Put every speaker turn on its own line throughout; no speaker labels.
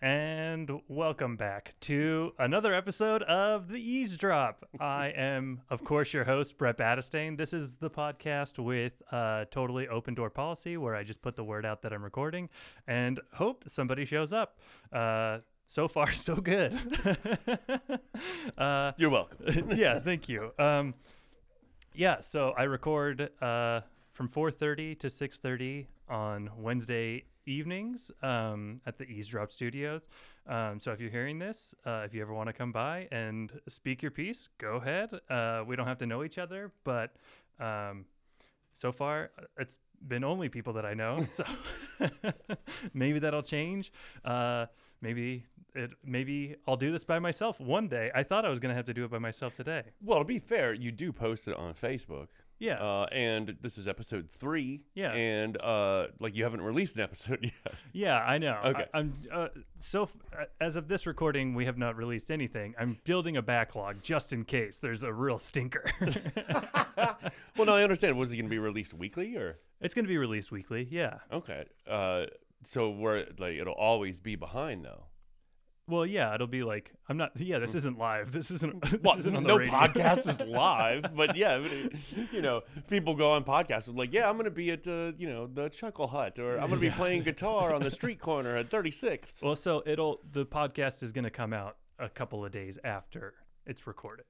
And welcome back to another episode of The Eavesdrop. I am, of course, your host, Brett Battistane. This is the podcast with uh, totally open door policy where I just put the word out that I'm recording and hope somebody shows up. Uh, so far, so good. uh,
You're welcome.
yeah, thank you. Um, yeah, so I record uh, from 4:30 to 6:30 on Wednesday evenings um, at the Eavesdrop Studios. Um, so if you're hearing this, uh, if you ever want to come by and speak your piece, go ahead. Uh, we don't have to know each other, but um, so far uh, it's been only people that I know. So maybe that'll change. Uh, maybe it. Maybe I'll do this by myself one day. I thought I was gonna have to do it by myself today.
well, to be fair, you do post it on Facebook.
Yeah.
Uh, and this is episode three.
Yeah.
And uh, like you haven't released an episode yet.
Yeah, I know.
Okay.
I, am uh, so f- uh, as of this recording, we have not released anything. I'm building a backlog just in case there's a real stinker.
well, no, I understand. Was it going to be released weekly or?
it's going to be released weekly. Yeah.
Okay. Uh, so we're like it'll always be behind though.
Well, yeah, it'll be like I'm not. Yeah, this isn't live. This isn't. This
Well,
isn't on the
no
radio.
podcast is live, but yeah, but it- you know, people go on podcasts with like, yeah, I'm going to be at uh, you know the Chuckle Hut, or I'm going to be playing guitar on the street corner at 36th.
Well, so it'll the podcast is going to come out a couple of days after it's recorded.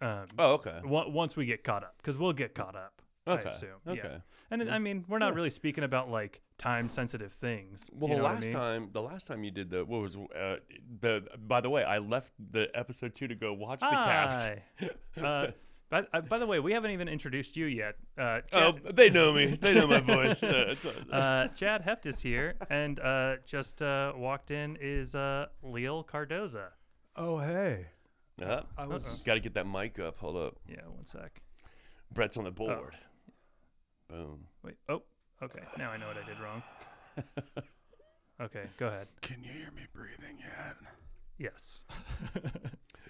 Um,
oh, okay.
on- once we get caught up, because we'll get caught up.
Okay,
I assume. Yeah.
okay.
And then, I mean, we're not really speaking about like time sensitive things.
Well,
you
the
know what I
last
mean?
time, the last time you did the what was uh, the? By the way, I left the episode two to go watch the Cavs.
Hi. uh, by, uh, by the way, we haven't even introduced you yet. Uh,
Oh,
Chad,
they know me. They know my voice. Uh,
uh, Chad Heft is here, and uh, just uh, walked in is uh, Leal Cardoza.
Oh hey,
uh,
I was
Got to get that mic up. Hold up,
Yeah, one sec.
Brett's
Oh.
on the board. Boom.
Wait. Oh, okay. Now I know what I did wrong. Okay, go ahead.
Can you hear me breathing yet?
Yes.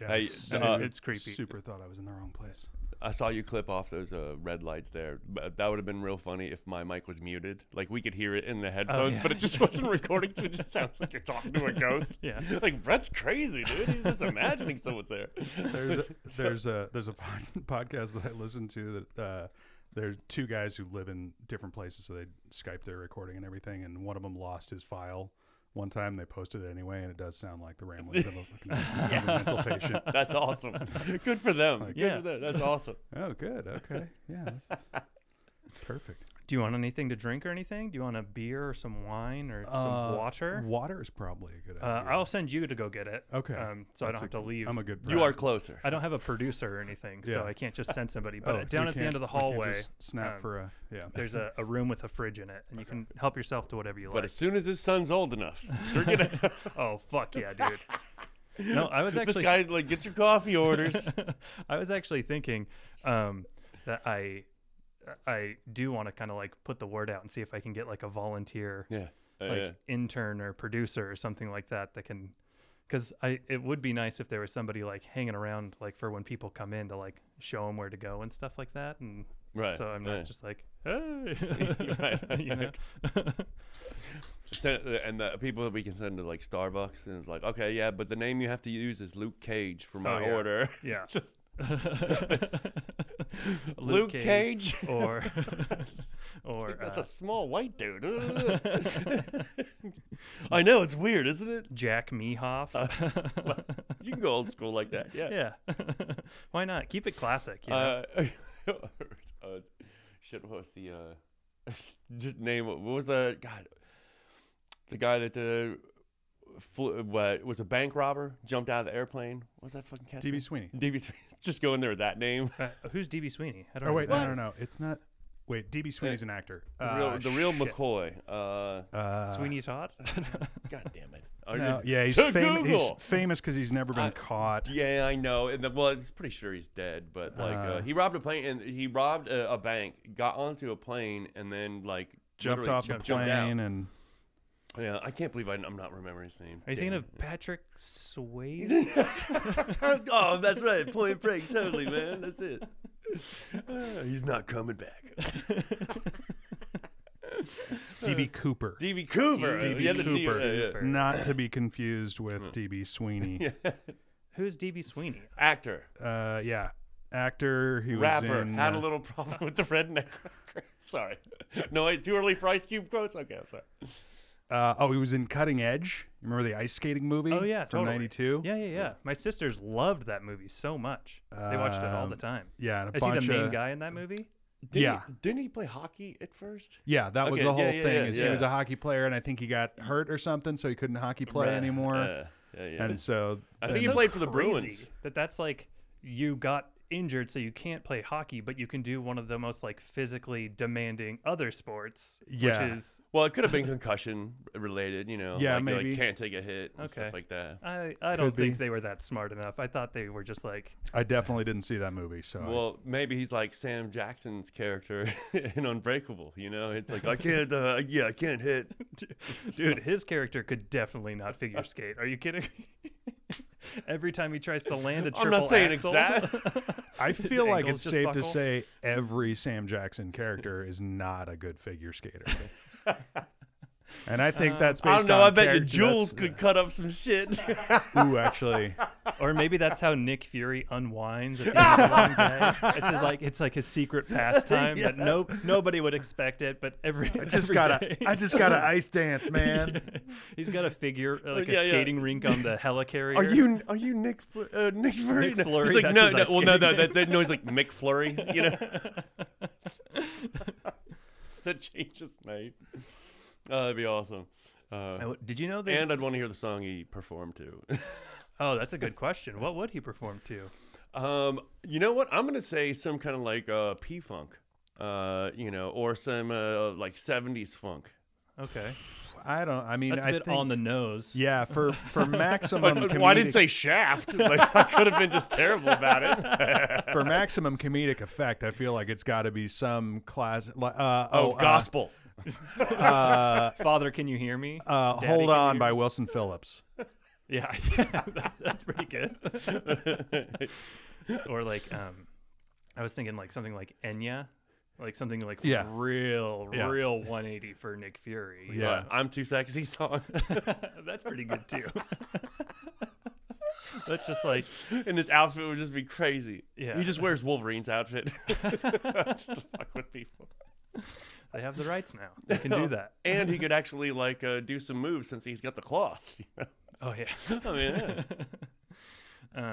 Yeah,
Hey,
s-
uh,
super-
it's creepy.
Super thought I was in the wrong place.
I saw you clip off those uh, red lights there. But that would have been real funny if my mic was muted. Like we could hear it in the headphones,
Oh, yeah.
but it just wasn't recording, so it just sounds like you're talking to a ghost.
Yeah.
Like Brett's crazy, dude. He's just imagining someone's there.
There's a, there's a there's a pod, podcast that I listen to that uh, there's two guys who live in different places, so they Skype their recording and everything, and one of them lost his file. One time they posted it anyway, and it does sound like the ramblings of a, fucking- of a mental patient.
That's awesome. Good for them. Good
Yeah.
for them. That's awesome.
Oh, good. Okay. Yeah. This is perfect.
Do you want anything to drink or anything? Do you want a beer or some wine or
Uh,
some water?
Water is probably a good idea.
Uh, I'll send you to go get it.
okay.
Um, so I don't
That's a-
have to leave.
I'm a good.
You
friend.
are closer.
I don't have a producer or anything, so
Yeah.
I can't just send somebody. But
Oh,
uh, down
you
at the end
can't-
of the
we can't
hallway,
just snap
um,
for a yeah.
there's a, a room with a fridge in it, and you can help yourself to whatever you
But
like.
as soon as his son's old enough, you're gonna.
oh fuck yeah, dude! no, I was
this
actually
guy like get your coffee orders.
I was actually thinking um, that I I do want to kind of like put the word out and see if I can get like a volunteer
yeah. Uh,
like
yeah.
intern or producer or something like that that can because I it would be nice if there was somebody like hanging around like for when people come in to like show them where to go and stuff like that and
Right,
so I'm not
right.
just like hey
Right, right,
you know?
Send- uh, and the people that we can send to like Starbucks, and it's like, okay, yeah, but the name you have to use is Luke Cage for my
Oh, yeah.
order.
yeah
Just
Luke,
Luke Cage.
or or
That's
uh,
a small white dude. I know it's weird, isn't it?
Jack Mehoff
Uh, You can go old school like that. Yeah.
yeah why not keep it classic you know?
Uh, uh, shit, what was the uh, just name? What was the God? The guy that uh, flew, what, was a bank robber, jumped out of the airplane. What was that fucking cat's
DB
name?
Sweeney.
DB Sweeney. Just go in there with that name.
Uh, who's DB Sweeney I don't
Oh
know
wait,
who that
no, no,
is.
no. It's not. Wait, DB Sweeney's an actor.
The
Uh,
real, the real
sh-
McCoy. Uh,
uh,
Sweeney Todd
God damn it. I
no,
just-
yeah, he's,
to
fam- he's
Google.
famous because he's never been
I-
caught.
Yeah, I know. And the, well, it's pretty sure he's dead, but like uh,
Uh.
he robbed a plane and he robbed a, a bank, got onto a plane, and then like
Jumped
literally
off the
jumped- jumped out.
plane and
Yeah, I can't believe I, am not remembering his name.
Are you
Damn
thinking of Patrick Swayze?
it. oh, that's right. Point Break, totally, man. That's it. Uh, he's not coming back.
DB Cooper,
DB Cooper.
DB
You had the
Cooper.
yeah,
Cooper. Hmm.
not to be confused with DB Sweeney.
yeah.
Who's DB Sweeney?
Actor,
Uh, yeah, actor. He was
rapper,
in,
had
uh,
a little problem with the redneck. sorry. No, wait, too early for Ice Cube quotes? Okay, I'm sorry.
Uh, oh, he was in Cutting Edge. Remember the ice skating movie?
Oh yeah,
from
totally.
'92.
Yeah, yeah, yeah. My sisters loved that movie so much. They watched it all the
Um,
time.
yeah, and a
Is he the
bunch
main
of,
guy in that movie?
Didn't
Yeah.
He, didn't he play hockey at first?
Yeah, that was
Okay,
the whole
yeah, yeah,
thing.
yeah,
is
yeah.
he was a hockey player, and I think he got hurt or something, so he couldn't hockey play
Right,
anymore.
yeah, yeah, yeah.
And so,
I
then-
think he
so
played for the
crazy
Bruins.
That that's like you got injured, so you can't play hockey, but you can do one of the most like physically demanding other sports,
Yeah.
which is
Well, it could have been concussion related, you know.
Yeah,
like, you, like,
maybe.
can't take a hit and
Okay.
stuff like that.
I I don't
Could
think
be.
they were that smart enough. I thought they were just like
I definitely didn't see that movie. So, I-
Well, maybe he's like Sam Jackson's character in Unbreakable. You know, it's like I can't. Uh, yeah, I can't hit.
dude, his character could definitely not figure skate. Are you kidding? Every time he tries to land a
I'm
triple
not saying
axel,
exact.
I feel like
ankles
it's
just
safe to
buckle.
say every Sam Jackson character is not a good figure skater. and I think that's based
I don't know.
on
I bet you
character-
Jules
that's- uh,
could cut up some shit.
Ooh, actually,
or maybe that's how Nick Fury unwinds at the end of a long day. It's his, like it's like his secret pastime that no nobody would expect it, but every
I just got a, I just got an ice dance, man.
He's got a figure uh, like
yeah,
a
yeah.
skating rink on the helicarrier.
Are you are you Nick Fl- uh, Nick Flurry?
Nick
No.
Flurry,
He's
that's
like no,
his
no.
ice
Well, no,
skating
no.
name.
That, that noise like Mick Flurry. You know, that changes name. Oh, that'd be awesome.
I
Uh,
w- Did you know that?
and I'd want to hear the song he performed to.
oh, that's a good question. What would he perform to?
Um, you know what? I'm gonna say some kind of like uh, P funk, uh, you know, or some uh, like '70s funk.
Okay,
I don't. I mean,
that's a
I
bit
think,
on the nose.
yeah for for maximum.
Why
comedic,
well, I didn't say Shaft. Like I could have been just terrible about it.
for maximum comedic effect. I feel like it's got to be some class. li- Uh,
oh,
uh,
gospel.
Uh,
Father, can you hear me?
uh,
Daddy,
Hold
can
on
you-
by Wilson Phillips.
Yeah, that- that's pretty good. or like, um, I was thinking like something like Enya, like something like
Yeah.
real,
Yeah.
real 180 for Nick Fury.
Yeah.
Uh, I'm too sexy song,
that's pretty good too. that's just like
and his outfit would just be crazy.
Yeah.
he just wears Wolverine's outfit just to fuck with people. Oh,
they have the rights now. They can do that.
And he could actually like uh, do some moves since he's got the claws. you know?
Oh yeah.
I mean, yeah.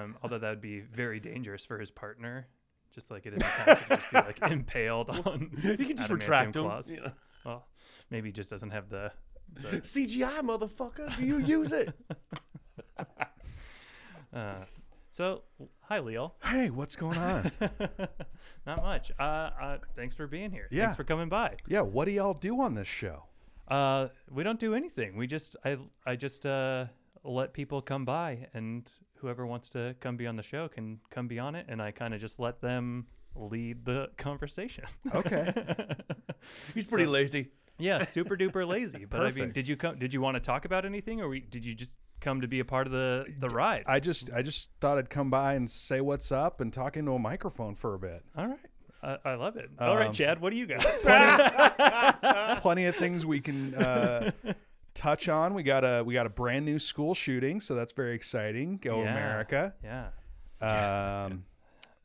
Um, although that would be very dangerous for his partner, just like it is to just be like impaled on.
he can just retract them.
claws.
you know.
Well, maybe he just doesn't have the.
CGI, motherfucker. Do you use it?
Uh, so, hi, Leo.
Hey, what's going on?
Not much. Uh, uh, thanks for being here.
Yeah.
Thanks for coming by.
yeah, what do y'all do on this show?
Uh, we don't do anything. We just I I just uh, let people come by, and whoever wants to come be on the show can come be on it, and I kind of just let them lead the conversation.
Okay.
He's pretty lazy.
Yeah, super duper lazy. But I mean,
Perfect.
did you come? Did you want to talk about anything, or we, did you just come to be a part of the the ride?
I just I just thought I'd come by and say what's up and talk into a microphone for a bit.
All right, I, I love it. All right,
Um,
Chad, what do you got?
Plenty of things we can uh, touch on. We got a we got a brand new school shooting, so that's very exciting. Go
Yeah.
America.
yeah,
Um,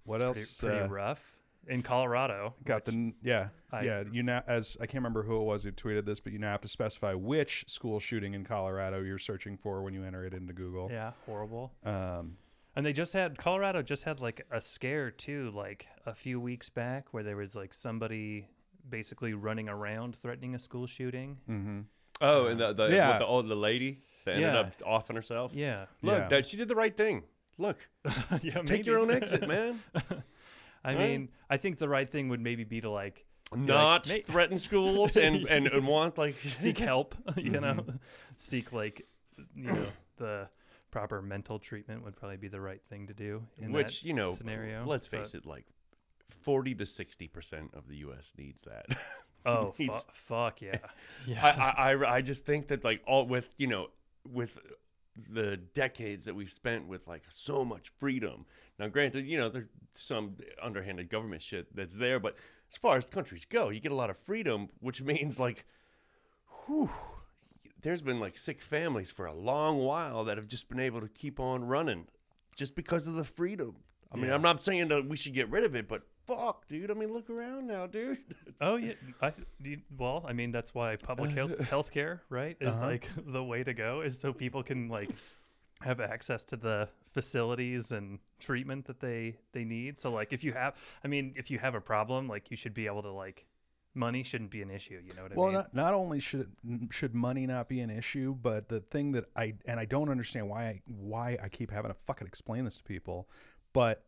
what else?
pretty, pretty
uh,
rough in Colorado.
got the n- yeah
I-
yeah. You now as I can't remember who it was who tweeted this, but you now have to specify which school shooting in Colorado you're searching for when you enter it into Google.
Yeah, horrible.
Um,
And they just had Colorado just had like a scare too, like a few weeks back, where there was like somebody basically running around threatening a school shooting.
Oh, and the, the,
Yeah.
with the old the lady that ended
Yeah.
up offing herself.
Yeah,
Look,
Yeah.
that she did the right thing. Look,
yeah.
take your own exit, man.
I mean, I think the right thing would maybe be to like be like,
Not
"Mate,
threaten schools and, and, and want like
seek help
Mm-hmm.
you know seek like you know the proper mental treatment would probably be the right thing to do in
which
that
you know
scenario
Let's face it, like forty to sixty percent of the U.S. needs that.
oh fu-
needs-
fuck yeah
I, I I I just think that like all with you know with the decades that we've spent with like so much freedom. Now, granted, you know there's some underhanded government shit that's there, but as far as countries go, you get a lot of freedom, which means like whew, there's been like sick families for a long while that have just been able to keep on running just because of the freedom. I mean,
Yeah.
I'm not saying that we should get rid of it, but fuck, dude. I mean, look around now, dude. It's-
Oh yeah, I, you- well, I mean that's why public health healthcare, right, is
Uh-huh.
like the way to go, is so people can like have access to the facilities and treatment that they they need. So like if you have, I mean, if you have a problem, like you should be able to like money shouldn't be an issue. You know what
well,
I mean?
not, not only should it, n- should money not be an issue, but the thing that I and I don't understand why I, why I keep having to fucking explain this to people, but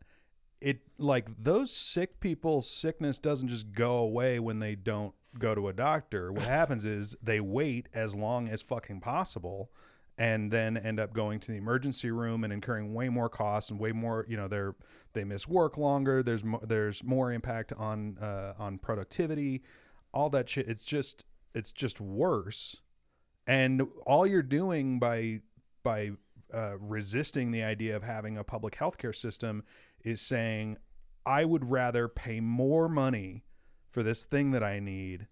it like those sick people's sickness doesn't just go away when they don't go to a doctor. What happens is they wait as long as fucking possible and then end up going to the emergency room and incurring way more costs and way more you know they're they miss work longer there's mo- there's more impact on uh, on productivity all that shit it's just it's just worse and all you're doing by by uh, resisting the idea of having a public healthcare system is saying i would rather pay more money for this thing that i need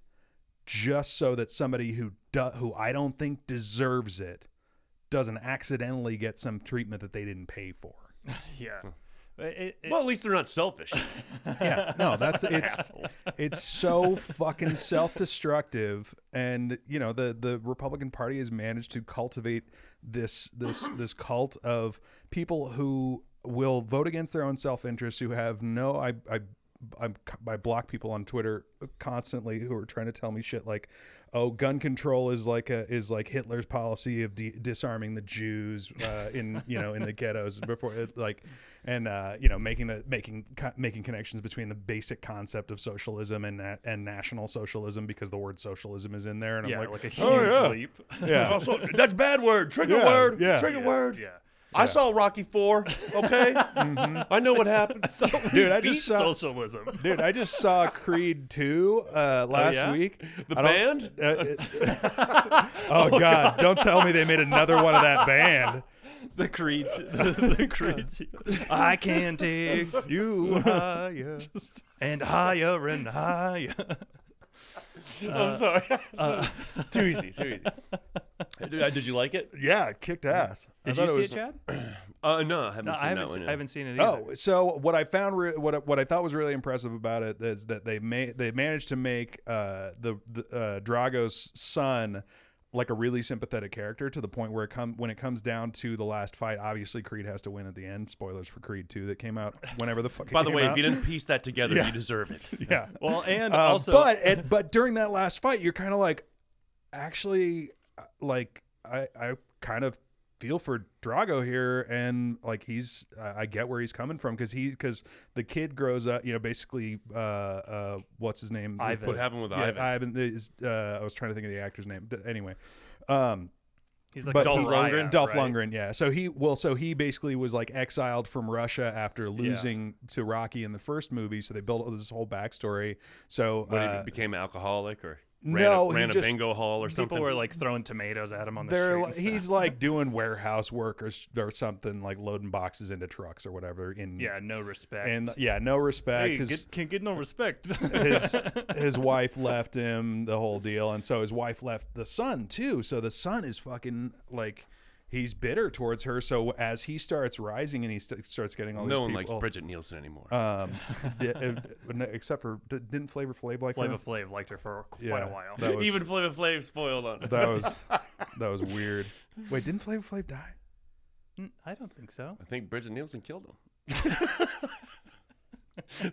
just so that somebody who do- who i don't think deserves it doesn't accidentally get some treatment that they didn't pay for
yeah. But it- it-
well, at least they're not selfish.
yeah no that's it's it's so fucking self-destructive and you know the the republican party has managed to cultivate this this this cult of people who will vote against their own self-interest who have no i i i I block people on Twitter constantly who are trying to tell me shit like, "Oh, gun control is like a is like Hitler's policy of de- disarming the Jews uh, in you know in the ghettos before it, like, and uh, you know making the making co- making connections between the basic concept of socialism and na- and national socialism because the word socialism is in there, and
yeah,
I'm like,
like a huge
"Oh, yeah."
leap.
yeah,
also, that's bad word. Trigger
Yeah,
word.
yeah.
Trigger
Yeah,
word.
Yeah.
I saw Rocky Four. Okay, I know what happened.
dude, I
Beat
just saw.
socialism.
Dude, I just saw Creed 2 uh, last
Oh, yeah?
week.
The
I don't-
band.
Uh, it- oh, God. Don't tell me they made another one of that band.
the creed. The, creed. I can take you higher and higher and higher.
I'm sorry. too easy. Too easy. Did, uh, did you like it?
Yeah, it kicked ass. I
Did
thought
you see
was-
it, Chad?
Uh, no, I haven't
No,
seen
I
that
haven't.
one.
se-
yet.
I haven't seen it. Either.
Oh, so what I found, re- what I- what I thought was really impressive about it is that they made they managed to make uh, the, the uh, Drago's son like a really sympathetic character to the point where it come when it comes down to the last fight. Obviously, Creed has to win at the end. Spoilers for Creed two that came out whenever the fuck. it
By the
came
way,
out.
if you didn't piece that together,
Yeah.
you deserve it.
yeah.
Well, and
Um,
also,
but and, but during that last fight, you're kind of like, actually, uh, like I I kind of feel for Drago here, and like he's I I get where he's coming from because he because the kid grows up, you know, basically, uh, uh, what's his name?
Ivan.
What happened with
Yeah,
Ivan?
Ivan is, uh, I was trying to think of the actor's name. D- Anyway, um,
he's like
but
Dolph
he-
Lundgren.
Dolph
right?
Lundgren, yeah. So he well, so he basically was like exiled from Russia after losing to Rocky in the first movie. So they built this whole backstory. So
What, he
uh,
became alcoholic or ran
no,
a,
he
ran a
just-
bingo hall or something?
People were like throwing tomatoes at him on the
they're
street.
like,
and stuff.
he's like doing warehouse work or, s- or something, like loading boxes into trucks or whatever. In
yeah, no respect.
and yeah, no respect.
Hey,
his,
get- can't get no respect.
his his wife left him the whole deal and so his wife left the son too so the son is fucking like he's bitter towards her so as he starts rising and he st- starts getting all
no one
these
likes
people
Bridget Nielsen anymore.
um di- uh, n- except for d- didn't flavor Flav like
Flavor
her?
Flav liked her for quite
Yeah,
a while.
that was,
Even Flavor Flav spoiled on it.
that was that was weird wait didn't flavor Flav die
Mm, I don't think so.
I think Bridget Nielsen killed him.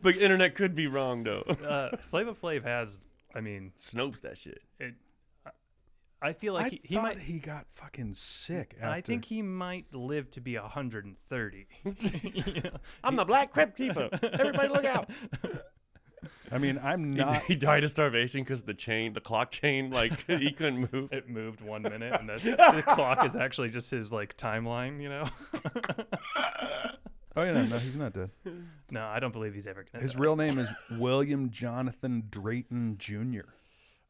the internet could be wrong though.
Uh, Flavor Flav has. I mean,
Snopes that shit.
it, I I feel like
I
he, he
thought
might.
he got fucking sick after.
I think he might live to be 130.
I'm the black crib keeper. Everybody look out.
I mean I'm not
He died of starvation because the chain, the clock chain, like he couldn't move.
It moved one minute, and that's, the clock is actually just his like timeline. You know?
oh yeah no, no he's not dead
no, I don't believe he's ever gonna.
his
die.
real name is William Jonathan Drayton Jr.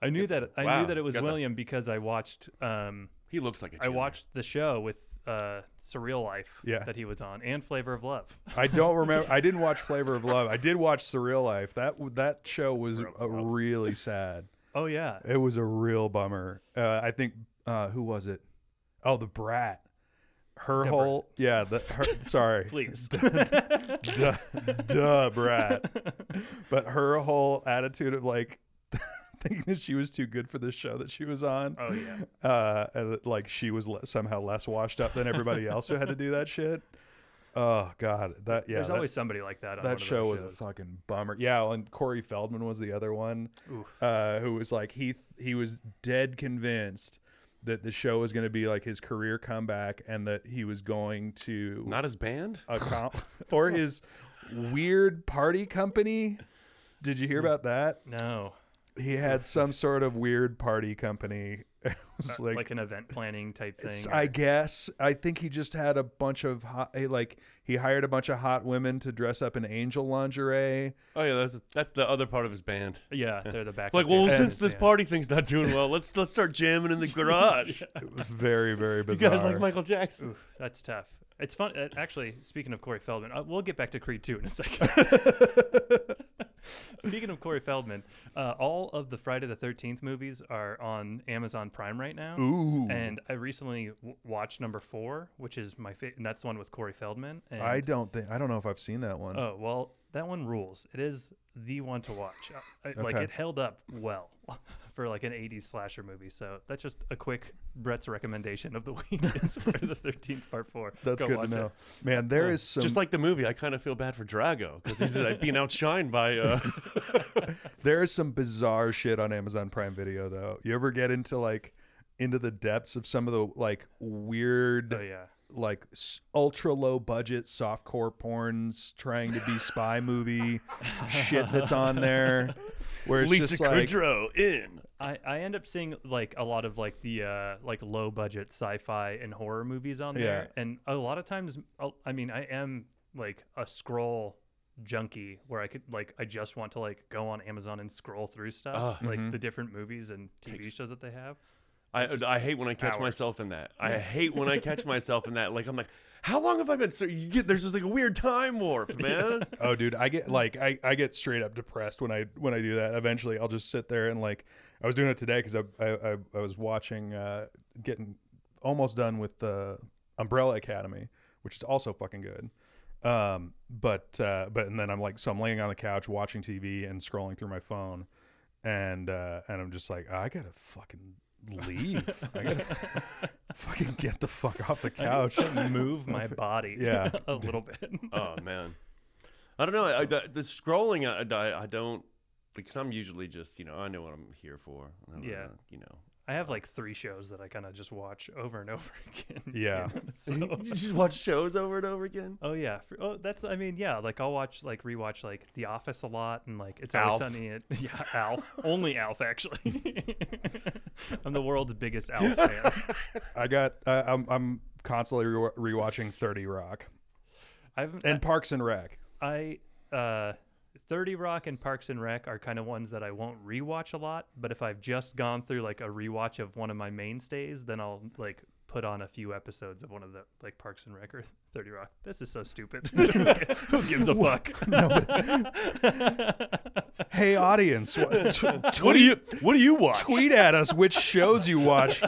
I knew that. I
Wow,
knew that it was
got the-
William because I watched. Um,
He looks like a.
I
janitor.
watched the show with uh, Surreal Life
Yeah.
that he was on, and Flavor of Love.
I don't remember. I didn't watch Flavor of Love. I did watch Surreal Life. That that show was uh, really sad.
Oh yeah.
It was a real bummer. Uh, I think uh, who was it? Oh, the brat. Her
Deborah.
whole yeah. The, her, sorry,
Please.
duh, duh, brat. But her whole attitude of like thinking that she was too good for this show that she was on.
Oh, yeah.
Uh, and that, like she was le- somehow less washed up than everybody else who had to do that shit. Oh god, that yeah.
There's
that-
always somebody like that on one
that
of those
show was a
shows.
fucking bummer. Yeah, and Corey Feldman was the other one,
Oof.
uh, who was like he he was dead convinced that the show was going to be like his career comeback and that he was going to
Not his band.
account or his weird party company. Did you hear about that?
no.
He had some sort of weird party company. It was
Uh, Like,
like,
an event planning type
it's-
thing.
I
or-
guess I think he just had a bunch of hot, eh, like he hired a bunch of hot women to dress up in angel lingerie.
Oh yeah, that's that's the other part of his band.
yeah, they're the back.
Like, well, since this
yeah.
party thing's not doing well, let's let's start jamming in the garage.
It was very very
You
bizarre.
guys like Michael Jackson?
That's tough. It's fun. Uh, actually, speaking of Corey Feldman, uh, we'll get back to Creed 2 in a second. speaking of Corey Feldman, uh, all of the Friday the 13th movies are on Amazon Prime right now.
Ooh,
And I recently w- watched number four, which is my favorite, and that's the one with Corey Feldman. And,
I don't think I don't know if I've seen that one.
Oh, well, that one rules. It is the one to watch. Uh, I- Like,
Okay.
it held up well for like an 80s slasher movie. So that's just a quick Brett's recommendation of the week is Friday the 13th, part four.
That's
Go
good to
watch it.
know, man. There is some
Just like the movie, I kind of feel bad for Drago because he's like, being outshined by. Uh,
There is some bizarre shit on Amazon Prime Video though. You ever get into like into the depths of some of the like weird
Oh, yeah.
like s- ultra low budget softcore porns trying to be spy movie shit that's on there where it's
Lisa
just like
Kudrow in.
I, I end up seeing like a lot of like the uh, like low budget sci-fi and horror movies on there, and a lot of times, I'll- I mean, I am like a scroll junkie where I could like I just want to like go on Amazon and scroll through stuff,
Ah.
like the different movies and TV
Takes-
shows that they have.
I, I hate when I catch
hours.
myself in that. I hate when I catch myself in that. Like I'm like, how long have I been? So you get there's just like a weird time warp, man.
oh dude i get like I, I get straight up depressed when i when i do that eventually i'll just sit there and like i was doing it today because I, I, I i was watching uh getting almost done with the umbrella academy which is also fucking good um but uh but and then i'm like so i'm laying on the couch watching tv and scrolling through my phone and uh and i'm just like i gotta fucking leave i gotta fucking get the fuck off the couch
To move my body,
Yeah.
a little bit.
oh man, I don't know. I, the, the scrolling, I, I, I don't because I'm usually just you know I know what I'm here for. I don't
Yeah.
know, you know.
I have like three shows that I kind of just watch over and over again. you
Yeah.
know, so-
you just watch shows over and over again.
Oh yeah. For, oh, that's. I mean, yeah. Like I'll watch, like rewatch, like The Office a lot, and like It's Always
Alf.
Sunny. At, yeah, Alf. Only Alf, actually. I'm the world's biggest Alf fan.
i got uh, i'm i'm constantly re- rewatching 30 rock
I've
and Parks and Rec.
I uh, Thirty Rock and Parks and Rec are kind of ones that I won't rewatch a lot. But if I've just gone through like a rewatch of one of my mainstays, then I'll like put on a few episodes of one of the like Parks and Rec or Thirty Rock. This is so stupid. Who gives a fuck?
Hey, audience, what, t-
What do you What do you watch?
tweet at us which shows you watch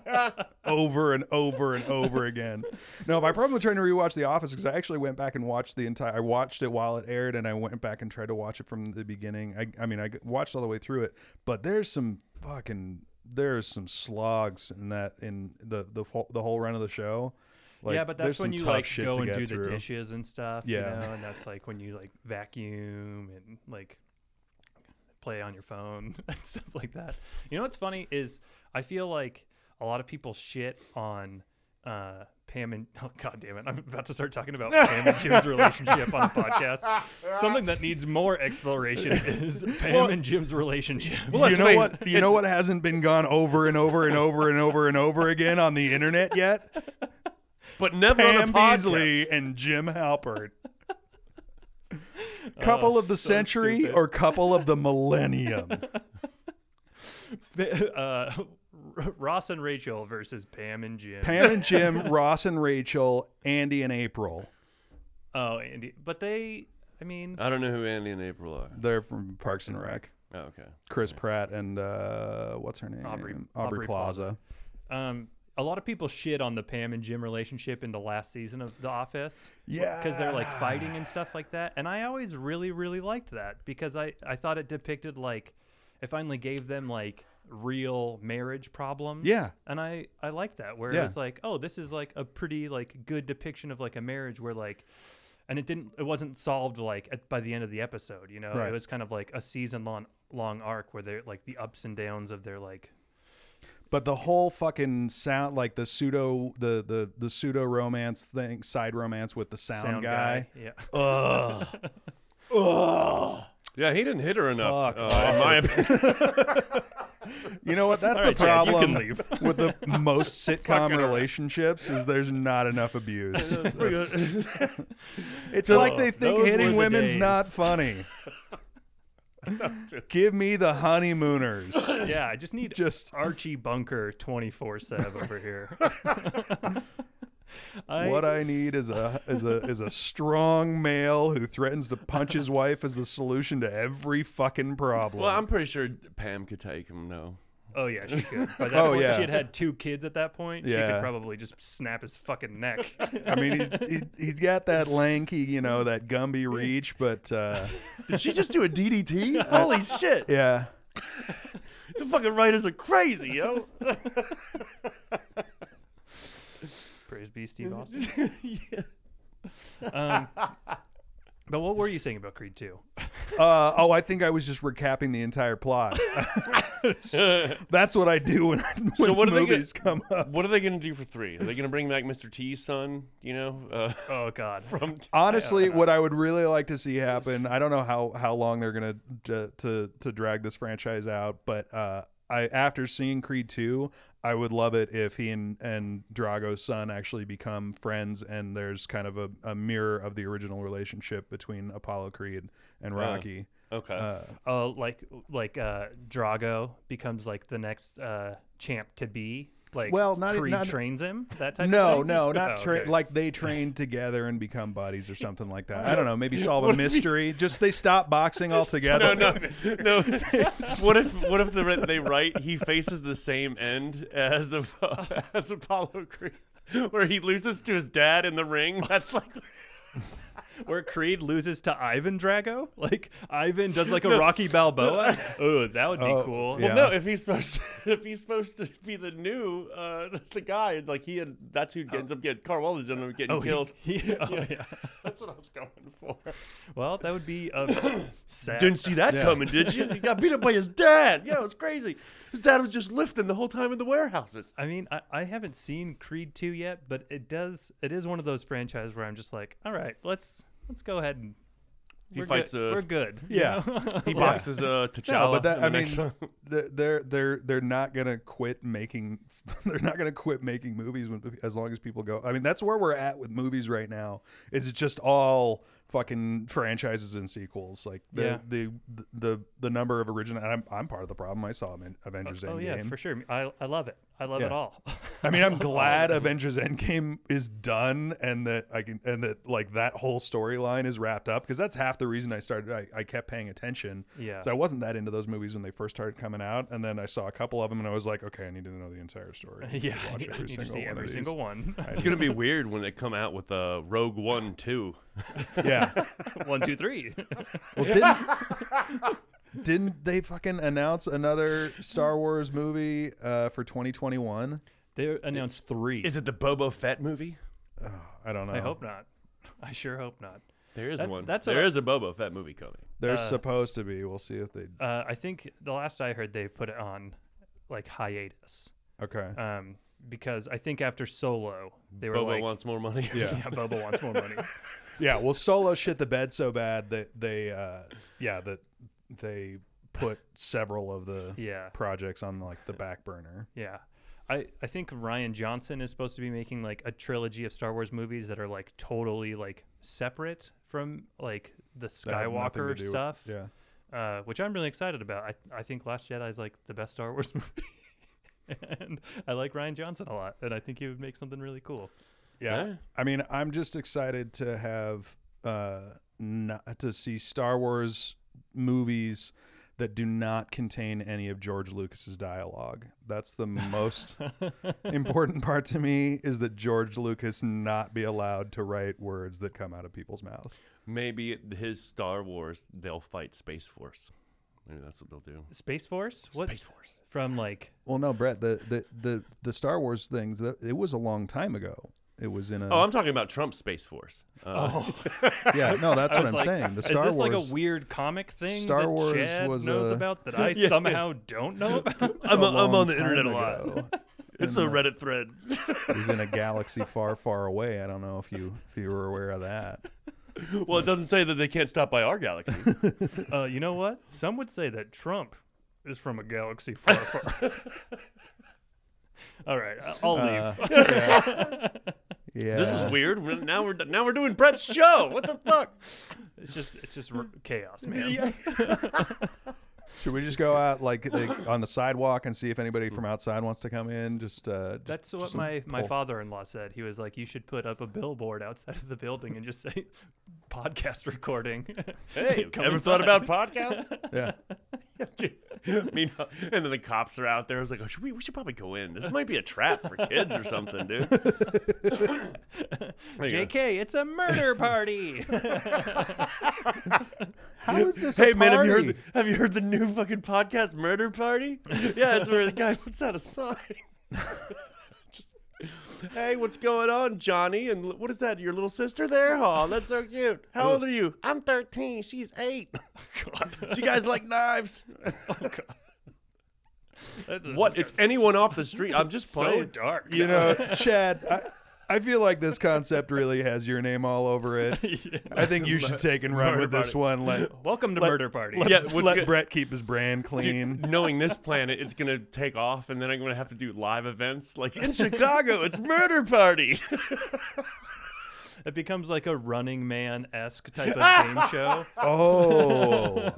over and over and over again. No, my problem with trying to rewatch The Office because I actually went back and watched the entire. I watched it while it aired, and I went back and tried to watch it from the beginning. I, I mean, I g- watched all the way through it, but there's some fucking there's some slogs in that in the the whole, the whole run of the show. Like,
yeah, but
there's
that's when
some
you
tough
like
shit
go
to
and
get
do the
through.
dishes and stuff.
Yeah.
you know? and that's like when you like vacuum and like play on your phone and stuff like that. You know what's funny is I feel like a lot of people shit on uh, Pam and oh god damn it, I'm about to start talking about Pam and Jim's relationship on a podcast. Something that needs more exploration is Pam and Jim's relationship.
you know what? You know what hasn't been gone over and over and over and over and over again on the internet yet?
But never on
Pam
a podcast.
Beasley and Jim Halpert. Couple of the century
Oh, stupid.
or couple of the millennium.
uh, Ross and Rachel versus Pam and Jim.
Pam and Jim, Ross and Rachel, Andy and April.
Oh, Andy, but they. I mean,
I don't know who Andy and April are.
They're from Parks and Rec.
Oh, okay.
Chris Pratt and uh, what's her name?
Aubrey-
Aubrey,
Aubrey Plaza.
Plaza.
Um, a lot of people shit on the Pam and Jim relationship in the last season of The Office.
Yeah.
Because they're like fighting
Ah.
and stuff like that. And I always really, really liked that because I, I thought it depicted like, it finally gave them like real marriage problems.
Yeah.
And I, I liked that where
Yeah.
it was like, oh, this is like a pretty like good depiction of like a marriage where like, and it didn't, it wasn't solved like at, by the end of the episode, you know,
Right.
it was kind of like a season long, long arc where they're like the ups and downs of their like
But the whole fucking sound, like the pseudo, the the the pseudo romance thing, side romance with the sound,
sound
guy.
guy. Yeah.
Ugh. Ugh.
Yeah, he didn't hit her enough.
Fuck,
Uh, in my opinion,
You know what? That's
All
the
right, Chad, you can
problem
leave.
with the most sitcom
around.
relationships is there's not enough abuse. That's- it's
Those-
like they think
those were
hitting
the
women's
days.
not funny. Give me the honeymooners.
yeah, I just need
Just
Archie Bunker 24 7 over here. I,
what I need is a is a is a strong male who threatens to punch his wife as the solution to every fucking problem.
well, I'm pretty sure Pam could take him though.
oh, yeah, she could. By that
Oh,
point,
yeah.
she had had two kids at that point. She
Yeah.
could probably just snap his fucking neck.
I mean, he, he he's got that lanky, you know, that Gumby reach, but uh,
Did she just do a DDT? Holy shit!
yeah.
The fucking writers are crazy, yo.
Praise be Steve Austin. Um, but what were you saying about Creed 2?
Uh, oh, I think I was just recapping the entire plot. That's what I do when, when
what are they
movies come up.
what are they gonna do for three? Are they gonna bring back Mr. T's son? You know, uh, um,
Oh, God.
from
Honestly, what I would really like to see happen, I don't know how, how long they're gonna to, to to drag this franchise out, but uh, I after seeing Creed two, I would love it if he and, and Drago's son actually become friends, and there's kind of a, a mirror of the original relationship between Apollo Creed and Rocky.
okay.
Oh, like like uh, Drago becomes like the next uh, champ to be. Like
Well, not- e-
Creed
not-
trains him. That type. of
No,
thing?
no, not
Oh,
tra-
okay.
like they train together and become buddies or something like that. I don't know. Maybe solve a mystery. Just they stop boxing
no,
altogether.
no, no. what if what if the, they write he faces the same end as a, as Apollo Creed, where he loses to his dad in the ring? That's like
where Creed loses to Ivan Drago. Like Ivan does like a Rocky Balboa. Oh, that would be
Oh,
cool.
yeah.
well, no. If he's supposed if he's supposed to be the new uh, the guy, like he had, that's who ends up getting Carl is gonna getting
Oh, he-
killed.
he- oh, yeah.
That's what I was going for.
Well, that would be a sad.
Didn't see that
Yeah.
coming, did you? He got beat up by his dad. Yeah, it was crazy. His dad was just lifting the whole time in the warehouses.
I mean, I, I haven't seen Creed two yet, but it does. It is one of those franchises where I'm just like, all right, let's let's go ahead and
He
we're
fights
good.
a-
we're good. you
Yeah.
know?
He
Yeah.
boxes uh, T'Challa.
No, but that
in the
I mean,
next one.
th- they're they're they're not gonna quit making they're not gonna quit making movies when, as long as people go. I mean, that's where we're at with movies right now. Is it's just all fucking franchises and sequels? Like the
Yeah.
the, the the number of original. And I'm I'm part of the problem. I saw 'em in Avengers
Oh
Endgame.
yeah, for sure. I I love it. I love
Yeah.
it all.
I mean,
Oh,
I'm glad Avengers Endgame is done and that I can and that like that whole storyline is wrapped up because that's half the reason I started. I, I kept paying attention.
Yeah.
So I wasn't that into those movies when they first started coming out, and then I saw a couple of them and I was like, okay, I need to know the entire story. I need to
yeah, I
watch
need, I
every
need to
single
see
one of
every
these.
single one.
it's gonna be weird when they come out with uh, Rogue One two.
Yeah.
one, two, three.
Well, didn't, didn't they fucking announce another Star Wars movie uh, for 2021?
they announced three.
Is it the Bobo Fett movie?
I don't know.
I hope not. I sure hope not.
There is
That-
one.
that's
That's
what
there
I-
is a Bobo Fett movie coming.
They're supposed to be. We'll see if they.
Uh, I think the last I heard, they put it on like hiatus
Okay.
um, because I think after Solo, they were
Bobo
like,
wants more money.
yeah. Bobo wants more money."
Yeah, well, Solo shit the bed so bad that they, uh, yeah, that they put several of the
Yeah.
projects on like the back burner.
Yeah. I, I think Ryan Johnson is supposed to be making like a trilogy of Star Wars movies that are like totally like separate from like the
That had nothing to
Skywalker
do with-
stuff,
yeah,
uh, which I'm really excited about. I, I think Last Jedi is like the best Star Wars movie. and I like Ryan Johnson a lot, and I think he would make something really cool.
yeah.
Yeah.
I mean, I'm just excited to have uh, not, to see Star Wars movies that do not contain any of George Lucas's dialogue. That's the most important part to me is that George Lucas not be allowed to write words that come out of people's mouths.
Maybe his Star Wars, they'll fight Space Force. Maybe that's what they'll do.
Space Force? What?
Space Force.
From like
Well, no, Brett, the the the, the Star Wars things that it was a long time ago. It was in a
Oh, I'm talking about Trump's Space Force. Uh,
yeah, no, that's
I
what
was
I'm
like,
saying. The Star
is this
Wars
like a weird comic thing
Star
that
Wars
Chad
was
knows
a-
about that I
Yeah.
somehow don't know about?
I'm,
a
I'm on
long
the
time
internet a lot.
ago.
It's a
And, uh,
Reddit thread.
It was in a galaxy far, far away. I don't know if you if you were aware of that.
well, it doesn't say that they can't stop by our galaxy.
uh, you know what? Some would say that Trump is from a galaxy far, far. All right, I- I'll leave.
Uh, yeah. Yeah.
This is weird. We're- now we're now we're doing Brett's show. What the fuck?
It's just it's just r- chaos, man.
Should we just go out like, like, on the sidewalk and see if anybody from outside wants to come in? Just, uh, just-
That's what
just
my, my
pull-
father-in-law said. He was like, "You should put up a billboard outside of the building and just say, podcast recording."
Hey,
Come
ever thought
inside.
about podcast?
Yeah.
I mean, and then the cops are out there. I was like, oh, should we, we should probably go in. This might be a trap for kids or something, dude. There you go.
JK, it's a murder party.
How is this?
Hey
a
man, have you heard
party?
the, have you heard the new fucking podcast Murder Party? Yeah, it's where the guy puts out a sign. Just, hey, what's going on, Johnny? And l- what is that? Your little sister there? Oh, that's so cute. How old are you? I'm 13. She's eight. Do you guys like knives? Oh, What? It's anyone off the street. I'm just
so
playing.
dark.
You know, Chad, I, I feel like this concept really has your name all over it. I think you should take and run
Murder
with this
party.
one. Let,
Welcome to
Let-
murder party.
let,
Yeah, what's
let
good-
Brett keep his brand clean.
Dude, knowing this planet, it's gonna take off, and then I'm gonna have to do live events like in Chicago. It's murder party.
It becomes like a Running Man esque type of game show.
Oh.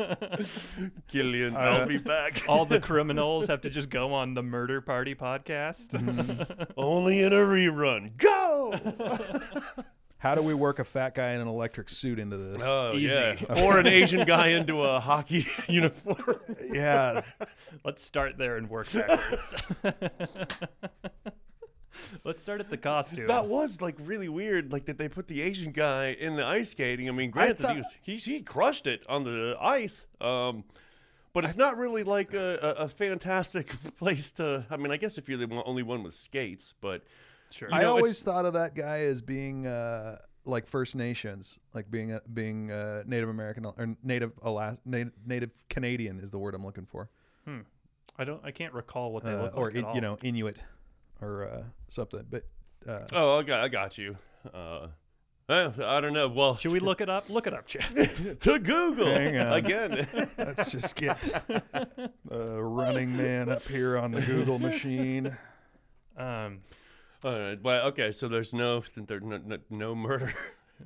Gillian,
Uh,
I'll be back.
All the criminals have to just go on the murder party podcast.
Mm-hmm.
Only in a rerun. Go!
How do we work a fat guy in an electric suit into this?
Oh,
Easy.
or an Asian guy into a hockey uniform.
yeah.
Let's start there and work backwards. Let's start at the costumes.
That was like really weird, like that they put the Asian guy in the ice skating. I mean, granted,
thought-
he, was, he, he crushed it on the ice. Um, but it's not really like a, a, a fantastic place to. I mean, I guess if you're the one- only one with skates, but
sure.
I
know, it's-
always thought of that guy as being uh, like First Nations, like being a, being uh Native American or Native Alas- Native, Native Canadian is the word I'm looking for,
I don't. I can't recall what they
Uh,
look
or
like
in-
at all.
you know Inuit or uh, something. But uh,
oh, I got, I got you. Uh, eh, I don't know. Well,
Should we look it up? Look it up, Chad.
to Google
Hang on.
again?
let's just get uh, Running Man up here on the Google machine.
Um,
All right, but okay, so there's no there's no, no, no murder.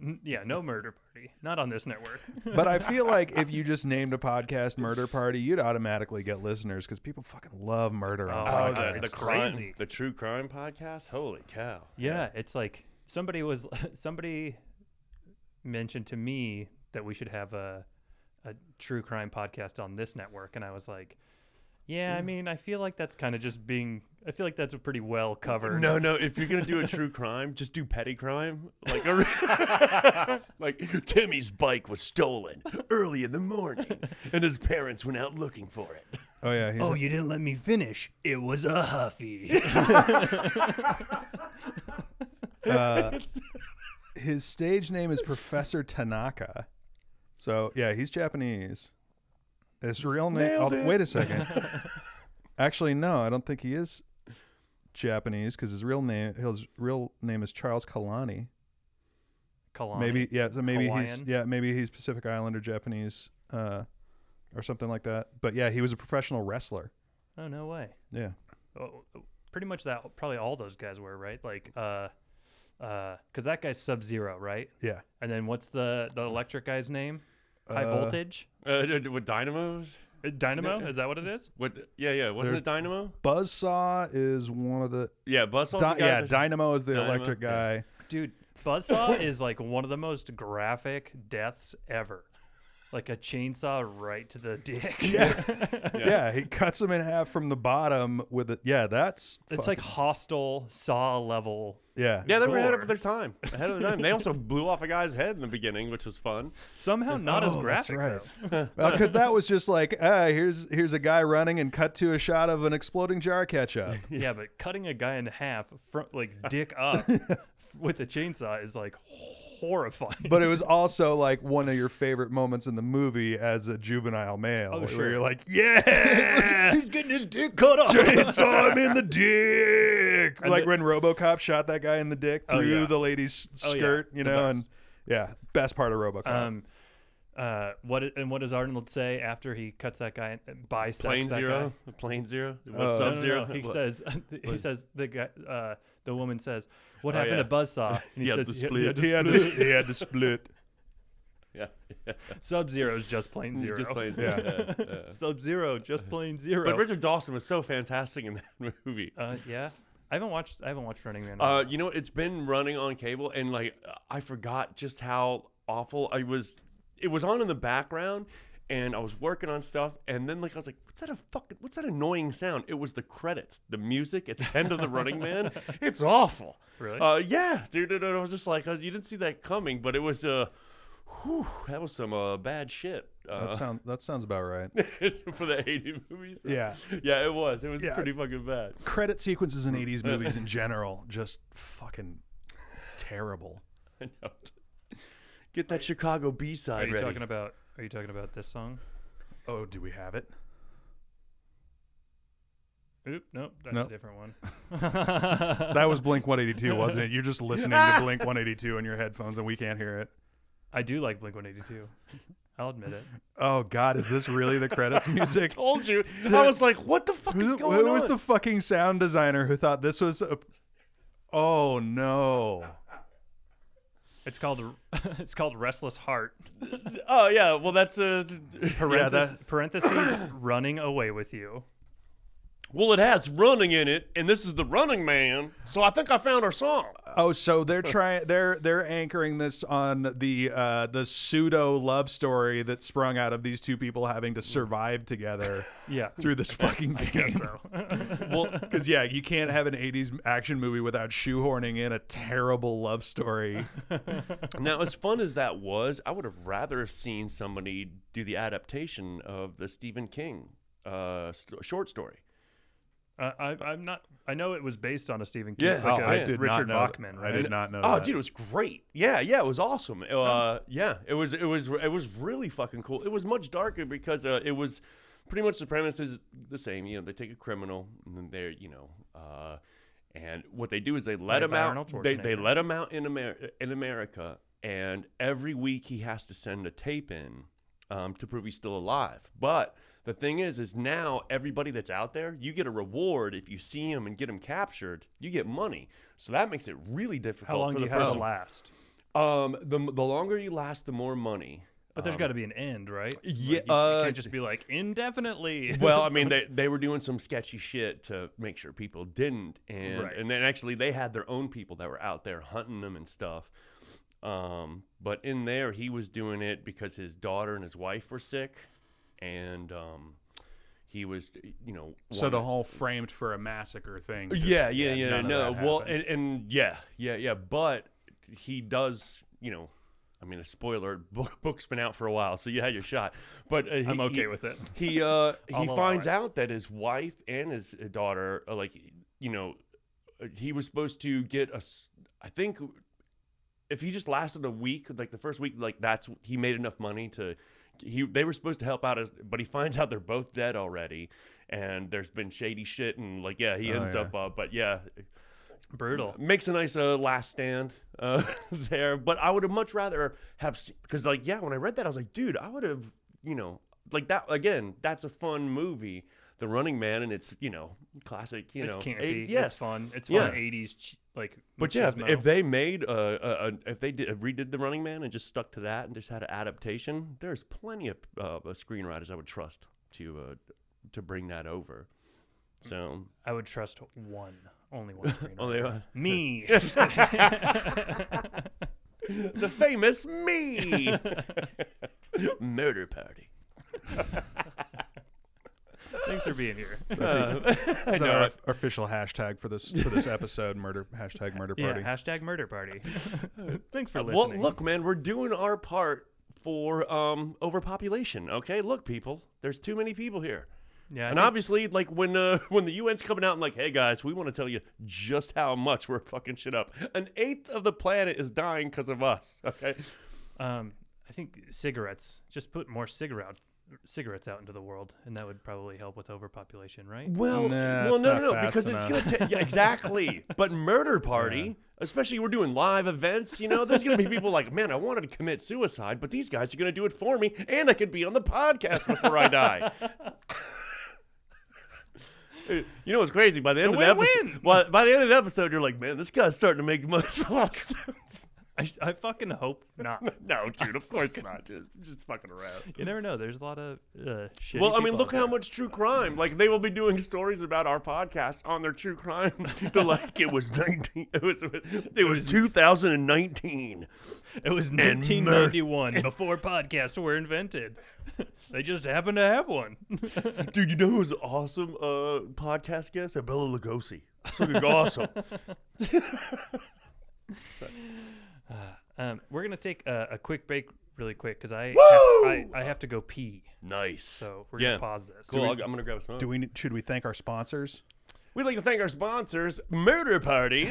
n- yeah, no murder party. Not on this network.
But I feel like if you just named a podcast "Murder Party," you'd automatically get listeners because people fucking love murder on
Oh, my
podcasts.
God,
the, the
it's
crime,
crazy.
the true crime podcast. Holy cow!
Yeah, it's like somebody was somebody mentioned to me that we should have a a true crime podcast on this network and I was like, yeah, I mean, I feel like that's kind of just being I feel like that's pretty well covered.
No, no. If you're gonna do a true crime, just do petty crime. Like, a re- like Timmy's bike was stolen early in the morning, and his parents went out looking for it.
Oh yeah, he's
you didn't let me finish. It was a huffy.
Uh, his stage name is Professor Tanaka. So yeah, he's Japanese. His real name.
Nailed it.
Wait a second. Actually, no, I don't think he is Japanese because his real name his real name is Charles Kalani.
Kalani.
Maybe yeah. So maybe he's
Hawaiian?
yeah. Maybe he's Pacific Islander Japanese, uh, or something like that. But yeah, he was a professional wrestler.
Oh, no way.
Yeah.
Oh, oh, pretty much that probably all those guys were, right? Like uh uh cuz that guy's Sub-Zero, right?
Yeah.
And then what's the the electric guy's name? High
Uh,
voltage?
Uh, d- d- with dynamos?
Uh, Dynamo? Is that what it is?
What? Yeah, yeah. Wasn't
There's-
it dynamo?
Buzzsaw is one of the.
Yeah, bus.
Di- yeah, Dynamo is the
Dynamo,
electric
yeah.
guy.
Dude, Buzzsaw is like one of the most graphic deaths ever. like a chainsaw right to the dick.
Yeah.
Yeah.
Yeah. he cuts him in half from the bottom with it. Yeah, that's
it's like
fucking-
hostile saw level.
yeah,
Yeah, they were ahead of
Gore.
their time. Ahead of their time. They also blew off a guy's head in the beginning, which was fun.
Somehow not as
Oh, that's
graphic.
right.
though.
because that was just like, ah, here's here's a guy running and cut to a shot of an exploding jar ketchup.
Yeah. but cutting a guy in half, from, like dick up, with a chainsaw is like horrifying.
But it was also like one of your favorite moments in the movie as a juvenile male, where
sure.
you're like, yeah,
He's getting his dick cut off.
saw him in the dick,
And
like
the-
when RoboCop shot that guy in the dick
Oh,
through
yeah.
the lady's
Oh, yeah.
skirt, you
The
know,
best.
and yeah, best part of RoboCop.
um, uh, what and what does Arnold say after he cuts that guy bisects
Plane
that guy?
zero. Plane zero.
Oh.
No,
Sub
no,
zero.
no, He says, he says the guy, uh, the woman says, "What
Oh,
happened
yeah.
to Buzzsaw?" And he
Yeah,
says,
the
"He- he
split.
had to
he, had to,
split."
he had to split.
Yeah. yeah.
Sub Zero is just plain zero.
Mm, Just plane zero.
Yeah.
yeah, yeah.
Sub Zero, just plain zero.
But Richard Dawson was so fantastic in that movie.
uh, yeah, I haven't watched. I haven't watched Running Man. in a
Uh,
while.
you know, it's been running on cable, and like I forgot just how awful I was. It was on in the background, and I was working on stuff, and then like I was like, "What's that a fucking? What's that annoying sound?" It was the credits, the music at the end of the Running Man. It's awful.
Really?
Uh, yeah, dude. And I was just like, I- you didn't see that coming, but it was uh, whew, that was some uh, bad shit.
That
Uh,
sounds that sounds about right.
for the '80 movies.
Yeah.
yeah, it was. It was
Yeah.
pretty fucking bad.
Credit sequences in '80s movies in general just fucking terrible.
I know. Get that Chicago B
are
side
you
ready.
talking about? Are you talking about this song?
Oh, do we have it?
Oop, nope, that's
Nope.
a different one.
That was Blink 182, wasn't it? You're just listening to Blink 182 in your headphones, and we can't hear it.
I do like Blink One Eighty Two. I'll admit it.
Oh God, is this really the credits music?
told you. I was like, what the fuck is
Who,
going
who was
on?
the fucking sound designer who thought this was? A... Oh no!
It's called. It's called Restless Heart.
oh yeah, well that's a.
Parentheses, parentheses running away with you.
well, it has running in it, and this is the Running Man. So I think I found our song.
Oh, so they're trying. They're they're anchoring this on the uh, the pseudo love story that sprung out of these two people having to survive together
Yeah.
through this fucking
I
game.
guess so.
Well, because yeah, you can't have an '80s action movie without shoehorning in a terrible love story.
now, as fun as that was, I would have rather have seen somebody do the adaptation of the Stephen King uh, st- short story.
Uh, I, I'm not. I know it was based on a Stephen King.
Yeah.
like
Oh,
a
I did
Richard
know that.
Bachman,
I
right?
did not know.
Oh,
that.
dude, it was great. Yeah, yeah, it was awesome. Uh, yeah, it was, it was, it was really fucking cool. It was much darker because uh, it was pretty much the premise is the same. You know, they take a criminal and then they're, you know, uh, and what they do is they let
Played
him
by
out.
Arnold
They, they
Schwarzenegger.
let him out in America, in America, and every week he has to send a tape in um, to prove he's still alive. But the thing is, is now everybody that's out there, you get a reward if you see him and get him captured. You get money, so that makes it really difficult.
How long
for
do you
the
have to
person.
last?
Um, the the longer you last, the more money.
But there's got to be an end, right? Like,
Um, yeah,
you,
uh,
can't just be like indefinitely.
Well, I mean,
So
they,
it's-
they were doing some sketchy shit to make sure people didn't, and
Right.
and then actually they had their own people that were out there hunting them and stuff. Um, but in there, he was doing it because his daughter and his wife were sick, and um, he was, you know,
So the
wanted-
whole framed for a massacre thing. just-
yeah, yeah, yeah,
none of
no,
that
well,
happened.
and, and yeah, yeah, yeah, but he does, you know, I mean, a spoiler book, book's been out for a while, so you had your shot, but uh, he,
I'm okay
he-
with it.
He uh,
I'll
he
allow
finds
it.
out that his wife and his daughter, are like, you know, uh, he was supposed to get a, s- I think. If he just lasted a week, like the first week, like that's he made enough money to, he they were supposed to help out, his, but he finds out they're both dead already, and there's been shady shit, and like yeah, he
Oh,
ends
yeah.
up, uh, but yeah,
brutal.
makes a nice uh, last stand uh, there. But I would have much rather have because like yeah, when I read that, I was like, dude, I would have you know like that again. That's a fun movie, The Running Man, and it's you know classic. You
It's
know,
campy. It's
yes.
fun. It's
Yeah.
fun. 80s, ch- like.
But yeah, if,
machismo.
if they made uh, uh, uh, if they did, redid The Running Man and just stuck to that and just had an adaptation, there's plenty of uh, uh, screenwriters I would trust to uh, to bring that over. So
I would trust one, only one screenwriter.
Only one.
Me. Just kidding.
the famous me. Murder party.
Thanks for being here.
Uh, I
Is that
know.
our
it.
official hashtag for this for this episode? Murder hashtag murder
Yeah,
party.
hashtag murder party. Thanks for
Uh, Well,
listening.
look, man, we're doing our part for um, overpopulation. Okay, look, people, there's too many people here.
yeah, I
and
think-
obviously, like when uh, when the UN's coming out and like, hey guys, we want to tell you just how much we're fucking shit up. An eighth of the planet is dying because of us. Okay,
Um, I think cigarettes. Just put more cigarette cigarettes out into the world, and that would probably help with overpopulation, right?
Well,
Nah,
well,
it's
no,
not
no, no,
fast
because it's
enough.
gonna take yeah, exactly. but murder party, especially we're doing live events. You know, there's gonna be people like, man, I wanted to commit suicide, but these guys are gonna do it for me, and I could be on the podcast before I die. You know what's crazy? By the end of the
win-win.
episode, well, by the end of the episode, you're like, man, this guy's starting to make much sense.
I, sh- I fucking hope not.
no, dude, of course not. Just, just fucking around.
You never know. There's a lot of uh, shit.
Well, I mean, look how much true crime. Like they will be doing stories about our podcast on their true crime. They're like it was nineteen. It was it, was two thousand and nineteen.
it was.
mur-
1991 before podcasts were invented. they just happened to have one.
Dude, you know who was an awesome uh, podcast guest? Bella Lugosi. Fucking awesome.
Um, we're gonna take a, a quick break, really quick, because I, have- I
Woo!
I have to go pee.
Nice.
So we're
Yeah.
gonna pause this.
cool. I'll- I'm gonna grab a smoke.
Do we need- should we thank our sponsors?
We'd like to thank our sponsors, Murder Party.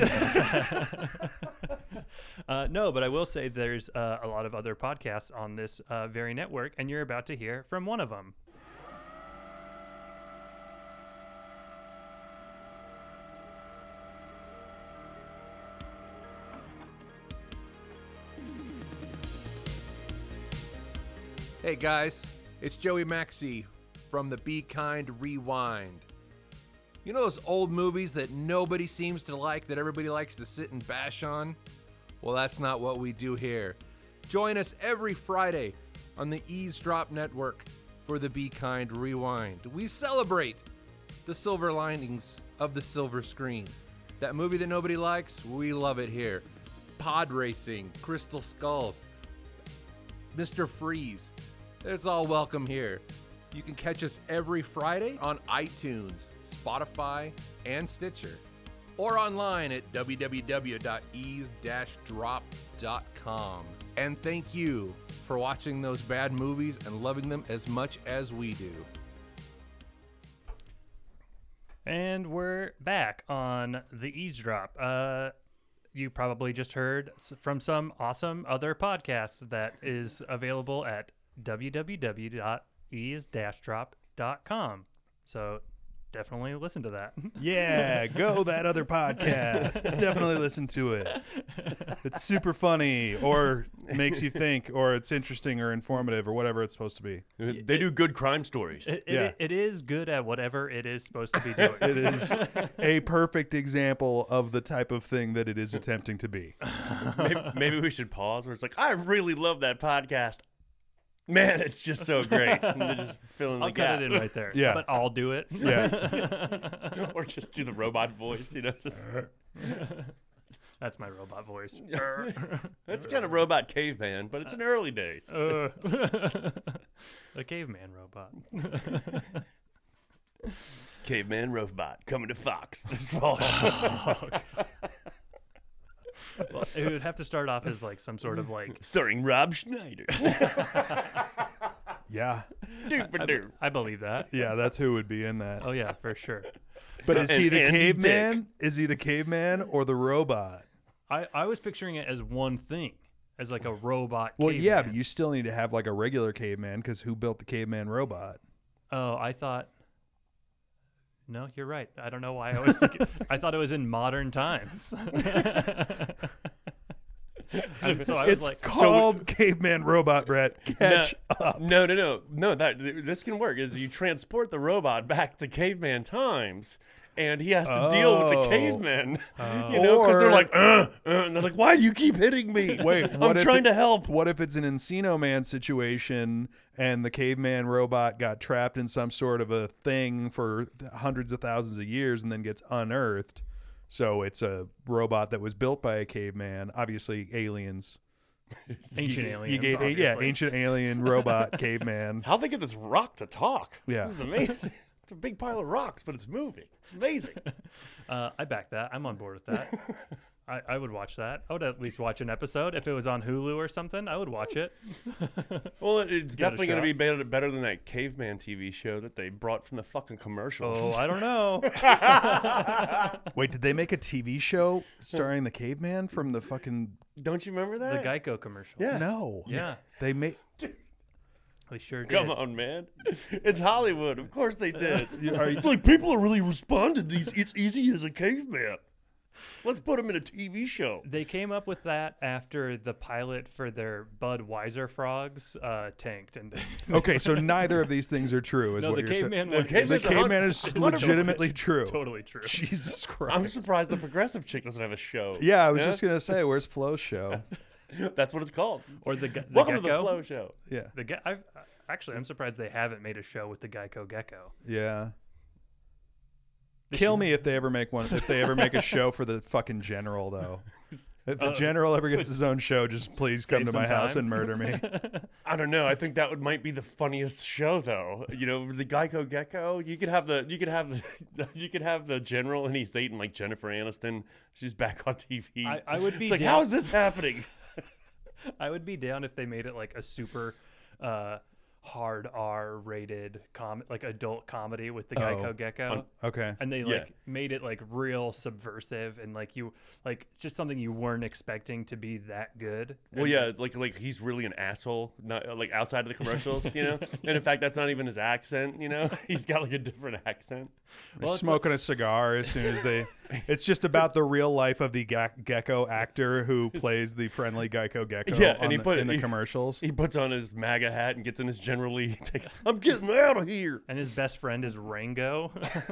Uh, no, but I will say there's uh, a lot of other podcasts on this uh, very network, and you're about to hear from one of them.
Hey guys, it's Joey Maxey from the Be Kind Rewind. You know those old movies that nobody seems to like that everybody likes to sit and bash on? Well, that's not what we do here. Join us every Friday on the Eavesdrop Network for the Be Kind Rewind. We celebrate the silver linings of the silver screen. That movie that nobody likes, we love it here. Pod Racing, Crystal Skulls, Mr. Freeze. It's all welcome here. You can catch us every Friday on iTunes, Spotify, and Stitcher, or online at www.ease-drop.com. And thank you for watching those bad movies and loving them as much as we do.
And we're back on the eavesdrop. Uh, you probably just heard s- from some awesome other podcast that is available at e www.ease-drop.com. So definitely listen to that.
Mm-hmm. Yeah, go that other podcast. Definitely listen to it. It's super funny, or makes you think, or it's interesting or informative, or whatever it's supposed to be.
they do good crime stories.
It, it-
Yeah.
it is good at whatever it is supposed to be doing.
It is a perfect example of the type of thing that it is attempting to be.
maybe, maybe we should pause where it's like, I really love that podcast. Man, it's just so great. And they're just filling the
I'll
gap.
cut it in right there.
Yeah.
But I'll do it.
Yeah,
or just do the robot voice, you know. Just
That's my robot voice.
that's kind of robot caveman, but it's in early days.
Uh, a caveman robot.
Caveman robot coming to Fox this fall.
Well, it would have to start off as like some sort of like
Starring Rob Schneider.
yeah,
Doop-a-doop.
I believe that.
yeah. That's who would be in that.
Oh yeah, for sure.
But is he
And
the
Andy Dick.
caveman? Is he the caveman or the robot?
I, I was picturing it as one thing, as like a robot.
Well, yeah, but
caveman.
you still need to have like a regular caveman because who built the caveman robot?
Oh, I thought. No, you're right. I don't know why I was. Thinking, I thought it was in modern times. And so I was
It's
like,
called caveman robot, Brett. Catch up.
No, no, no, no. That this can work. Is you transport the robot back to caveman times, and he has to deal with
Oh.
the cavemen. You know, because
Or-
they're like, uh, uh, and they're like, why do you keep hitting me?
Wait, what
I'm
if
trying
it-
to help.
What if it's an Encino Man situation and the caveman robot got trapped in some sort of a thing for th- hundreds of thousands of years and then gets unearthed? So it's a robot that was built by a caveman, obviously aliens,
Ancient
you,
aliens,
You gave, yeah,
obviously.
ancient alien robot caveman.
How they get this rock to talk?
Yeah.
this is amazing. it's a big pile of rocks, but it's moving. It's amazing.
Uh, I back that. I'm on board with that. I, I would watch that. I would at least watch an episode if it was on Hulu or something. I would watch it.
well, it- it's
Give it a
definitely going to
shot.
be better, better than that caveman TV show that they brought from the fucking commercials.
Oh, I don't know.
Wait, did they make a TV show starring the caveman from the fucking?
don't you remember
The
that?
Geico commercial.
Yeah.
No.
Yeah.
They made.
We sure did.
Come on, man. It's Hollywood. Of course they did.
Are you,
It's like people are really responding to these. It's easy as a caveman. Let's put them in a TV show.
They came up with that after the pilot for their Budweiser frogs uh, tanked, and
okay, so neither of these things are true. Is
no,
what
the
you're ta-
caveman
The
one
The
is
caveman's a hundred-
caveman is
it's
legitimately true.
totally true.
Jesus Christ.
I'm surprised the progressive chick doesn't have a show.
yeah, I was just gonna say, where's Flo's show?
That's what it's called.
Or the, ge- the
Welcome
gecko.
to the Flow Show.
Yeah,
The ge- I've uh, actually, I'm surprised they haven't made a show with the Geico gecko.
yeah. Kill me if they ever make one. If they ever make a show for the fucking general, though. If the general ever gets his own show, just please come
Save
to my
some
house
time.
and murder me.
I don't know. I think that would might be the funniest show though. You know, the Geico Gecko. You could have the you could have the you could have the general and he's dating like Jennifer Aniston. She's back on TV.
I- I would be
It's like,
down-
how is this happening?
I would be down if they made it like a super uh, hard R-rated com, like adult comedy with the Geico
Oh.
gecko.
Okay.
and they
Yeah.
like made it like real subversive and like you like it's just something you weren't expecting to be that good.
Well, yeah, like like he's really an asshole, not like outside of the commercials, you know. And in fact, that's not even his accent, you know. He's got like a different accent.
Well, it's like-
smoking a cigar as soon as they. It's just about the real life of the ge- gecko actor who plays the friendly gecko gecko.
Yeah, and
on
he
the-
put-
in the
he-
commercials.
He puts on his MAGA hat and gets in his General Lee. Takes, I'm getting out of here.
and his best friend is Rango.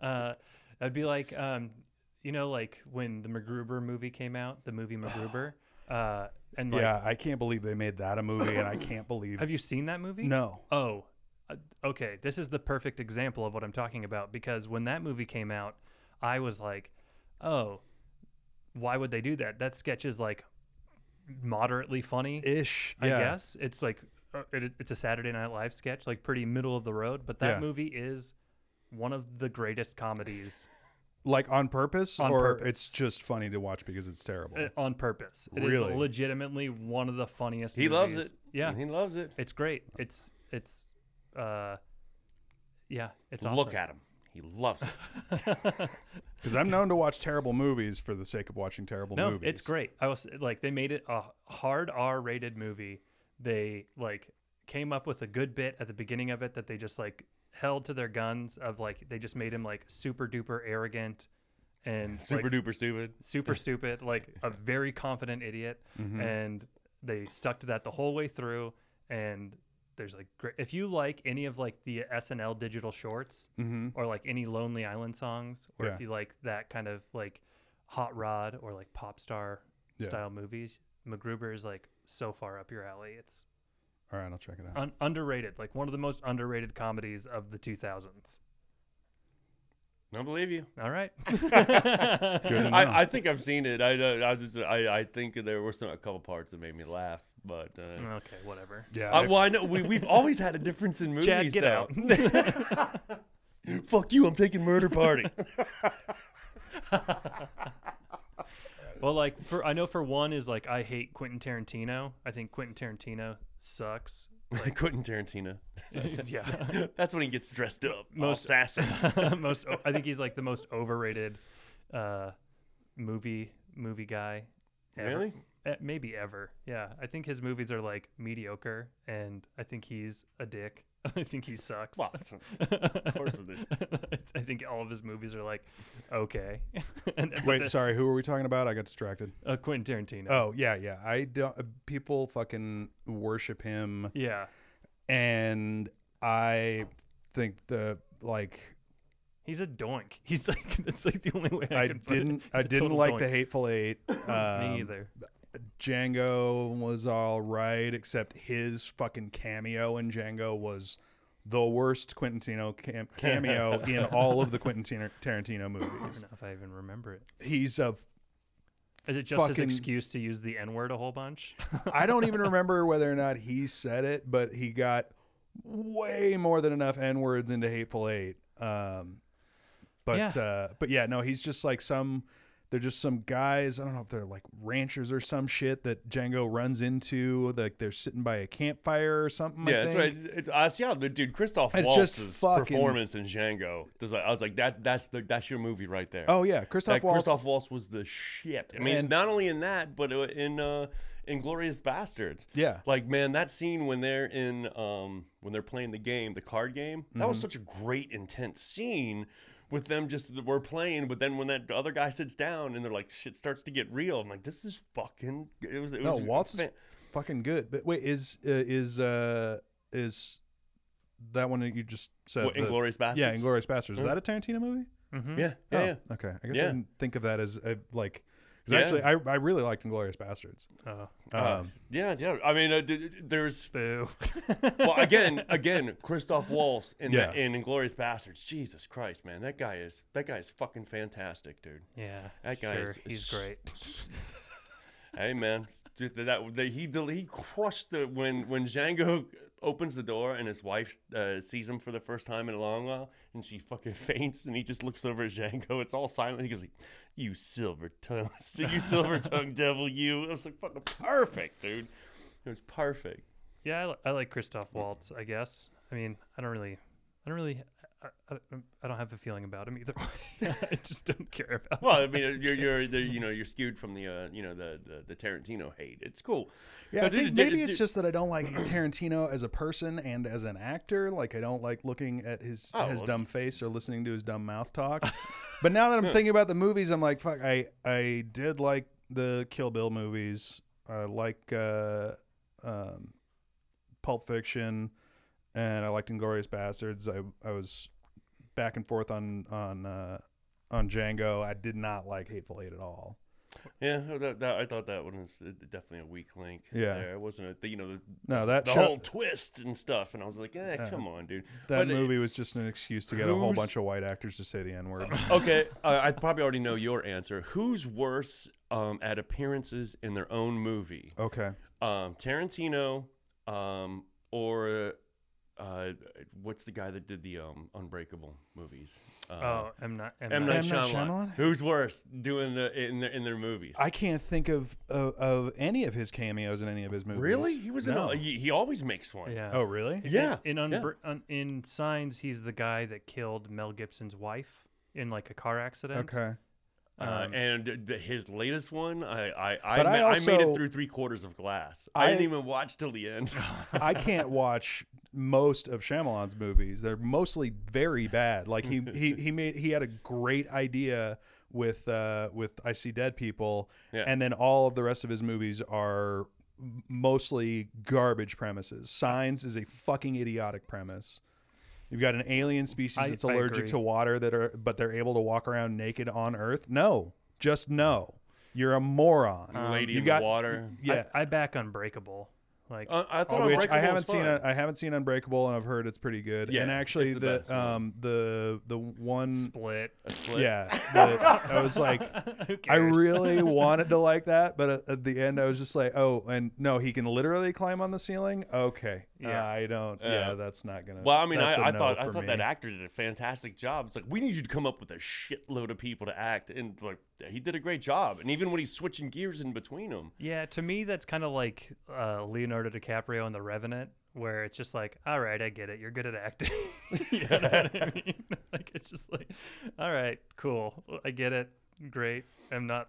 uh, I'd be like, um, you know, like when the MacGruber movie came out, the movie MacGruber, uh, and like,
yeah, I can't believe they made that a movie, and I can't believe
have you seen that movie?
no.
Oh, uh, okay. This is the perfect example of what I'm talking about because when that movie came out, I was like, oh, why would they do that? That sketch is like moderately funny,
Ish.
I
yeah.
guess. It's like, uh, it, it's a Saturday Night Live sketch, like pretty middle of the road, but that
Yeah.
movie is one of the greatest comedies
Like on purpose,
On
or
purpose.
it's just funny to watch because it's terrible.
uh, on purpose. It is
Really?
legitimately one of the funniest
He loves
movies.
it.
Yeah.
he loves it.
It's great. It's, it's, uh, yeah, it's awesome.
Look at him. He loves it.
Because I'm known to watch terrible movies for the sake of watching terrible
No,
movies.
it's great. I was like, they made it a hard R-rated movie. They like came up with a good bit at the beginning of it that they just like held to their guns of like they just made him like super duper arrogant and
Super
like,
duper stupid.
super stupid, like a very confident idiot,
Mm-hmm.
and they stuck to that the whole way through. And there's like, great, if you like any of like the SNL digital shorts,
Mm-hmm.
or like any Lonely Island songs, or
Yeah.
if you like that kind of like hot rod or like pop star
Yeah.
style movies, MacGruber is like so far up your alley. It's
All right, I'll check it out.
un- underrated, like one of the most underrated comedies of the 2000s.
Don't believe you.
All right,
Good to know.
I, I think I've seen it. I don't- I just I, I think there were some a couple parts that made me laugh, but uh,
okay, whatever.
yeah.
I, well, I know we we've always had a difference in movies.
Chad, get
though.
out.
Fuck you! I'm taking Murder Party.
Well, like for I know for one is like I hate Quentin Tarantino. I think Quentin Tarantino sucks.
like Quentin Tarantino.
yeah,
That's when he gets dressed up,
Most-
most sassy.
most I think he's like the most overrated uh, movie movie guy. Ever.
Really?
Eh, maybe ever. Yeah, I think his movies are like mediocre, and I think he's a dick. I think he sucks.
Well,
of
course it is.
I think all of his movies are like okay. and, but
Wait,
the-
sorry. Who were we talking about? I got distracted.
uh, Quentin Tarantino.
Oh yeah, yeah. I don't. People fucking worship him,
Yeah,
and I think the like.
he's a doink. He's like that's like the only way I,
I
can put it.
didn't.
He's
I
a
didn't
total
like
doink.
the Hateful Eight. Um,
Me either.
Django was all right, except his fucking cameo in Django was the worst Quentin Tarantino cam- cameo in all of the Quentin Tar- Tarantino movies.
I don't know if I even remember it.
He's a
Is it just his
fucking-
excuse to use the N word a whole bunch?
I don't even remember whether or not he said it, but he got way more than enough n words into Hateful Eight. Um, but
Yeah.
Uh, but yeah, no, he's just like some. They're just some guys. I don't know if they're like ranchers or some shit that Django runs into. Like they're sitting by a campfire or something.
Yeah,
I
that's
think.
right. It's- it's- I see how the dude Christoph
It's
Waltz's
just fucking-
performance in Django. There's like- I was like, that that's the that's your movie right there.
Oh yeah, Christoph
That
Waltz.
Christoph Waltz was the shit. I mean,
And-
not only in that, but uh, in uh, Inglorious Bastards.
Yeah.
Like, man, that scene when they're in um, when they're playing the game, the card game, that
Mm-hmm.
was such a great, intense scene. With them just we're playing, but then when that other guy sits down and they're like, shit starts to get real. I'm like, this is fucking. It was. It
No,
was
Waltz is
fan-
fucking good. But wait, is uh, is uh, is that one that you just said?
What,
the-
Inglorious Bastards. Mm-hmm.
Yeah, Inglorious Bastards. Is that a Tarantino movie?
Mhm.
Yeah, yeah,
Oh,
yeah.
Okay. I guess I
Yeah.
didn't think of that as a, like. Because
Yeah.
actually, I, I really liked Inglorious Bastards.
Oh,
Uh,
Um,
yeah, yeah. I mean, uh, d- d- there's
boo.
well, again, again, Christoph Waltz in
Yeah.
that, in Inglorious Bastards. Jesus Christ, man, that guy is that guy is fucking fantastic, dude.
yeah,
That guy
sure,
is-
he's great.
Hey, man, dude, that, that he del- he crushed the when when Django opens the door and his wife uh, sees him for the first time in a long while, and she fucking faints, and he just looks over at Django. It's all silent. He goes like, "You silver tongue, you silver tongue devil, you." I was like, "Fucking perfect, dude." It was perfect.
Yeah, I, li- I like Christoph Waltz. I guess. I mean, I don't really, I don't really, I, I, I don't have a feeling about him either way. I just don't care about.
Well, I mean, you're you're the, you know you're skewed from the uh, you know the, the the Tarantino hate. It's cool.
yeah, I
But dude,
think
dude,
maybe it's
dude-
just that I don't like Tarantino as a person and as an actor. Like I don't like looking at his
Oh,
his
well-
dumb face or listening to his dumb mouth talk. but now that I'm thinking about the movies, I'm like, fuck. I I did like the Kill Bill movies. I like uh, um, Pulp Fiction, and I liked Inglorious Bastards. I I was back and forth on on uh, on Django. I did not like Hateful Eight at all.
Yeah, that, that, I thought that one was uh, definitely a weak link.
Yeah.
there. it wasn't a, the, you know the,
No, that
the
show-
whole twist and stuff, and I was like, eh, come on, dude.
That
But uh, it-
movie was just an excuse to get a whole
who's-
bunch of white actors to say the N word.
okay, uh, I probably already know your answer. Who's worse um, at appearances in their own movie,
okay.
um, Tarantino, um, or uh, what's the guy that did the um, Unbreakable movies? Uh,
Oh, I'm not. I'm
M.
not.
Night
M. Night
Shyamalan.
Shyamalan?
Who's worse doing the in their in their movies?
I can't think of, of of any of his cameos in any of his movies.
really? He was
No.
in. A, he, he always makes one.
Yeah.
Oh, really?
Yeah.
In
yeah.
unbr un, in Signs, he's the guy that killed Mel Gibson's wife in like a car accident.
Okay.
Uh,
Um,
and th- his latest one, I I I,
But
ma-
I
I, made
also-
it through three quarters of glass. I, didn't
I-
even watch till the end.
I can't watch most of Shyamalan's movies. They're mostly very bad. Like he he he made he had a great idea with uh with I See Dead People
Yeah.
and then all of the rest of his movies are m- mostly garbage premises. Signs is a fucking idiotic premise. You've got an alien species
I-
that's
I
allergic
agree.
to water that are but they're able to walk around naked on Earth. No, just no. You're a moron.
Lady
you
in
got-
the water.
yeah. Um,
I, I back Unbreakable. Like
Uh, I thought
Which I
Unbreakable
haven't
was
seen.
fun.
I haven't seen Unbreakable, and I've heard it's pretty good.
Yeah,
and actually,
it's the
the
best one.
um the the one
Split.
Split.
yeah, the, I was like,
Who
I
cares?
really wanted to like that, but at, at the end, I was just like, oh, and no, he can literally climb on the ceiling. Okay,
Yeah.
I don't.
Yeah.
yeah, that's not gonna.
Well, I mean,
that's a
I, I
no
thought I
for
thought
me.
that actor did a fantastic job. It's like we need you to come up with a shitload of people to act, and like he did a great job. And even when he's switching gears in between them,
Yeah, to me that's kind of like uh, Leonardo DiCaprio in The Revenant, where it's just like, all right, I get it, you're good at acting. you know what I mean? Like it's just like, all right, cool, I get it, great. I'm not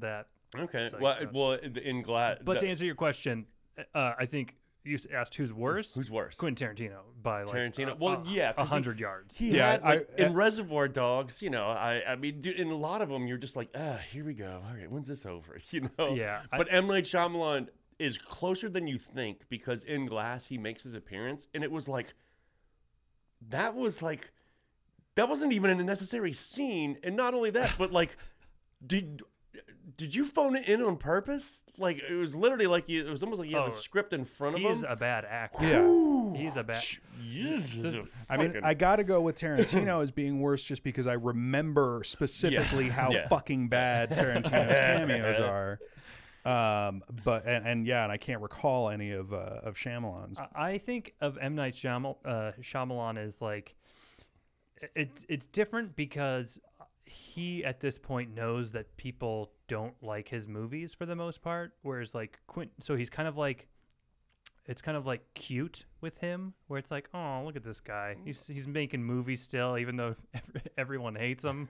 that.
okay.
It's like,
well,
uh,
well, in glad,
But to answer your question, uh, I think you s- asked who's worse.
who's worse?
Quentin Tarantino by like
Tarantino?
uh,
Well,
uh,
yeah, 'cause
a
he-
hundred yards.
He
Yeah,
had, like,
I-
in
I-
Reservoir Dogs, you know, I, I mean, dude, in a lot of them, you're just like, ah, here we go. All right, when's this over? You know?
Yeah, I-
But M Night Shyamalan is closer than you think because in Glass he makes his appearance, and it was like, that was like, that wasn't even a necessary scene, and not only that, but like, did. Did you phone it in on purpose? Like it was literally like you, it was almost like you had
Oh,
the script in front of
He's
him.
a bad actor.
Yeah.
Ooh,
He's a bad.
I
I mean, I got to go with Tarantino as being worse just because I remember specifically how
Yeah.
fucking bad Tarantino's cameos are. Um, but and, and yeah, and I can't recall any of uh, of Shyamalan's.
I- I think of M Night Shyam- uh, Shyamalan as like i- it's it's different because he at this point knows that people don't like his movies for the most part, whereas like Quint, so he's kind of like it's kind of like cute with him, where it's like, oh, look at this guy, he's he's making movies still, even though ev- everyone hates him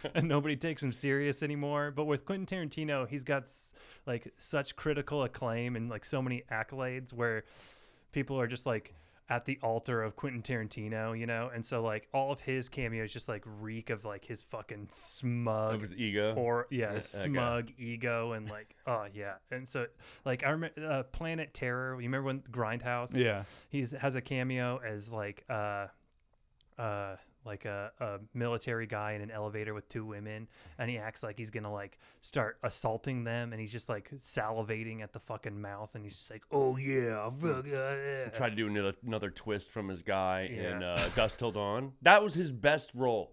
and nobody takes him serious anymore. But with Quentin Tarantino, he's got s- like such critical acclaim and like so many accolades, where people are just like at the altar of Quentin Tarantino, you know, and so like all of his cameos just like reek of like his fucking smug
of his ego.
or yeah,
okay.
smug ego and like oh yeah, and so like I remember uh, Planet Terror. You remember when Grindhouse?
Yeah.
he's has a cameo as like uh uh like a, a military guy in an elevator with two women and he acts like he's gonna like start assaulting them and he's just like salivating at the fucking mouth and he's just like oh yeah fuck, uh, yeah."
tried to do another, another twist from his guy in
Yeah.
uh, Dust Till Dawn. That was his best role.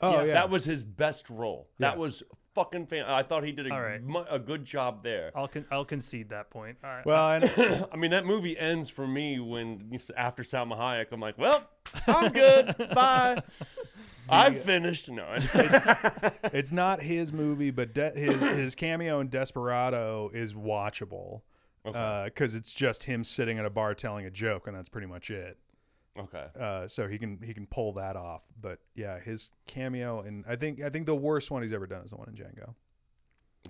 Oh yeah,
That was his best role. That
Yeah.
was fucking fan. I thought he did a,
All right. Oh.
mu- a good job there.
I'll con- I'll concede that point. All right.
well, and,
I mean, that movie ends for me when after Salma Hayek, I'm like, well, I'm good. Bye. I've finished. No,
it's not his movie, but de- his his cameo in Desperado is watchable because it's just him sitting at a bar telling a joke, and that's pretty much it.
okay.
Uh, so he can he can pull that off. But yeah, his cameo and I think I think the worst one he's ever done is the one in Django.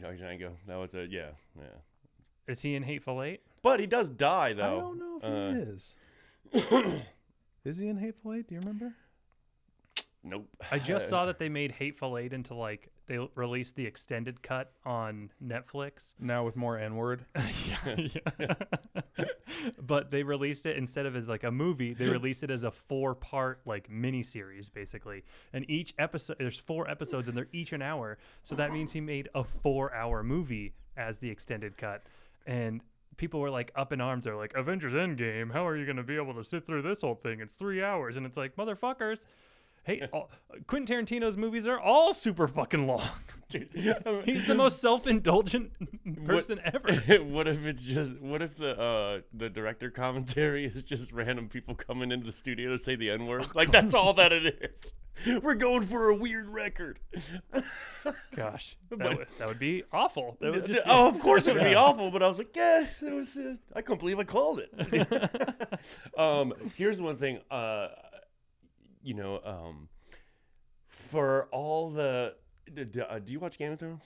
Jack Django. That was a yeah, yeah.
Is he in Hateful Eight?
But he does die though.
I don't know if
Uh,
he is. uh, is he in Hateful Eight? Do you remember?
Nope.
I just saw that they made Hateful Eight into like they l- released the extended cut on Netflix.
Now with more N word.
Yeah. but they released it instead of as like a movie, they released it as a four part like mini series basically. And each episode there's four episodes and they're each an hour. So that means he made a four hour movie as the extended cut. And people were like up in arms, they're like, Avengers Endgame, how are you gonna be able to sit through this whole thing? It's three hours and it's like, motherfuckers. Hey, all, Quentin Tarantino's movies are all super fucking long.
Dude,
He's the most self-indulgent person ever.
what if it's just what if the uh the director commentary is just random people coming into the studio to say the N
Oh,
word? like that's all that it is. We're going for a weird record.
Gosh, that,
But-
would, that would be awful. That would just be-
oh, of course it would be awful, but I was like, yes, it was. Uh, I couldn't believe I called it. um, here's one thing. Uh, you know, um, for all the, d- d- uh, do you watch Game of Thrones?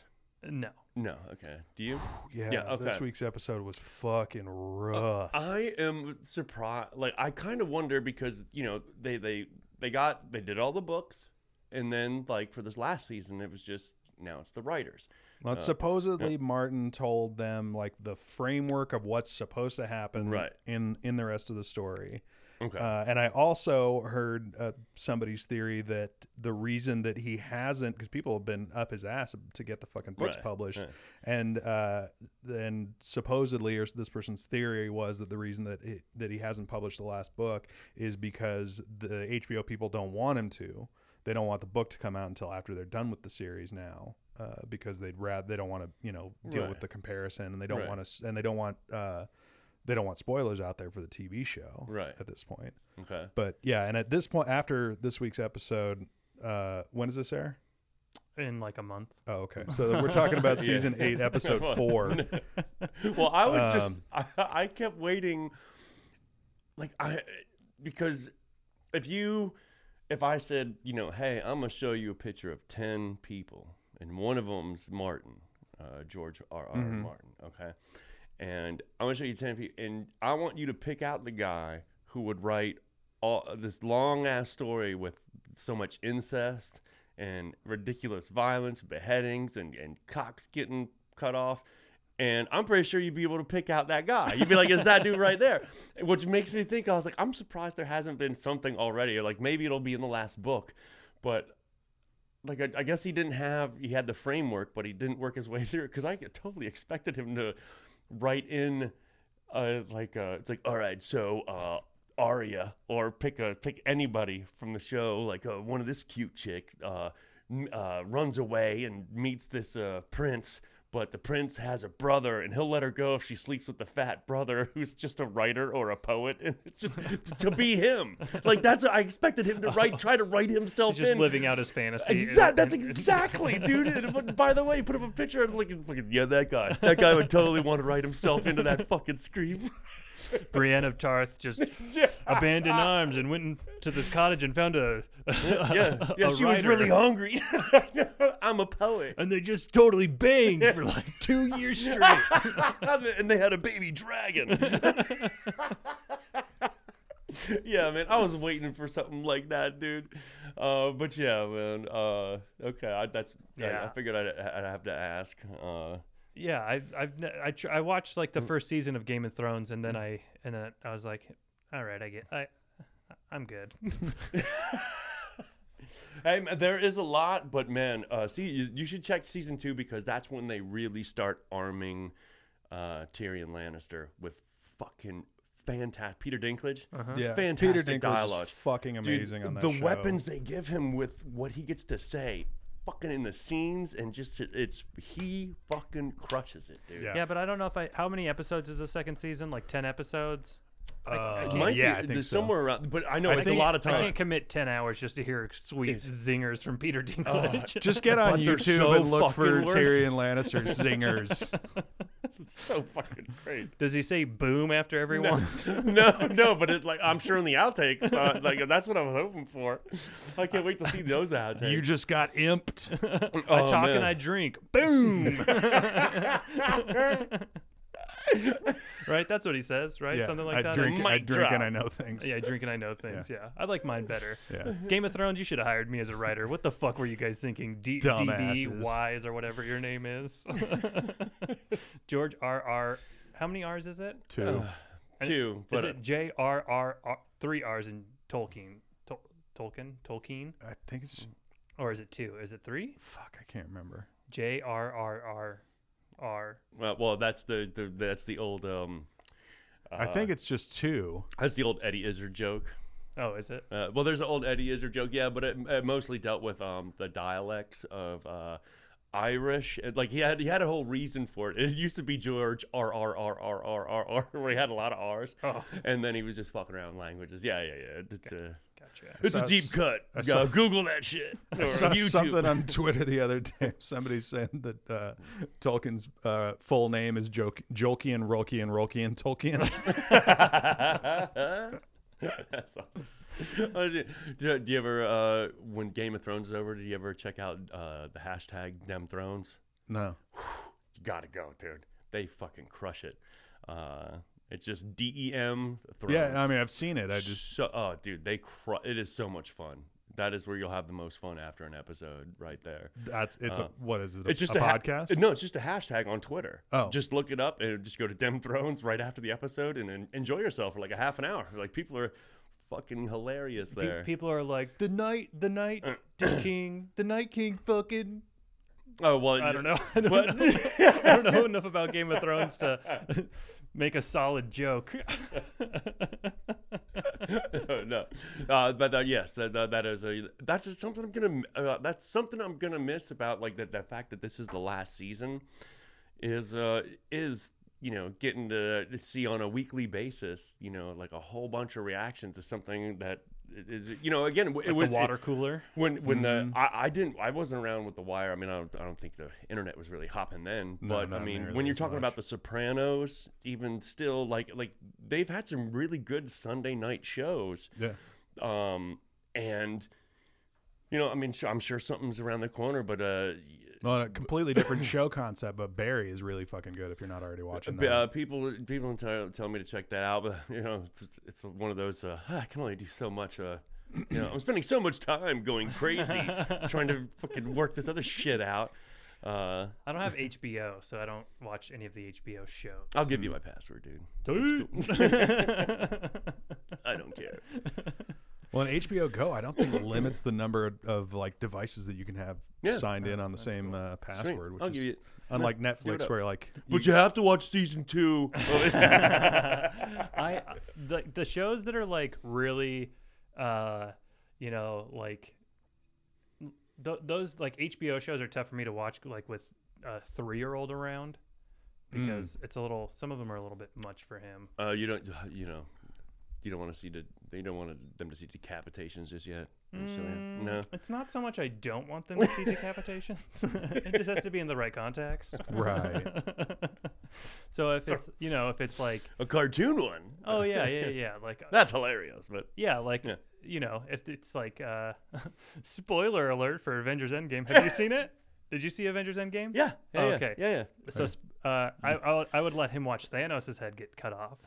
no.
No. Okay. Do you?
Yeah. Uh,
okay.
This week's episode was fucking rough.
I am surprised. Like, I kind of wonder because you know they they they got they did all the books, and then like for this last season, it was just now it's the writers.
Well, supposedly Martin told them like the framework of what's supposed to happen
Right.
in in the rest of the story.
Okay.
Uh, and I also heard uh, somebody's theory that the reason that he hasn't, because people have been up his ass to get the fucking books
Right,
published,
right.
and uh, and supposedly, or this person's theory was that the reason that it, that he hasn't published the last book is because the HBO people don't want him to. They don't want the book to come out until after they're done with the series now, uh, because they'd rather they don't want to you know deal
Right.
with the comparison, and they don't
Right.
want to, and they don't want. Uh, they don't want spoilers out there for the TV show
Right.
at this point.
okay.
But yeah, and at this point, after this week's episode, uh, when does this air?
In like a month.
Oh, okay. So we're talking about
Yeah.
season eight, episode four.
well, I was just
Um,
I, I kept waiting, like I because if you if I said you know hey I'm gonna show you a picture of ten people and one of them's Martin uh, George R R.
Mm-hmm.
Martin okay and I'm gonna show you ten people and I want you to pick out the guy who would write all this long ass story with so much incest and ridiculous violence, beheadings, and, and cocks getting cut off. And I'm pretty sure you'd be able to pick out that guy. You'd be like, "Is that dude right there?" Which makes me think. I was like, "I'm surprised there hasn't been something already. Like maybe it'll be in the last book, but like I, I guess he didn't have he had the framework, but he didn't work his way through it. Because I totally expected him to write in uh, like uh, it's like all right so uh, Aria or pick a pick anybody from the show. Like uh, one of this cute chick uh, m- uh, runs away and meets this uh, prince, but the prince has a brother, and he'll let her go if she sleeps with the fat brother, who's just a writer or a poet, and it's just t- to be him. Like that's I expected him to write, try to write himself
He's just
in.
living out his fantasy. and-
Exactly. That's
and-
exactly, dude. And but by the way, put up a picture and look at fucking yeah, that guy. That guy would totally want to write himself into that fucking scream.
Brienne of Tarth just abandoned arms and went to this cottage and found a.
Yeah, yeah.
a
she was really
writer.
hungry. I'm a poet.
And they just totally banged for like two years straight.
and they had a baby dragon. yeah, man. I was waiting for something like that, dude. Uh, but yeah, man. Uh, okay, I, that's I, I
Yeah.
figured I'd, I'd have to ask. Uh,
yeah, I've, I've ne- I, tr- I watched like the first season of Game of Thrones and then I and then I was like, all right, I get I, I'm good.
Hey, man, there is a lot, but man, uh, see, you, you should check season two because that's when they really start arming uh, Tyrion Lannister with fucking fantastic Peter Dinklage.
Yeah,
fantastic
Peter Dinklage is
dialogue.
fucking
Dude,
amazing on that
the
show.
weapons they give him with what he gets to say, fucking in the scenes, and just it- it's he fucking crushes it, dude.
Yeah.
yeah, but I don't know if I how many episodes is the second season? Like ten episodes.
Uh,
It might
yeah, I
be
think
there's
so.
somewhere around, but I know
I
it's
think-
a lot of
I
time.
can't commit ten hours just to hear sweet zingers from Peter Dinklage.
Uh, Just get on
But they're
YouTube
so
and look for
fucking worth it.
Tyrion Lannister zingers.
It's so fucking great.
Does he say boom after every one?
no, no, but it's like I'm sure in the outtakes, uh, like that's what I was hoping for. I can't wait to see those outtakes.
you just got imped.
I
Oh,
talk
man.
and I drink. Boom. right? That's what he says, right?
Yeah,
Something like
I
that.
Drink, I
mic
drink and I
drop.
know things.
yeah, I drink and I know things. Yeah. I like mine better.
Yeah.
Game of Thrones, you should have hired me as a writer. What the fuck were you guys thinking? D- DB,
Dumbasses.
Wise, or whatever your name is. George R. R. How many R's is it?
Two.
too,
Is
but uh,
it J R R R three R's in Tolkien? Tol- Tolkien? Tolkien?
I think it's
Or is it two? Is it three?
fuck. I can't remember.
J R R R R.
uh, well, that's the, the that's the old um,
I think it's just two.
that's the old Eddie Izzard joke.
Oh, is it?
Uh, well, there's an old Eddie Izzard joke, yeah, but it, it mostly dealt with um, the dialects of uh, Irish. It- like he had he had a whole reason for it. It used to be George R R R R R R R, where he had a lot of R's,
Oh.
and then he was just fucking around with languages. Yeah, yeah, yeah. It's uh, a
Gotcha.
it's
saw
a deep
s-
cut.
I saw-
Uh, Google that shit or
I saw
YouTube.
something on Twitter the other day. Somebody said that uh, Tolkien's uh, full name is Jok- Jolkian, Rolkian, Rolkian, Tolkien.
That's awesome. Uh, do, do- do you ever, uh, when Game of Thrones is over, do you ever check out uh, the hashtag Them Thrones?
no.
You gotta go, dude. They fucking crush it. Uh, it's just DEM Thrones.
Yeah, I mean, I've seen it. I just
so, oh, dude, they cru- it is so much fun. That is where you'll have the most fun after an episode, right there.
that's it's a what is it? A,
Oh. It's just
a,
a, ha-
podcast.
no, it's just a hashtag on Twitter.
Oh.
just look it up and just go to Dem Thrones right after the episode and, en- enjoy yourself for like a half an hour. Like people are fucking hilarious
Pe-
there.
people are like the night, the night king, the night king fucking.
oh well,
I
you-
don't know. I don't,
What?
know. I don't know enough about Game of Thrones to make a solid joke.
no, uh, but uh, yes, that, that, that is a that's just something I'm gonna uh, that's something I'm gonna miss about like that the fact that this is the last season is uh is you know getting to, to see on a weekly basis you know like a whole bunch of reactions to something that is you know again it
Like
was
the water cooler.
when when
Mm-hmm.
the I, I didn't I wasn't around with the wire. I mean I don't, I don't think the internet was really hopping then.
No,
but I
not
mean
nearly
when you're
as
talking
much.
about the Sopranos, even still like like they've had some really good Sunday night shows.
yeah.
Um and you know I mean sure, I'm sure something's around the corner, but uh.
Well, a completely different show concept, but Barry is really fucking good if you're not already watching that.
Uh, people, people tell, tell me to check that out, but you know, it's, it's one of those. Uh, I can only do so much. Uh, you know, I'm spending so much time going crazy trying to fucking work this other shit out. Uh,
I don't have HBO, so I don't watch any of the HBO shows.
I'll give you my password, dude. That's cool. I don't care.
Well, and HBO Go, I don't think limits the number of, of, like devices that you can have
Yeah.
signed in on the same uh,
Sweet.
password, which
I'll
is
give you-
unlike Netflix,
up.
where like
But you have to watch season two.
I the the shows that are like really, uh, you know, like th- those like HBO shows are tough for me to watch like with a three year old around because it's a little. Some of them are a little bit much for him.
uh, you don't. You know, you don't want to see the. They don't want them to see decapitations just yet. And so, yeah, No.
It's not so much I don't want them to see decapitations. it just has to be in the right context.
right.
so if it's you know if it's like
A cartoon one.
oh yeah yeah yeah like uh,
That's hilarious, but
Yeah, like
Yeah.
you know, if it's like uh spoiler alert for Avengers Endgame. Have you seen it? Did you see Avengers Endgame?
yeah. yeah,
Oh,
yeah,
okay.
Yeah, yeah.
So sp- uh, I, I would- I would let him watch Thanos' head get cut off,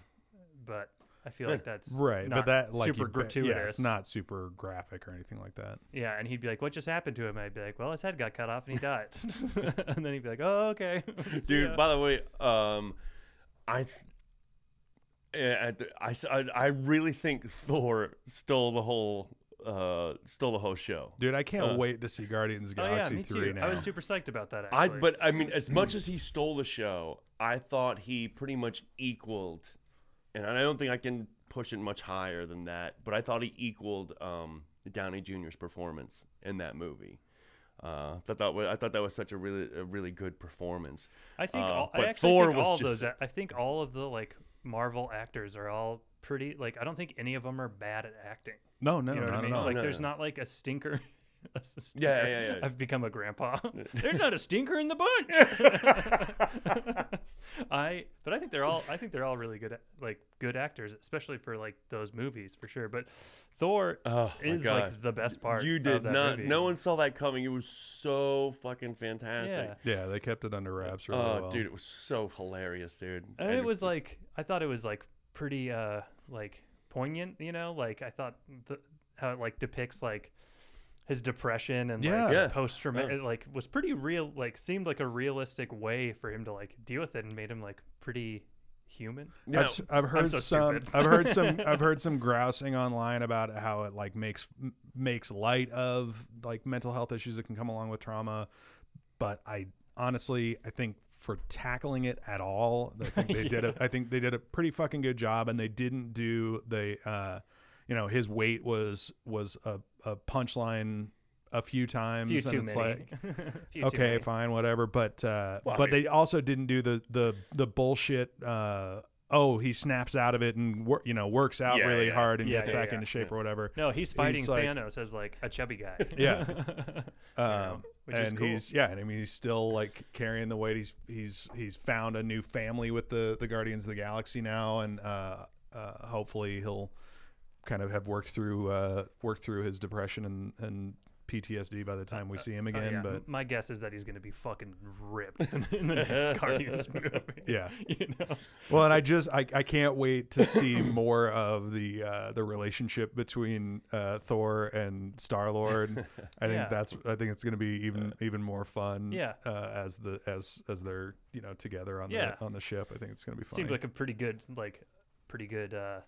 but I feel like that's
right, but
not
that like
super
you bet-
gratuitous.
Yeah, it's not super graphic or anything like that.
Yeah, and he'd be like, "What just happened to him?" I'd be like, "Well, his head got cut off and he died," and then he'd be like, "Oh, okay, See
dude.
ya."
By the way, um, I, th- eh, at the- I, s- I- I really think Thor stole the whole, uh, stole the whole show.
Dude, I can't
Uh.
wait to see Guardians of the
Oh yeah,
Galaxy
me
three
too.
now.
I was super psyched about that.
I,
Actually,
but I mean, as much as he stole the show, I thought he pretty much equaled, and I don't think I can push it much higher than that. But I thought he equaled um, Downey Jr.'s performance in that movie. Uh, I thought wa- I thought that was such a really a really good performance.
I think
Uh,
all, I
but
actually
Thor
think
was
all of
just-
those. I think all of the like Marvel actors are all pretty. Like I don't think any of them are bad at acting.
no, no,
You know
not
what I mean?
at all.
Like
No,
there's
no.
not like a stinker. a stinker.
Yeah, yeah, yeah.
I've become a grandpa. there's not a stinker in the bunch. I but I think they're all I think they're all really good at- like good actors, especially for like those movies for sure. But Thor
Oh, my
is
God.
like the best part.
You
of
did
that
not.
movie.
No one saw that coming. It was so fucking
Yeah.
fantastic.
yeah, they kept it under wraps. Really
Oh,
well.
dude, it was so hilarious, dude.
And it was like I thought it was like pretty uh like poignant, you know, like I thought the, how it like depicts like his depression and
Yeah.
like
Yeah.
post traumatic
Yeah.
like was pretty real like seemed like a realistic way for him to like deal with it and made him like pretty human.
Yeah.
I've, s- I've heard
so
some.
stupid.
I've heard some. I've heard some grousing online about how it like makes m- makes light of like mental health issues that can come along with trauma, but I honestly I think for tackling it at all, I think they did. A, I think they did a pretty fucking good job, and they didn't do the. Uh, you know, his weight was was a, a punchline a few times.
Few
and
too
it's
many.
like,
Few too
okay,
many.
fine, whatever. But uh,
Well, I
but
mean-
they also didn't do the the the bullshit. Uh, oh, he snaps out of it and wor- you know works out
Yeah,
really
yeah.
hard and
Yeah,
gets
yeah,
back
yeah.
into shape or whatever.
No, he's fighting
like-
Thanos as like a chubby guy.
Yeah.
know,
Um,
which
and
is cool.
he's yeah, and I mean he's still like carrying the weight. He's he's he's found a new family with the the Guardians of the Galaxy now, and uh, uh, hopefully he'll kind of have worked through uh, worked through his depression and and PTSD by the time we see him
Oh,
again.
yeah.
But
my guess is that he's going to be fucking ripped in the next Guardians movie.
Yeah.
You know.
Well, and I just I, I can't wait to see more of the uh, the relationship between uh, Thor and Star Lord. I think
Yeah. Uh,
that's I think it's going to be even even more fun.
Yeah.
Uh, as the as as they're you know together on
Yeah.
the on the ship, I think it's going to be fun.
Seems like a pretty good, like, pretty good uh,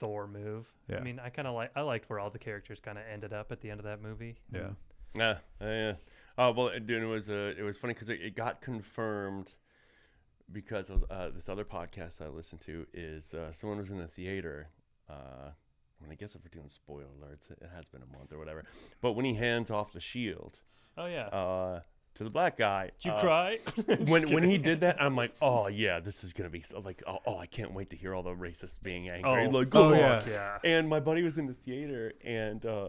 Thor move.
Yeah.
I mean, I kind of like I liked where all the characters kind of ended up at the end of that movie.
yeah.
Yeah, yeah. Oh well, it, dude, it was uh, it was funny because it, it got confirmed because it was, uh, this other podcast I listened to is uh, someone was in the theater. Uh, I mean, I guess if we're doing spoiler alerts, it has been a month or whatever. But when he hands off the shield
Oh yeah.
uh, to the black guy,
Did you
uh,
cry? Just
when when he
kidding.
did that, I'm like, oh yeah, this is gonna be so, like, oh, oh, I can't wait to hear all the racists being angry.
Oh,
like,
oh,
"Ugh."
yeah.
Yeah.
And my buddy was in the theater, and uh,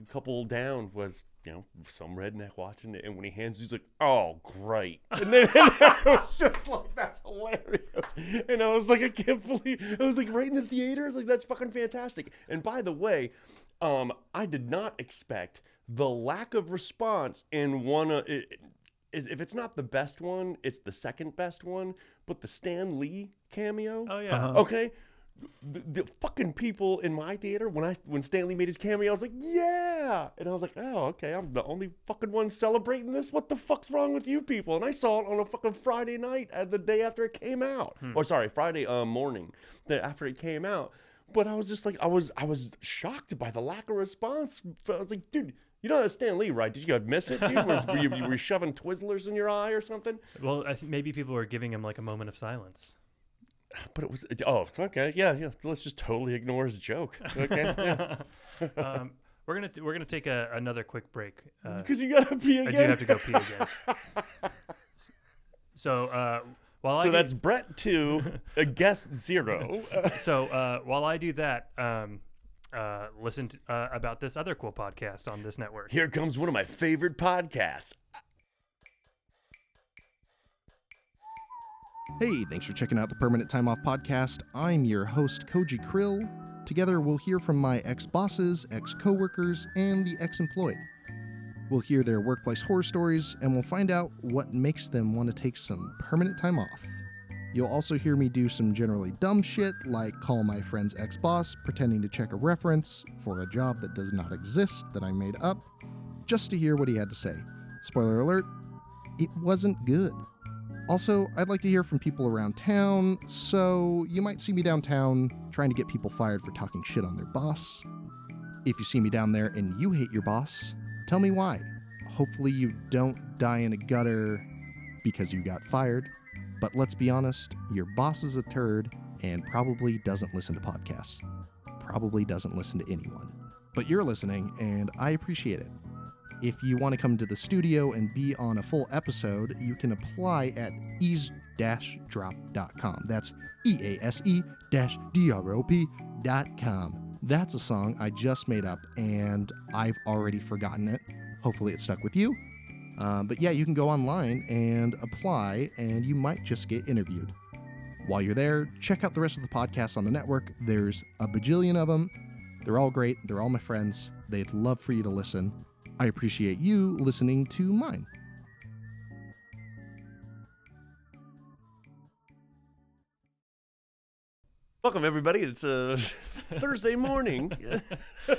a couple down was you know some redneck watching it, and when he hands, he's like, oh great, and then and I was just like, that's hilarious, and I was like, I can't believe, I was like, right in the theater, I was like that's fucking fantastic. And by the way, um, I did not expect the lack of response in one. Uh, it, it- if it's not the best one, it's the second best one. But the Stan Lee cameo.
Oh yeah.
Uh-huh.
Okay. The, the fucking people in my theater when I when Stanley made his cameo, I was like, yeah, and I was like, oh, okay, I'm the only fucking one celebrating this. What the fuck's wrong with you people? And I saw it on a fucking Friday night, at the day after it came out, or sorry, Friday uh, morning, the after it came out. But I was just like, I was, I was shocked by the lack of response. I was like, dude, you know that's Stan Lee, right? Did you guys miss it? Dude, were, were you, were you shoving Twizzlers in your eye or something?
Well, I think maybe people were giving him like a moment of silence.
But it was, oh, okay, yeah, yeah. Let's just totally ignore his joke, okay?
Um, we're gonna we're gonna take a, another quick break. Uh,
Because you gotta
Mm.
pee again.
I do have to go pee again. so uh, while I
So
do-
that's Brett two, a guest zero.
so uh, while I do that, um, uh, listen to, uh, about this other cool podcast on this network.
Here comes one of my favorite podcasts.
Hey, thanks for checking out the Permanent Time Off podcast. I'm your host, Koji Krill. Together, we'll hear from my ex bosses, ex coworkers, and the ex employed. We'll hear their workplace horror stories, and we'll find out what makes them want to take some permanent time off. You'll also hear me do some generally dumb shit, like call my friend's ex boss, pretending to check a reference for a job that does not exist that I made up, just to hear what he had to say. Spoiler alert, it wasn't good. Also, I'd like to hear from people around town, so you might see me downtown trying to get people fired for talking shit on their boss. If you see me down there and you hate your boss, tell me why. Hopefully, you don't die in a gutter because you got fired. But let's be honest, your boss is a turd and probably doesn't listen to podcasts. Probably doesn't listen to anyone. But you're listening, and I appreciate it. If you want to come to the studio and be on a full episode, you can apply at ease-drop.com. That's E E-A-S-E-D-R-O-P.com. That's a song I just made up, and I've already forgotten it. Hopefully it stuck with you. Uh, but yeah, you can go online and apply, and you might just get interviewed. While you're there, check out the rest of the podcasts on the network. There's a bajillion of them. They're all great. They're all my friends. They'd love for you to listen. I appreciate you listening to mine.
Welcome everybody. It's uh, Thursday morning. uh,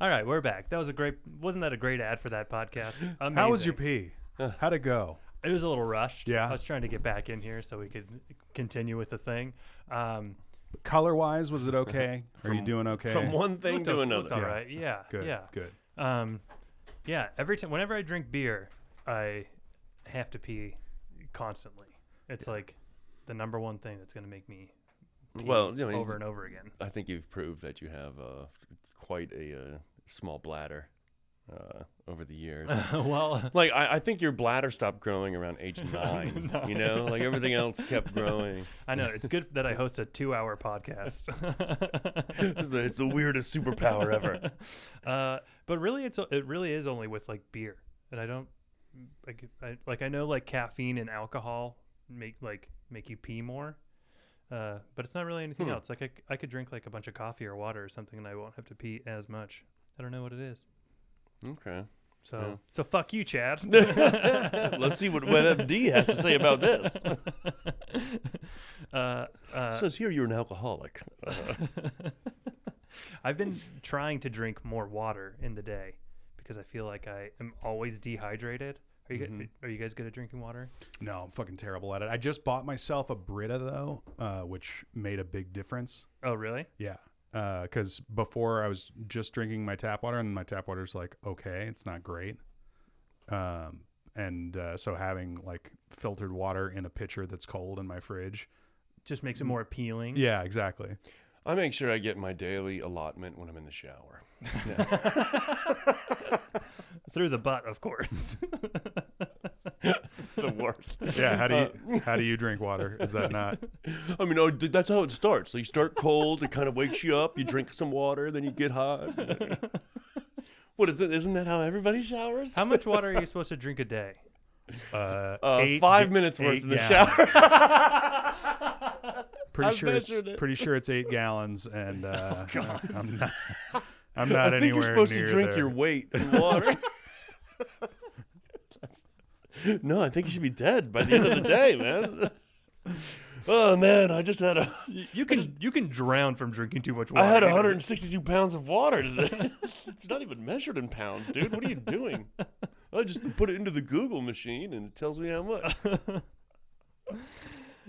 All right, we're back. That was a great. Wasn't that a great ad for that podcast? Amazing.
How was your pee? How'd it go?
It was a little rushed.
Yeah.
I was trying to get back in here so we could continue with the thing. Um,
Color wise, was it okay? Are you doing okay?
From one thing
looked o-
to
looked all
another.
right. Yeah.
good,
Yeah.
good.
Um, yeah. Every time, whenever I drink beer, I have to pee constantly. It's like the number one thing that's going to make me pee
Well, you know,
over and over again.
I think you've proved that you have uh, quite a uh, small bladder uh, over the years.
well,
like I, I think your bladder stopped growing around age nine. You know, like everything else kept growing.
I know it's good that I host a two-hour podcast.
It's the, it's the weirdest superpower ever.
uh, but really, it's o- it really is only with like beer, and I don't like I, like I know like caffeine and alcohol make like make you pee more, uh, but it's not really anything else. Like I, c- I could drink like a bunch of coffee or water or something, and I won't have to pee as much. I don't know what it is.
Okay.
So
Yeah.
so fuck you, Chad.
Let's see what WebMD has to say about this.
uh, uh,
says here you're an alcoholic. Uh,
I've been trying to drink more water in the day because I feel like I am always dehydrated. Are you gu are you guys good at drinking water?
No, I'm fucking terrible at it. I just bought myself a Brita though, uh, which made a big difference.
Oh, really?
Yeah. Because before I was just drinking my tap water, and my tap water's like okay, it's not great. Um, and uh, so having like filtered water in a pitcher that's cold in my fridge.
Just makes it more appealing.
Yeah, exactly.
I make sure I get my daily allotment when I'm in the shower.
Through the butt, of course.
the worst.
Yeah. How do you
Uh,
how do you drink water? Is that not?
I mean, oh, d- that's how it starts. So you start cold, it kind of wakes you up. You drink some water, then you get hot. what is it? Isn't that how everybody showers?
How much water are you supposed to drink a day?
Uh,
Uh,
eight
five
ga-
minutes worth
eight
in the
gallons.
shower.
Pretty
I've
sure it's
measured it. Oh,
pretty sure it's eight gallons, and uh, I'm not. I'm not
I think you're
anywhere
supposed to
near
drink
there.
your weight in water. no, I think you should be dead by the end of the day, man. Oh man, I just had a
You can you can drown from drinking too much water.
I had
You know,
162 pounds of water today. it's not even measured in pounds, dude. What are you doing? I just put it into the Google machine and it tells me how much.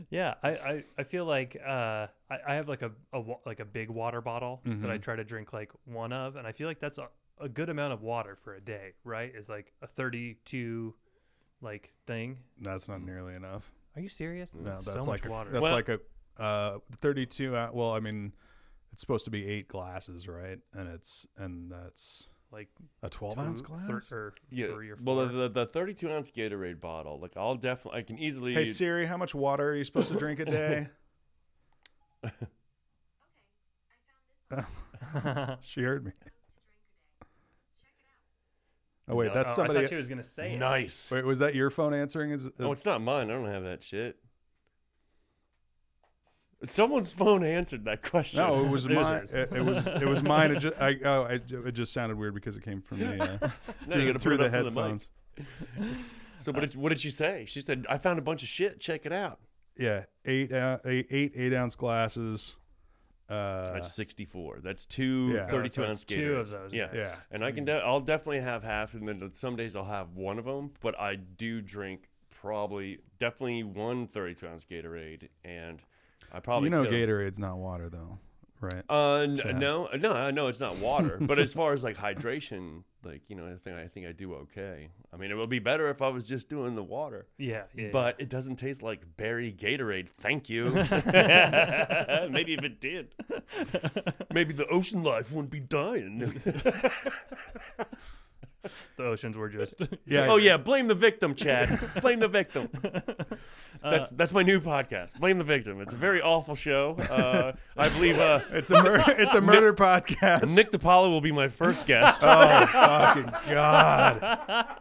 Yeah, I, I, I feel like uh, I, I have like a, a wa- like a big water bottle that I try to drink like one of, and I feel like that's a, a good amount of water for a day, right? Is like a thirty-two, like thing.
That's not nearly enough.
Are you serious?
No, that's,
so
like
much
a,
water.
That's
Well-
like a uh, 32. ou- well, I mean, it's supposed to be eight glasses, right? And it's and that's
like
a 12 ounce
two-
glass.
thir- or
Yeah.
three or four.
Well, the, the, the 32 ounce Gatorade bottle, like I'll definitely, I can easily.
hey Siri, how much water are you supposed to drink a day? she heard me. Oh wait,
Oh,
that's
I
somebody.
thought she was gonna say it.
nice.
Wait, was that your phone answering? Is
No, Oh, it's not mine. I don't have that shit. Someone's phone answered that question.
No, it was
It was
mine.
hers.
It, it was it was mine. It just, I, oh, I, it just sounded weird because it came from the uh,
No, you
through,
gotta
through
put it
the
up to the mic.
headphones.
So, what did, what did she say? She said, "I found a bunch of shit. Check it out."
yeah, eight, uh, eight eight eight ounce glasses. Uh,
That's 64. That's two
Yeah.
32
That's
ounce
two
Gatorades.
of those, Mm.
Yeah.
yeah.
And I can, de- I'll definitely have half, and then some days I'll have one of them. But I do drink probably, definitely one 32 ounce Gatorade, and I probably
You know,
could-
Gatorade's not water though, right?
Uh, n- no, no, I know it's not water. but as far as like hydration, like you know, I think I think I do okay. I mean, it would be better if I was just doing the water.
Yeah, yeah.
But it doesn't taste like berry Gatorade. Thank you. Maybe if it did, maybe the ocean life wouldn't be dying.
the oceans were just.
Yeah.
oh yeah, blame the victim, Chad. Blame the victim. That's
Uh,
that's my new podcast. Blame the victim. It's a very awful show. Uh, I believe uh,
It's a mur- it's a murder podcast.
Nick DiPaolo will be my first guest.
Oh fucking god!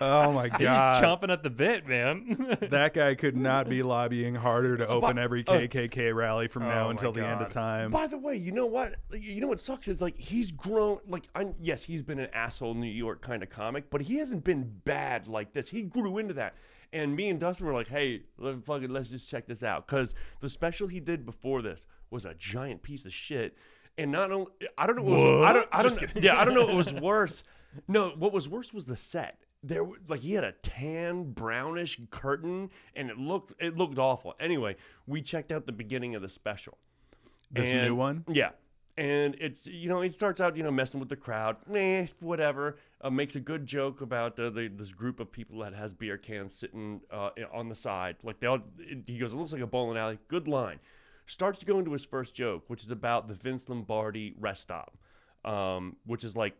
Oh my
He's just
god!
chomping at the bit, man.
That guy could not be lobbying harder to open every
oh.
KKK rally from now
my
until the end
God.
of time.
By the way, you know what? You know what sucks is like he's grown. Like, I, yes, he's been an asshole New York kind of comic, but he hasn't been bad like this. He grew into that. And me and Dustin were like, "Hey, let, fucking, let's just check this out," because the special he did before this was a giant piece of shit. And not only, I don't know, what was, I don't, I don't, yeah, I don't know. What was worse? No, what was worse was the set. There, w- like he had a tan brownish curtain, and it looked it looked awful. Anyway, we checked out the beginning of the special.
This new
And-
one.
Yeah. And it's you know it starts out you know messing with the crowd, eh, whatever. Uh, makes a good joke about uh, the, this group of people that has beer cans sitting uh, i- on the side, like they all. It, he goes, it looks like a bowling alley. Good line. Starts to go into his first joke, which is about the Vince Lombardi rest stop, um, which is like,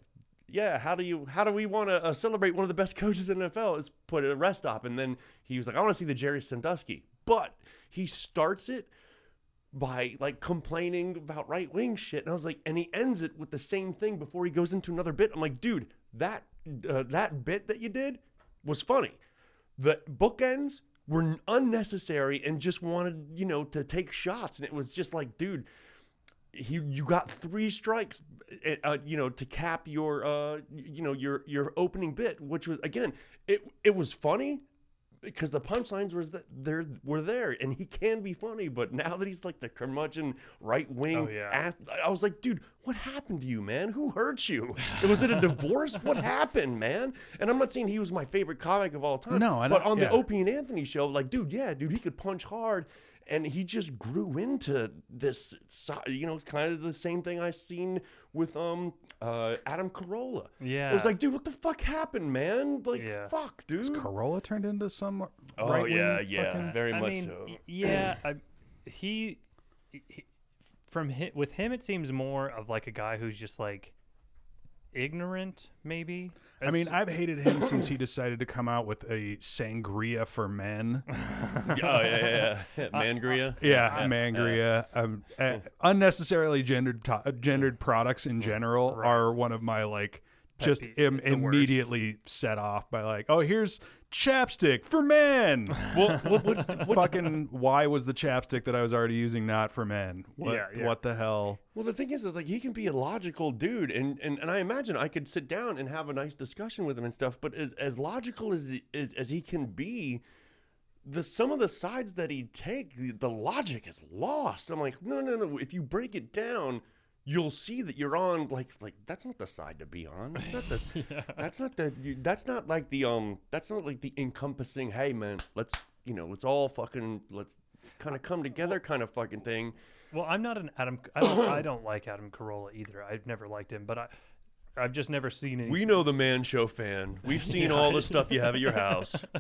yeah, how do you how do we want to uh, celebrate one of the best coaches in the NFL is put at a rest stop, and then he was like, I want to see the Jerry Sandusky, but he starts it by like complaining about right wing shit. And I was like, and he ends it with the same thing before he goes into another bit. I'm like, dude, that uh, that bit that you did was funny. The bookends were n- unnecessary and just wanted you know to take shots, and it was just like, dude. He, you got three strikes, uh, uh, you know, to cap your, uh, you know, your your opening bit, which was again, it it was funny, because the punchlines were th- there were there, and he can be funny, but now that he's like the curmudgeon right wing,
Oh, yeah.
ass, I was like, dude, what happened to you, man? Who hurt you? Was it a divorce? what happened, man? And I'm not saying he was my favorite comic of all time.
No, I
but
don't-
on
yeah.
the Opie and Anthony show, like, dude, yeah, dude, he could punch hard. And he just grew into this, so- you know, it's kind of the same thing I seen with um uh, Adam Carolla. it was
Yeah.
like, dude, what the fuck happened, man? Like,
Yeah.
fuck, dude.
Corolla turned into some.
Oh
right-wing
yeah, yeah,
fucking-
very
I
much
mean,
so.
y- yeah, I, he, he- from hi with him it seems more of like a guy who's just like ignorant, maybe.
I mean,
It's-
I've hated him since he decided to come out with a sangria for men.
oh yeah, yeah, yeah. Mangria.
Yeah, mangria. Um, uh, unnecessarily gendered to- uh, gendered products in general are one of my like just
peeve-
im-
the worst.
immediately set off by like, oh, here's chapstick for men.
Well, what, what's the, what's,
Fucking why was the chapstick that I was already using not for men? What
Yeah, yeah.
what the hell?
well, the thing is, is like he can be a logical dude, and, and and I imagine I could sit down and have a nice discussion with him and stuff. But as as logical as he- as, as he can be, the some of the sides that he take, the, the logic is lost. I'm like, no, no, no. If you break it down. You'll see that you're on like like that's not the side to be on. That's not the that's not the you- that's not like the um that's not like the encompassing. Hey man, let's you know let's all fucking let's kind of come together kind of fucking thing.
Well, I'm not an Adam. I don't, I don't like Adam Carolla either. I've never liked him, but I, I've just never seen any.
We know the Man Show fan. We've seen all the stuff you have at your house.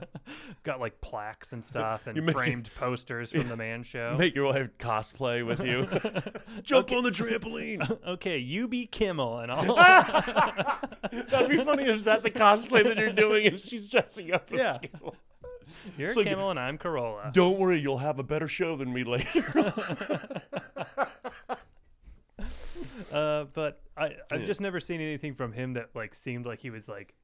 Got like plaques and stuff
You
and
make it-
framed posters from the Man Show.
Make your wife cosplay with you. Jump on the trampoline.
okay, you be Kimmel and all.
That'd be funny. Is that the cosplay that you're doing? And she's dressing up as
Yeah.
Skill.
You're
So you-
Kimmel and I'm Carolla.
Don't worry, you'll have a better show than me later.
Uh, but I, I've
Yeah.
just never seen anything from him that like seemed like he was like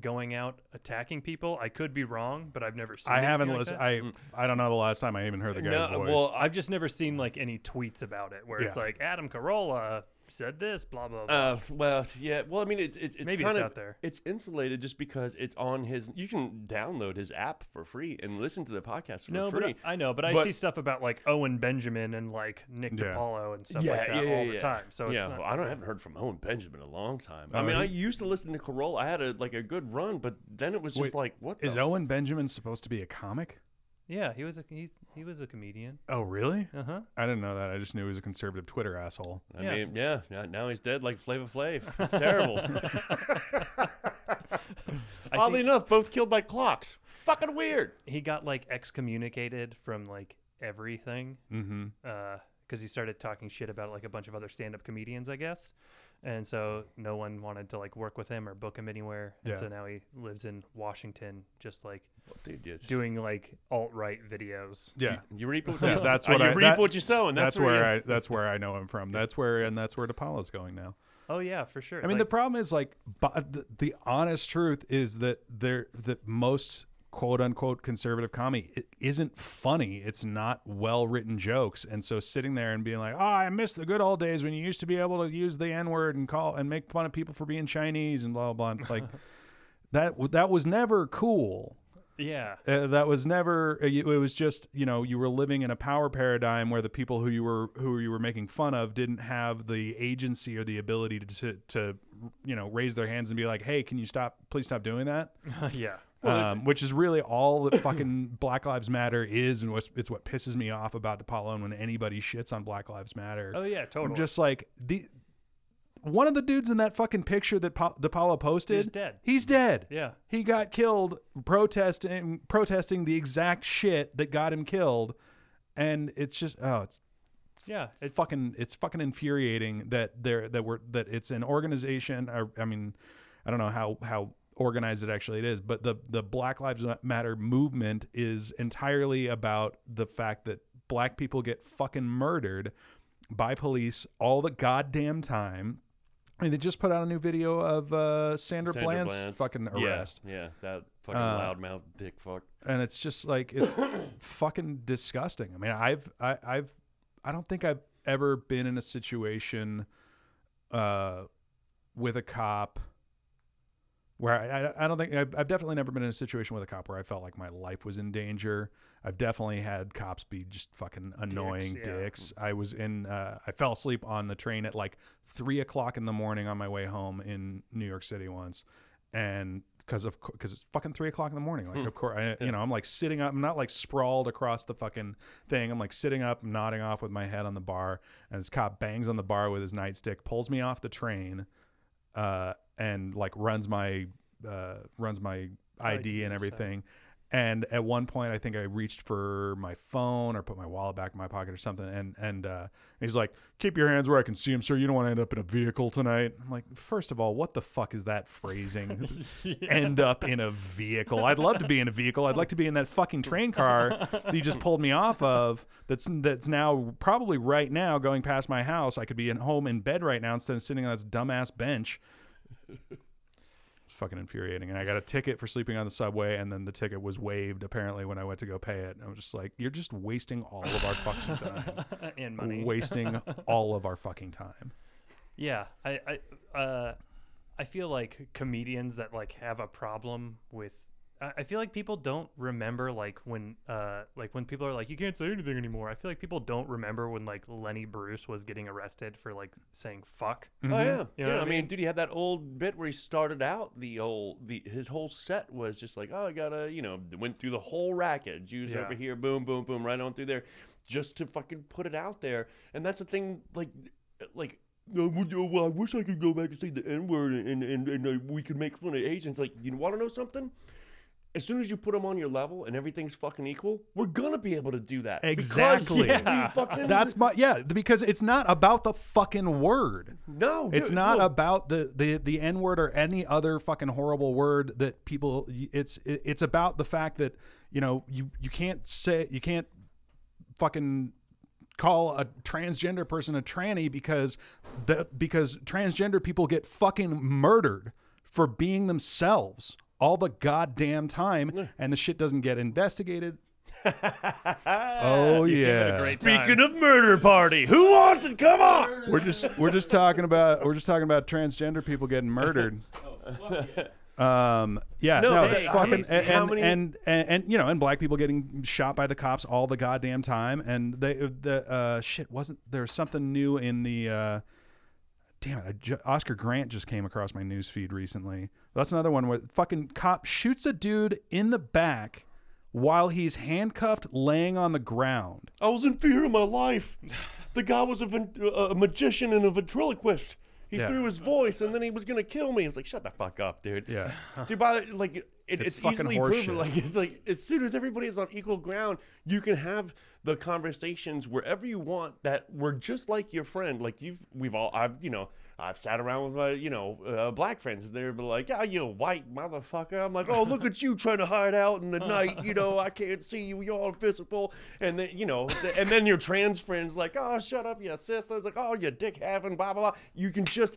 going out attacking people. I could be wrong, but I've never seen.
I
anything
haven't
like
listened.
that. Mm.
I I don't know the last time I even heard the guy's
No,
voice.
well,
I've just never seen like any tweets about it where it's
Yeah.
like Adam Carolla said this, blah blah. blah.
Uh, well, yeah. Well, I mean, it's it's, it's
Maybe it's
kind of
out there.
It's insulated just because it's on his. You can download his app for free and listen to the podcast for
no, but
free.
I, I know, but, I
but-
see stuff about like Owen Benjamin and like Nick
Yeah.
DiPaolo and stuff
yeah,
like
yeah,
that
yeah,
all
yeah.
the time. So it's
yeah,
not,
well, I don't I haven't heard from Owen Benjamin in a long time. I
Oh,
mean, I
he-
used to listen to Corolla. I had a like a good run, but then it was just
Wait,
like, what
is
oh.
the
Owen Benjamin supposed to be a comic?
yeah, he was a he, he was a comedian.
Oh, really?
Uh huh.
I didn't know that. I just knew he was a conservative Twitter asshole.
I
Yeah.
mean, yeah, now- now he's dead like Flava Flav. It's terrible. Oddly enough, both killed by clocks. Fucking weird.
He got like excommunicated from like everything
Mm-hmm.
because he started talking shit about like a bunch of other stand-up comedians, I guess. And so no one wanted to like work with him or book him anywhere. And
Yeah.
so now he lives in Washington, just like
Dude, it's-
doing like alt-right videos.
Yeah,
you reap what you,
Yeah, that's
uh,
what
you
I-
reap
that-
what you sow, and
that's,
that's,
where
you,
I that's where I know him from. That's where and that's where DePaulo's going now.
Oh yeah, for sure.
I mean, the
Like,
problem is like bu- the, the honest truth is that there that most quote unquote conservative comedy it isn't funny. It's not well written jokes, and so sitting there and being like, "Oh, I miss the good old days when you used to be able to use the N word and call and make fun of people for being Chinese and blah blah." blah. It's like that w- that was never cool.
yeah.
Uh, that was never. It it was just you know you were living in a power paradigm where the people who you were who you were making fun of didn't have the agency or the ability to to, to you know raise their hands and be like, hey, can you stop? Please stop doing that.
yeah.
um, which is really all that fucking Black Lives Matter is, and what's, it's what pisses me off about DePaulo and when anybody shits on Black Lives Matter.
Oh yeah,
I'm
totally.
just like the one of the dudes in that fucking picture that pa- DePaulo posted.
He's dead.
He's dead.
Yeah.
He got killed protesting protesting the exact shit that got him killed, and it's just oh, it's
yeah. It,
fucking it's fucking infuriating that there that we're that it's an organization. Or, I mean, I don't know how how organized it actually it is, but the the Black Lives Matter movement is entirely about the fact that black people get fucking murdered by police all the goddamn time. And they just put out a new video of uh, Sandra,
Sandra
Bland's
Bland's-
fucking
yeah,
arrest.
Yeah, that fucking
Uh,
loudmouth dick fuck.
and it's just like it's fucking disgusting. I mean, I've I, I've I don't think I've ever been in a situation uh with a cop where I, I, I don't think I've, I've definitely never been in a situation with a cop where I felt like my life was in danger. I've definitely had cops be just fucking annoying
yeah.
dicks. I was in uh, I fell asleep on the train at like three o'clock in the morning on my way home in New York City once, and because of because it's fucking three o'clock in the morning. Like of course, I, you know, I'm like sitting up. I'm not like sprawled across the fucking thing. I'm like sitting up, nodding off with my head on the bar, and this cop bangs on the bar with his nightstick, pulls me off the train, uh, and like runs my uh, runs my ID,
ID and
and
stuff.
everything. And at one point, I think I reached for my phone or put my wallet back in my pocket or something. And and uh, he's like, "Keep your hands where I can see them, sir. You don't want to end up in a vehicle tonight." I'm like, first of all, what the fuck is that phrasing? End up in a vehicle. I'd love to be in a vehicle. I'd like to be in that fucking train car that you just pulled me off of. That's that's now probably right now going past my house. I could be in home in bed right now instead of sitting on this dumbass bench. It's fucking infuriating. And I got a ticket for sleeping on the subway, and then the ticket was waived apparently when I went to go pay it. And I was just like, you're just wasting all of our fucking time.
and money.
Wasting all of our fucking time.
Yeah, I I uh, I feel like comedians that like have a problem with I I feel like people don't remember like when uh like when people are like you can't say anything anymore. I feel like people don't remember when like Lenny Bruce was getting arrested for like saying fuck.
Mm-hmm.
Oh yeah,
You
yeah.
know what
I
I
mean,
mean?
dude, he had that old bit where he started out the whole the his whole set was just like, oh, I gotta, you know, went through the whole racket. Jews
Yeah.
over here, boom, boom, boom, right on through there, just to fucking put it out there. And that's the thing, like, like. "Oh, w- oh, Well, I wish I could go back and say the N word and, and, and uh, we could make fun of Asians. Like, you want to know something? As soon as you put them on your level and everything's fucking equal, we're going to be able to do that. because
Exactly.
you
Yeah.
fucking-
That's my yeah, th- because it's not about the fucking word.
no.
It's
Oh, dude,
not
no.
about the the the n word or any other fucking horrible word that people. It's it- it's about the fact that you know you you can't say you can't fucking call a transgender person a tranny because the because transgender people get fucking murdered for being themselves all the goddamn time and the shit doesn't get investigated. oh yeah.
great
Speaking
time.
of murder party, who wants it? Come on.
We're just we're just talking about we're just talking about transgender people getting murdered. Um. Yeah. No,
No,
it's
hey,
fucking
hey,
and,
how
and,
many-
and and and, you know and black people getting shot by the cops all the goddamn time and they the uh shit wasn't there was something new in the uh damn it I ju- Oscar Grant just came across my news feed recently. That's another one where fucking cop shoots a dude in the back while he's handcuffed laying on the ground.
I was in fear of my life. The guy was a, ven- uh, a magician and a ventriloquist. He
Yeah.
threw his voice, and then he was gonna kill me. I was like, "Shut the fuck up, dude."
Yeah.
Dude, by the, like, it, it's,
fucking
easily
horseshit.
proven. Like, it's like as soon as everybody is on equal ground, you can have the conversations wherever you want that were just like your friend. Like you've, we've all, I've, you know, I've sat around with my, you know, uh, black friends. They're like, "Yeah, you white motherfucker." I'm like, "Oh, look at you trying to hide out in the night. You know, I can't see you. You're all visible." And then, you know, th- and then your trans friends like, "Oh, shut up, you sisters." Like, "Oh, you dick having blah blah blah." You can just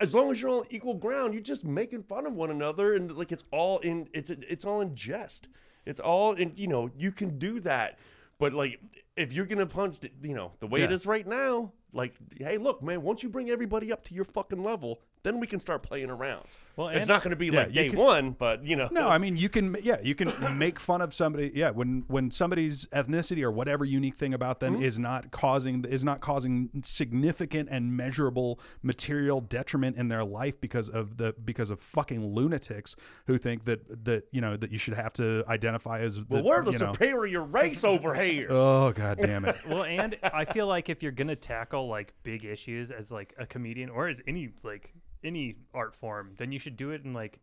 as long as you're on equal ground, you're just making fun of one another, and like it's all in it's it's all in jest. It's all in you know you can do that, but like if you're gonna punch, th- you know the way it
Yeah.
is right now, like hey, look, man, once you bring everybody up to your fucking level, then we can start playing around.
Well,
Well, it's
and-
not gonna be like
you
day
can-
one, but you know,
No, I mean you can. Yeah, you can make fun of somebody. Yeah, when when somebody's ethnicity or whatever unique thing about
Mm-hmm.
them is not causing is not causing significant and measurable material detriment in their life because of the because of fucking lunatics who think that that you know that you should have to identify as. The,
well, we're the
you know,
superior race over here.
Oh god damn it!
well, and I feel like if you're gonna tackle like big issues as like a comedian or as any like any art form, then you should do it in like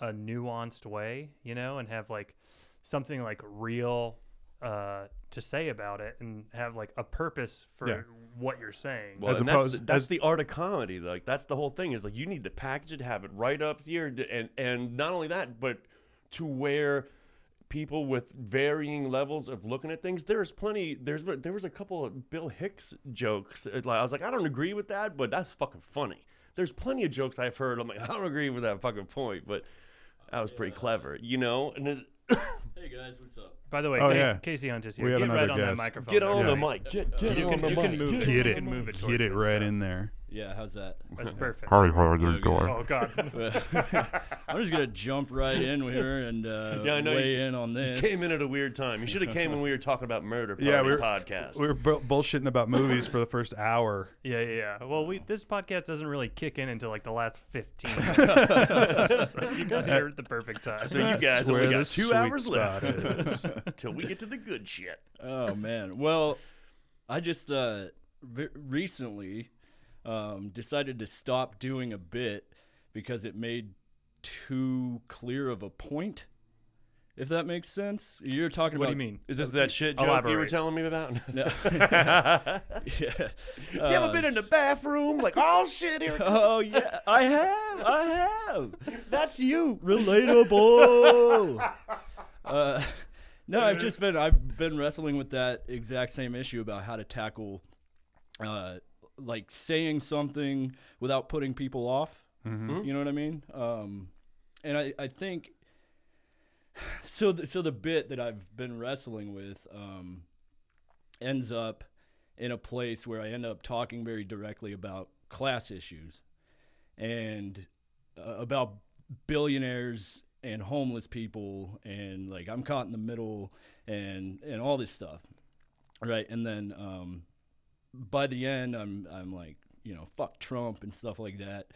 a nuanced way, you know, and have like something like real uh to say about it and have like a purpose for
Yeah.
what you're saying.
Well,
As
and that's,
opposed-
the, that's
as-
the art of comedy. Like that's the whole thing. Is like you need to package it, have it right up here, d- and and not only that, but to where people with varying levels of looking at things. There's plenty. There's there was a couple of Bill Hicks jokes. It's Like I was like, I don't agree with that, but that's fucking funny. There's plenty of jokes I've heard. I'm like, I don't agree with that fucking point, but that was pretty clever, you know. And it,
Hey guys, what's up?
By the way,
Oh,
Casey,
yeah.
Casey Hunt is
We
here.
have
Get right
another
on that
guest.
microphone.
get on
everybody.
the mic. Get, get
You
on
can-
the
you
mic.
can move it.
Get
You
it,
can move it
get
towards
it
me,
right
so.
in there.
Yeah, how's that?
That's perfect.
Okay.
Oh god.
I'm just gonna jump right in here and uh,
Yeah, I know you
weigh
ju-
in on
You
this.
came in at a weird time. You should have came when we were talking about murder party
Yeah, we were-
podcast.
We were bu- bullshitting about movies for the first hour.
Yeah, yeah, yeah. Well, we this podcast doesn't really kick in until like the last fifteen. minutes. so
Uh,
you got here at the perfect time.
so you guys,
Where
we
the
got two
sweet
hours
spot
left
is.
till we get to the good shit.
Oh man. Well, I just uh, re- recently um, decided to stop doing a bit because it made too clear of a point. If that makes sense, you're talking
What do
about
you mean?
Is this that shit joke you were
Elaborate.
telling me about? Uh,
No. yeah.
you ever been in the bathroom? Like, oh shit, here it comes."
Oh yeah, I have. I have.
that's you.
relatable. uh, no, I've just been I've been wrestling with that exact same issue about how to tackle, uh, like saying something without putting people off. You know what I mean? Um, and I I think so. The, so the bit that I've been wrestling with um, ends up in a place where I end up talking very directly about class issues and uh, about billionaires and homeless people and like I'm caught in the middle and and all this stuff. Right. And then um by the end I'm I'm like, you know, fuck Trump and stuff like that.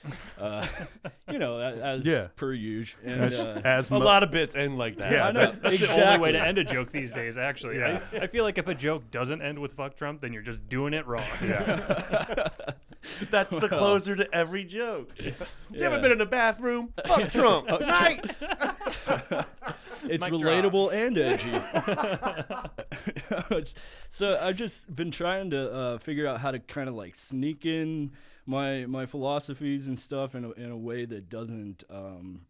Uh you know, a- as
Yeah.
per usual. And uh,
As
A
mu-
lot of bits end like that.
Yeah,
I know.
That's
exactly.
the only way to end a joke these days, actually.
Yeah.
I, I feel like if a joke doesn't end with fuck Trump, then you're just doing it wrong.
Yeah.
That's the closer to every joke. You
Yeah.
haven't been in the bathroom? Fuck Trump. Night.
it's
Mic drop.
relatable and edgy. so I've just been trying to uh, figure out how to kind of like sneak in my my philosophies and stuff in a, in a way that doesn't um,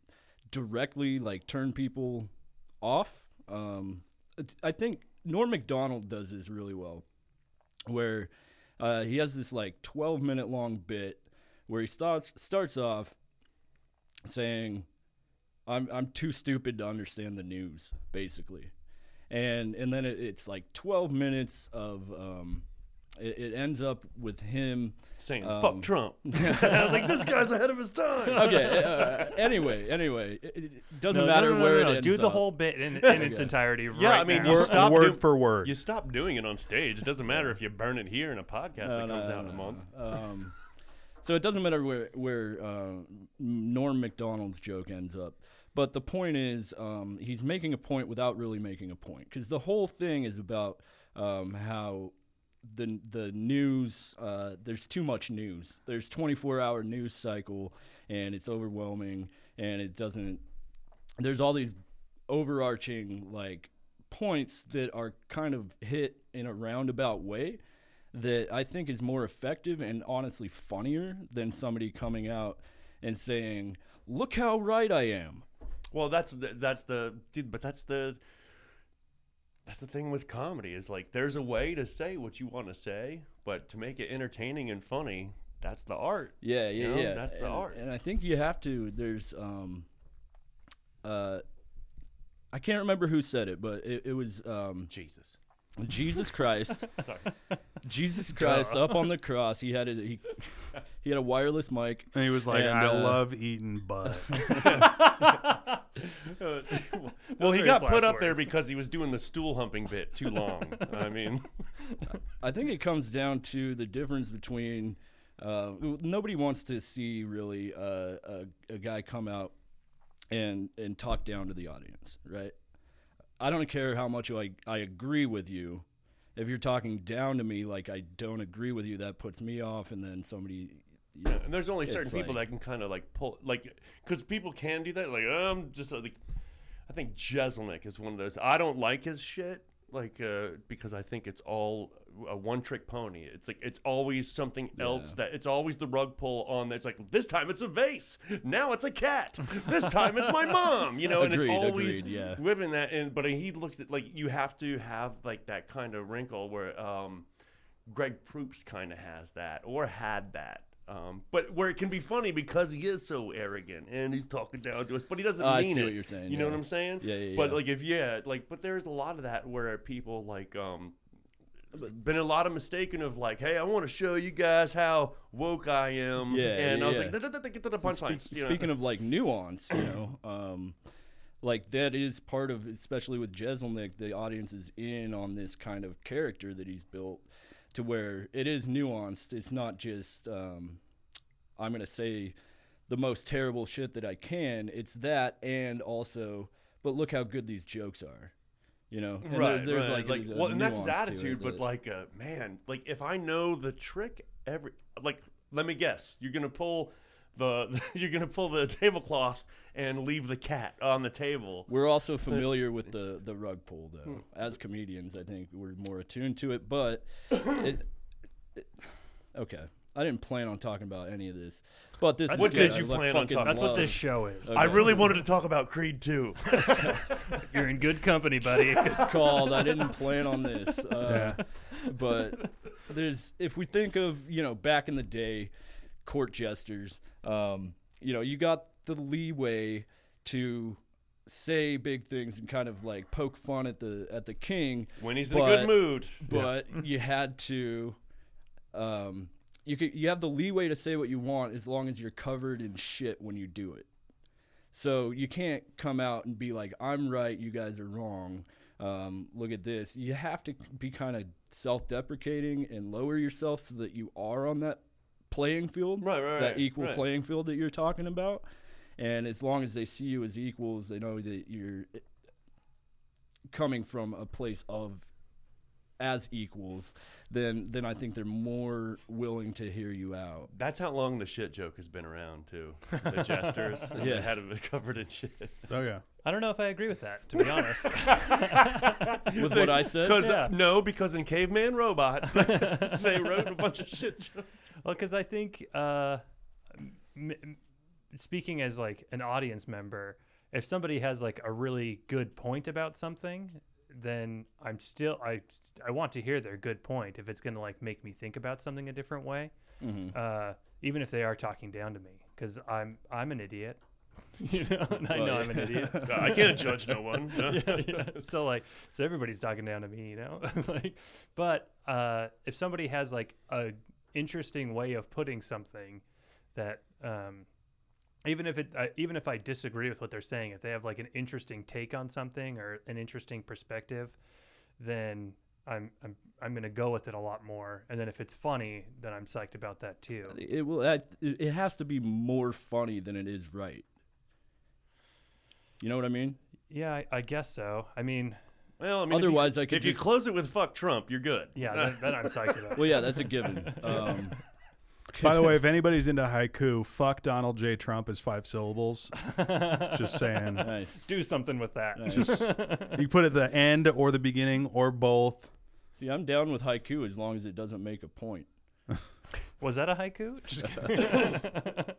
directly like turn people off. Um, it- I think Norm Macdonald does this really well, where uh, he has this like 12 minute long bit where he starts starts off saying I'm I'm too stupid to understand the news, basically. And and then it, it's like 12 minutes of um, it, it ends up with him.
Saying
Um,
fuck Trump. I was like, this guy's ahead of his time.
Okay. uh, anyway, anyway, it, it doesn't
No, no,
matter
no, no,
where
no,
it
no.
ends
Do the
up.
whole bit in, in its entirety.
Yeah,
right
I mean,
now.
you stop
word
doing-
for word.
You stop doing it on stage. It doesn't matter if you burn it here in a podcast that comes out in a month.
Um, so it doesn't matter where where uh, Norm Macdonald's joke ends up, but the point is um, he's making a point without really making a point because the whole thing is about um, how the the news uh, there's too much news. There's 24 hour news cycle and it's overwhelming and it doesn't there's all these overarching like points that are kind of hit in a roundabout way that I think is more effective and honestly funnier than somebody coming out and saying, "Look how right I am."
Well, that's the, that's the dude, but that's the that's the thing with comedy is like there's a way to say what you want to say, but to make it entertaining and funny, that's the art.
Yeah, yeah,
You know,
yeah.
that's the
and,
art.
And I think you have to. There's, um, uh, I can't remember who said it, but it, it was um,
Jesus.
Jesus Christ.
Sorry.
Jesus Christ up on the cross. He had a he, he had a wireless mic.
and he was like,
And,
"I
uh,
love eating butt."
Uh, well, he
are
got
his
put
last
up there
words.
because he was doing the stool humping bit too long. I mean,
I think it comes down to the difference between uh, w- nobody wants to see really uh, a, a guy come out and and talk down to the audience, right? I don't care how much I I agree with you. If you're talking down to me like I don't agree with you, that puts me off, and then somebody, you know,
and there's only certain
It's
people
like-
that can kind of like pull, like, because people can do that. Like, um, just uh, like, I think Jeselnik is one of those. I don't like his shit, like, uh, because I think it's all a one trick pony. It's like, it's always something else that it's always the rug pull on. That's like, this time it's a vase. Now it's a cat. This time it's my mom, you know, and
Agreed,
it's always,
agreed, yeah.
whipping that in but he looks at like you have to have like that kind of wrinkle where um greg proops kind of has that or had that um, but where it can be funny because he is so arrogant and he's talking down to us, but he doesn't
Oh, I
mean
see
it.
what you're saying,
You know
yeah.
what I'm saying?
Yeah, yeah,
But
yeah.
like if yeah, like but there's a lot of that where people like um, been a lot of mistaken of like, hey, I want to show you guys how woke I am.
Yeah,
and
yeah,
I was
yeah.
like, "Da- da- da- da- get to the punchline.
Speak- speaking of like nuance, you know, um, like that is part of, especially with Jezelnik, the audience is in on this kind of character that he's built, to where it is nuanced. It's not just um, I'm gonna say the most terrible shit that I can. It's that, and also, but look how good these jokes are. You know, And there-
right,
there's
right.
like,
like,
a- a
well, and that's his
nuance to it
attitude. But
that-
like, uh, man, like if I know the trick, every like, let me guess, you're gonna pull the you're gonna pull the tablecloth and leave the cat on the table.
We're also familiar with the the rug pull, though. As comedians, I think we're more attuned to it. But it, it- okay, I didn't plan on talking about any of this. But this
What
is good.
did you
I lo-
plan on
fucking
talking-
That's what
love-
this show is.
I really wanted to talk about Creed too.
You're in good company, buddy.
it's called. I didn't plan on this. Uh, But there's if we think of you know back in the day, court jesters. Um, you know you got the leeway to say big things and kind of like poke fun at the at the king
when he's in a
but-
good mood,
but you had to um you could you have the leeway to say what you want as long as you're covered in shit when you do it So you can't come out and be like, I'm right, you guys are wrong. Um, look at this. You have to be kind of self deprecating and lower yourself so that you are on that playing field,
Right, right,
that
right,
equal
right.
playing field that you're talking about. And as long as they see you as equals, they know that you're coming from a place of as equals, then then I think they're more willing to hear you out.
That's how long the shit joke has been around too. The jesters, yeah,
Yeah.
they had it covered in shit.
Oh yeah.
I don't know if I agree with that, to be honest.
With what I said,
Because
Yeah.
uh, no, because in Caveman Robot, they wrote a bunch of shit jokes.
well, because I think uh, m- m- speaking as like an audience member, if somebody has like a really good point about something, then I'm still I I want to hear their good point if it's gonna like make me think about something a different way,
Mm-hmm.
uh, even if they are talking down to me because I'm I'm an idiot. You know, and I
Well,
know
yeah.
I'm an idiot.
I can't judge no one.
yeah, yeah. So like, so everybody's talking down to me, you know. like, but uh, if somebody has like a interesting way of putting something that, um, even if it, uh, even if I disagree with what they're saying, if they have like an interesting take on something or an interesting perspective, then I'm I'm I'm gonna go with it a lot more. And then if it's funny, then I'm psyched about that too.
it will. add- It it has to be more funny than it is right. You know what I mean?
Yeah, I, I guess so. I mean,
Well, I mean, if you-
Otherwise, I could
If you
just-
close it with "fuck Trump," you're good. Uh,
yeah, then, then I'm psyched about.
Well, yeah, that's a given. Um,
By the way, if anybody's into haiku, fuck Donald J. Trump is five syllables. Just saying.
nice.
Do something with that.
Just you put it at the end or the beginning or both.
See, I'm down with haiku as long as it doesn't make a point.
Was that a haiku? Just kidding.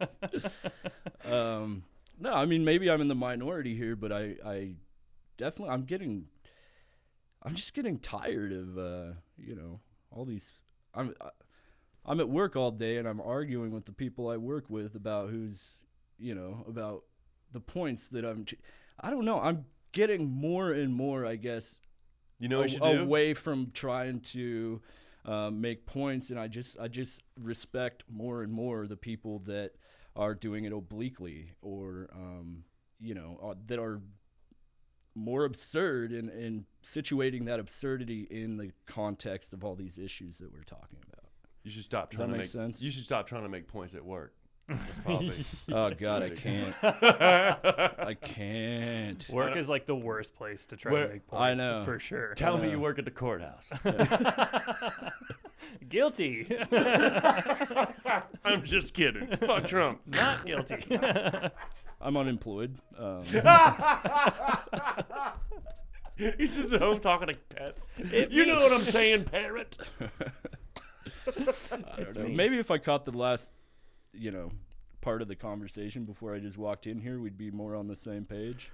Um, no, I mean maybe I'm in the minority here, but I, I definitely I'm getting, I'm just getting tired of uh, you know all these. I'm I- I'm at work all day and I'm arguing with the people I work with about who's you know about the points that I'm. ch- I don't know. I'm getting more and more, I guess,
You know what
a-
you should do?
away from trying to um, make points, and I just I just respect more and more the people that are doing it obliquely or um, you know uh, that are more absurd in, in situating that absurdity in the context of all these issues that we're talking about.
You should stop
that
trying to
make
make
sense?
You should stop trying to make points at work. That's probably-
Oh God, I can't. I can't.
Work is like the worst place to try
Where-
to make points.
I know.
for sure.
Tell me you work at the courthouse.
guilty,
I'm just kidding. Fuck Trump.
not guilty.
I'm unemployed. Um,
He's just at home talking to pets. you know what I'm saying, parrot.
I don't know. Maybe if I caught the last, you know, part of the conversation before I just walked in here, we'd be more on the same page.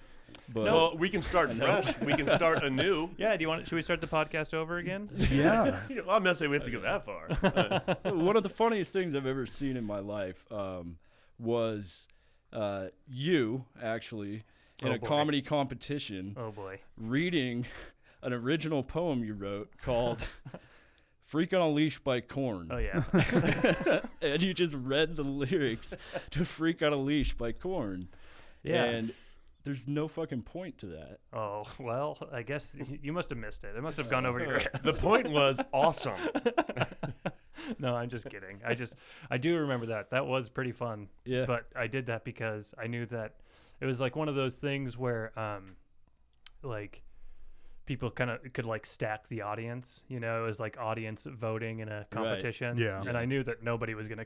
But
Well, we can start fresh. We can start anew.
yeah. Do you want? Should we start the podcast over again?
Yeah.
You know, I'm not saying we have to go that far. Uh,
one of the funniest things I've ever seen in my life um, was uh, you actually in
Oh,
a
boy.
comedy competition
Oh boy.
reading an original poem you wrote called "Freak on a Leash" by Korn.
Oh yeah.
and you just read the lyrics to "Freak on a Leash" by Korn.
Yeah.
And there's no fucking point to that.
Oh well. I guess y- you must have missed it. It must have gone over your head.
the point was awesome.
No, I'm just kidding. I just I do remember that. That was pretty fun.
Yeah.
But I did that because I knew that it was like one of those things where um like people kind of could like stack the audience, you know, it was like audience voting in a competition.
Yeah.
And I knew that nobody was going to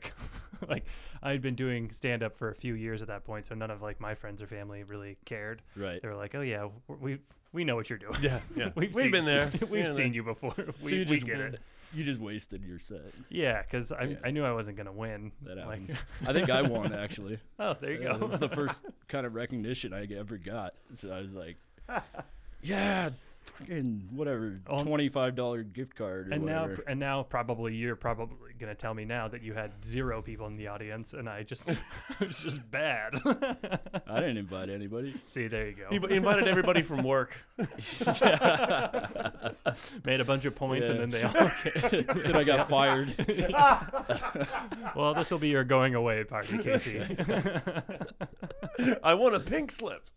like I had been doing stand up for a few years at that point, so none of like my friends or family really cared.
Right.
They were like, "Oh yeah, we we know what you're doing."
Yeah, yeah.
We've,
We've
seen-
been there.
We've
Yeah,
seen
that-
you before.
So
We,
you
we
just
get it.
You just wasted your set.
Yeah, because I, I knew I wasn't gonna win.
That
Like-
happens. I think I won actually.
oh, there you
Yeah,
go.
That's the first kind of recognition I ever got. So I was like, yeah, fucking whatever
On-
twenty five dollar gift card or
And now,
whatever.
and now, probably you're probably gonna tell me now that you had zero people in the audience, and I just, it's just bad.
I didn't invite anybody.
See, there you go.
He b- invited everybody from work.
Made a bunch of points,
Yeah.
and then they all.
then I got fired.
Well, this will be your going away party, Casey.
I want a pink slip.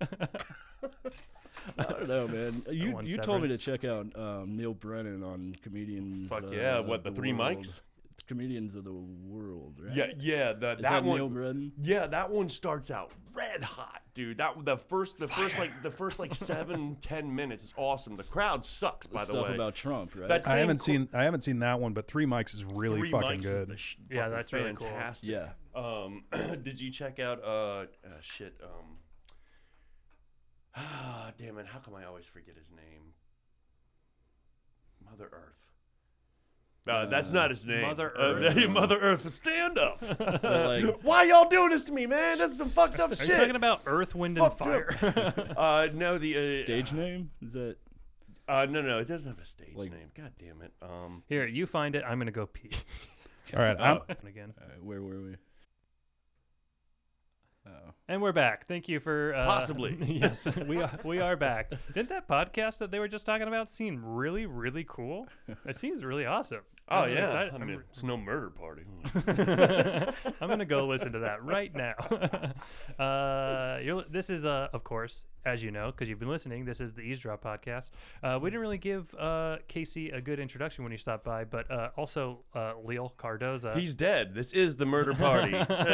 I don't know, man. You
one
you told me to
severance.
check out um, Neil Brennan on comedians.
Fuck
uh,
yeah!
of
What the, three
world.
mics?
It's comedians of the world, right?
Yeah, yeah. The, that,
Is that,
one.
Neil Brennan?
Yeah, that one starts out red hot, dude. That the first, the first like the first like seven, ten minutes is awesome. The crowd sucks, by the
Stuff
way.
about Trump, right?
That's-
I
Same
haven't
cl-
seen I haven't seen that one, but Three Mics is really
Three
fucking
mics
good.
Is the sh-
Yeah,
fucking
that's really cool.
fantastic.
yeah.
Um, did you check out uh, uh shit um. Ah, damn it! How come I always forget his name? Mother Earth. Uh, that's not his name.
Mother
Uh,
Earth.
Mother Earth, stand up.
So, like-
Why y'all doing this to me, man? This is some fucked up
Are
shit.
you talking about Earth, Wind, and
Fucked up.
Fire?
uh, no, the uh,
Stage name is that?
Uh, no, no, it doesn't have a stage
Like-
name. God damn it. Um,
Here, you find it. I'm gonna go pee
All right, I'm,
again.
All right, Uh, where were we? Oh,
And we're back. Thank you for uh,
Possibly.
yes, we are. We are back. Didn't that podcast that they were just talking about seem really, really cool? It seems really awesome.
oh
I'm really
yeah,
excited.
I
I'm
mean, it's no murder party.
I'm gonna go listen to that right now. uh, you're, this is, uh, of course, as you know, because you've been listening. This is the Eavesdrop podcast. Uh, we didn't really give uh, Casey a good introduction when you stopped by, but uh, also uh, Leal Cardoza.
He's dead. This is the murder party. Uh,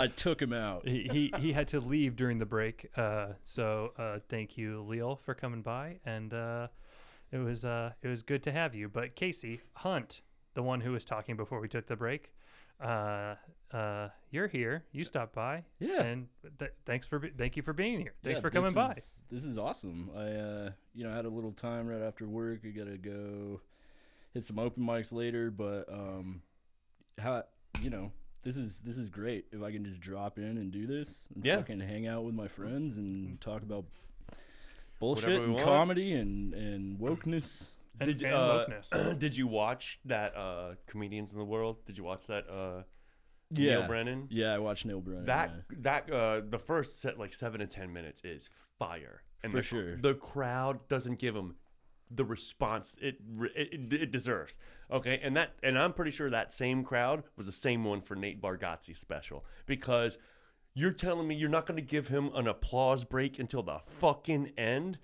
I took him out.
he, he he had to leave during the break. Uh, so uh, thank you, Leal, for coming by, and uh, it was uh, it was good to have you. But Casey Hunt, the one who was talking before we took the break, uh, uh, you're here. You stopped by.
Yeah.
And th- thanks for be- thank you for being here. Thanks
Yeah,
for coming
this
by.
is- This is awesome. I uh, you know had a little time right after work. I gotta go hit some open mics later, but um, how you know this is this is great. If I can just drop in and do this, and
Yeah.
fucking hang out with my friends and talk about bullshit
Whatever we
and
want.
comedy and and wokeness.
And,
did, you-
and
uh,
wokeness.
did you watch that uh, comedians in the world? Did you watch that uh, Neil Brennan?
Yeah, I watched Neil Brennan.
That
yeah.
that uh, the first set like seven to ten minutes is fire, and
For
the,
sure.
the crowd doesn't give him the response it, re- it it deserves. Okay, and that and I'm pretty sure that same crowd was the same one for Nate Bargatze's special because you're telling me you're not going to give him an applause break until the fucking end.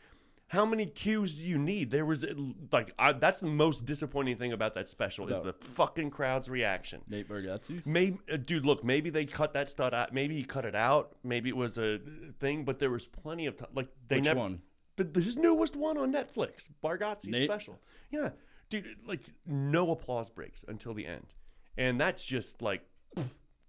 How many cues do you need? There was like I, that's the most disappointing thing about that special is the fucking crowd's reaction.
Nate Bargatze.
Maybe, uh, dude, look, maybe they cut that stud out. Maybe he cut it out. Maybe it was a thing, but there was plenty of time. Like they
Which
never.
one?
The, the- his newest one on Netflix, Bargatze
Nate?
special. Yeah, dude, like no applause breaks until the end, and that's just like,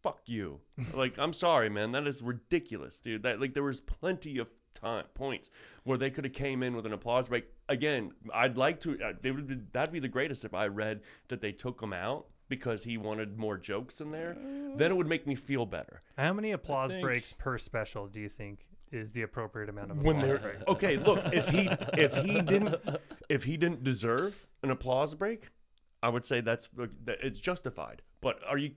fuck you. like I'm sorry, man, that is ridiculous, dude. That like there was plenty of time points where they could have came in with an applause break. Again, I'd like to. Uh, they would be, that'd be the greatest if I read that they took him out because he wanted more jokes in there. Then it would make me feel better.
How many applause
think-
breaks per special do you think is the appropriate amount of
when
applause
they're
breaks?
okay look if he if he didn't if he didn't deserve an applause break i would say that's that it's justified but are you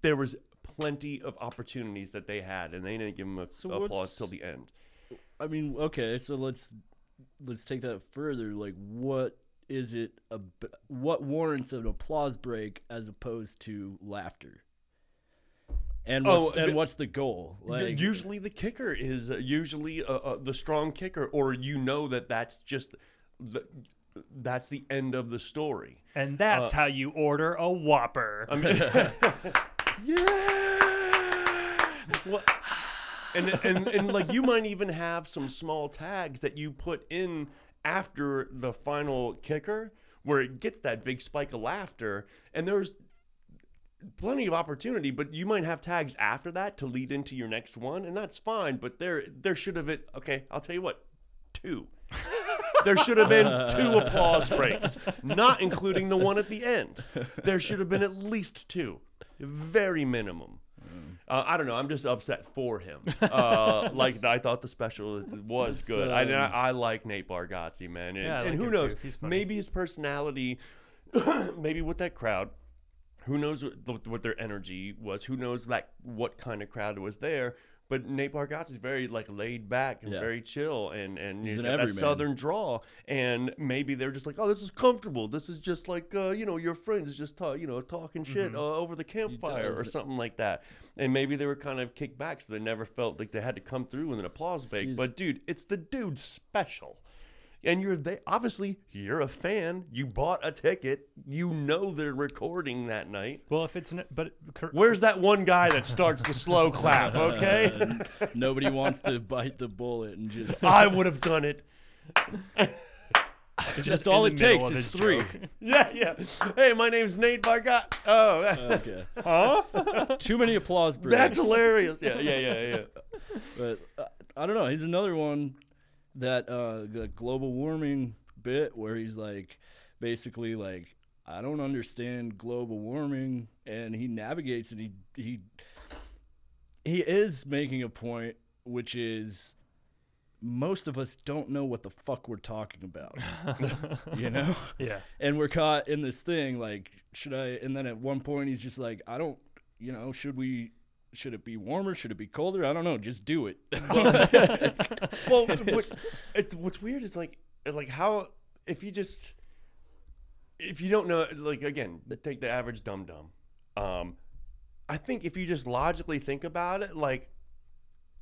there was plenty of opportunities that they had and they didn't give him a,
So
applause
what's-
till the end
I mean, okay, so let's let's take that further. Like, what is it? Ab- what warrants an applause break as opposed to laughter? And
Oh,
what's, and
but-
what's the goal? Like,
usually the kicker is uh, usually uh, uh, the strong kicker or you know that that's just the, that's the end of the story
And
uh,
that's how you order a Whopper.
Well, and, and and like you might even have some small tags that you put in after the final kicker where it gets that big spike of laughter and there's plenty of opportunity but you might have tags after that to lead into your next one and that's fine but there there should have been okay i'll tell you what two there should have been two applause breaks not including the one at the end there should have been at least two very minimum Uh, I don't know. I'm just upset for him. Uh, like I thought the special was good. I, and I I like Nate Bargatze, man. And,
um, Yeah, I
and
like
who
him
knows?
too. He's funny.
Maybe his personality, maybe with that crowd. Who knows what, th- what their energy was? Who knows like what kind of crowd was there? But Nate Bargatze is very like laid back and
Yeah.
very chill, and and
He's
he's
an
got that
everyman.
southern draw. And maybe they're just like, oh, this is comfortable. This is just like uh, you know your friends is just ta- you know talking shit uh, over the campfire or
does.
something like that. And maybe they were kind of kicked back, so they never felt like they had to come through with an applause break.
Jeez.
But dude, it's the dude special. And you're they obviously you're a fan. You bought a ticket. You know they're recording that night.
Well, if it's n- but cor-
Where's that one guy that starts the slow clap? Okay,
And nobody wants to bite the bullet and just.
I would have done it.
it's
That's
in
all
the
it
middle
takes
of his
is three.
joke.
Yeah, yeah. Hey, my name's Nate Bargot. Oh,
Okay. Huh? Too many applause breaks.
that's hilarious. Yeah, yeah, yeah, yeah.
But uh, I don't know. He's another one that uh, the global warming bit where he's like, basically like, I don't understand global warming, and he navigates and he he he is making a point, which is most of us don't know what the fuck we're talking about, you know.
Yeah.
and we're caught in this thing like should i and then at one point he's just like i don't you know should we should it be warmer should it be colder i don't know just do it
well, what, it's what's weird is like is like how if you just if you don't know like again take the average dum dum. Um, I think if you just logically think about it, like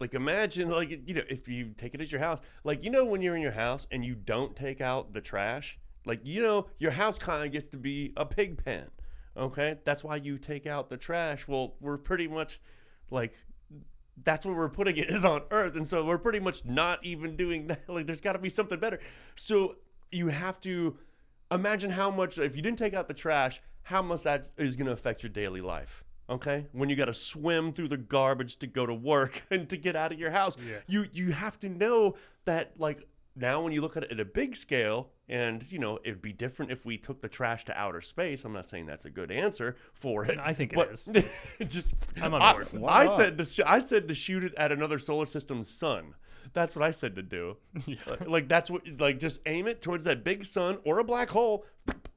like imagine like you know if you take it at your house, like you know when you're in your house and you don't take out the trash, like you know your house kind of gets to be a pig pen. Okay, that's why you take out the trash. Well, we're pretty much like that's what we're putting it is on earth and so we're pretty much not even doing that like there's got to be something better so you have to imagine how much if you didn't take out the trash how much that is going to affect your daily life okay when you got to swim through the garbage to go to work and to get out of your house you you have to know that like now when you look at it at a big scale and you know it'd be different if we took the trash to outer space i'm not saying that's a good answer for it
I think it
but-
is.
just
I'm on
I-
board.
I, said to sh- I said to shoot it at another solar system's sun. That's what I said to do. Like, like that's what like just aim it towards that big sun or a black hole,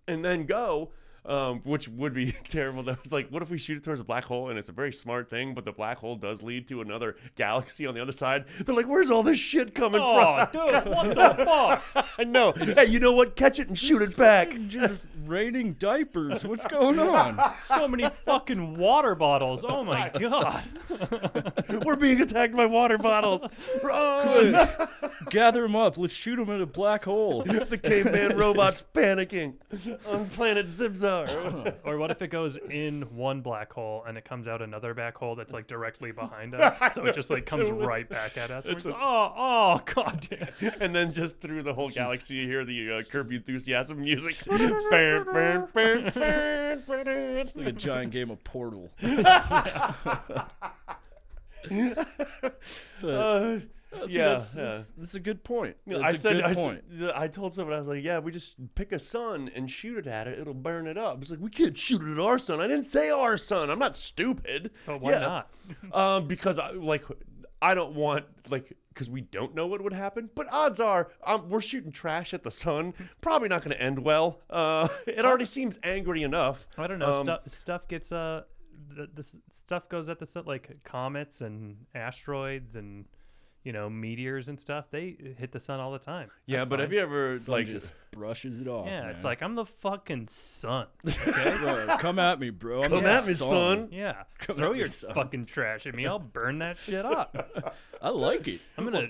and then go. Um, which would be terrible. That was like, what if we shoot it towards a black hole and it's a very smart thing, but the black hole does lead to another galaxy on the other side? They're like, where's all this shit coming
Oh, dude, what the fuck?
from? I know. Hey, you know what? Catch it and shoot it back.
just raining diapers what's going on
So many fucking water bottles. Oh my god.
We're being attacked by water bottles. Run!
gather them up let's shoot them at a black hole
the caveman robots panicking on planet Zibzar.
Or what if it goes in one black hole and it comes out another black hole that's like directly behind us? So it just like comes right back at us. We're just, oh, oh, god damn.
and then just through the whole galaxy, you hear the uh, Curb Your Enthusiasm music. Burn, burn, burn, burn, burn.
like a giant game of portal
Uh,
So,
Uh,
that's
yeah,
a good-
yeah.
that's- that's a good point that's
I
a
said,
good
I,
point
said- I told someone, I was like, yeah, we just pick a sun and shoot it at it. It'll burn it up. It's like, we can't shoot it at our sun. I didn't say our sun. I'm not stupid.
But why
Yeah.
not?
um, because I like I don't want like because we don't know what would happen. But odds are um, we're shooting trash at the sun. Probably not going to end well. Uh, it already seems angry enough.
I don't know.
Um,
stuff stuff gets uh, the, the s- stuff goes at the sun like comets and asteroids and you know meteors and stuff. They hit the sun all the time.
Yeah, but have you ever
Sun
like?
just brushes it off
Yeah, it's
man.
like I'm the fucking sun.
bro, come at me, bro. I'm
Come
the
at me, son.
Yeah,
at
throw
me,
your
son.
fucking trash at me. I'll burn that shit up.
I like it.
I'm gonna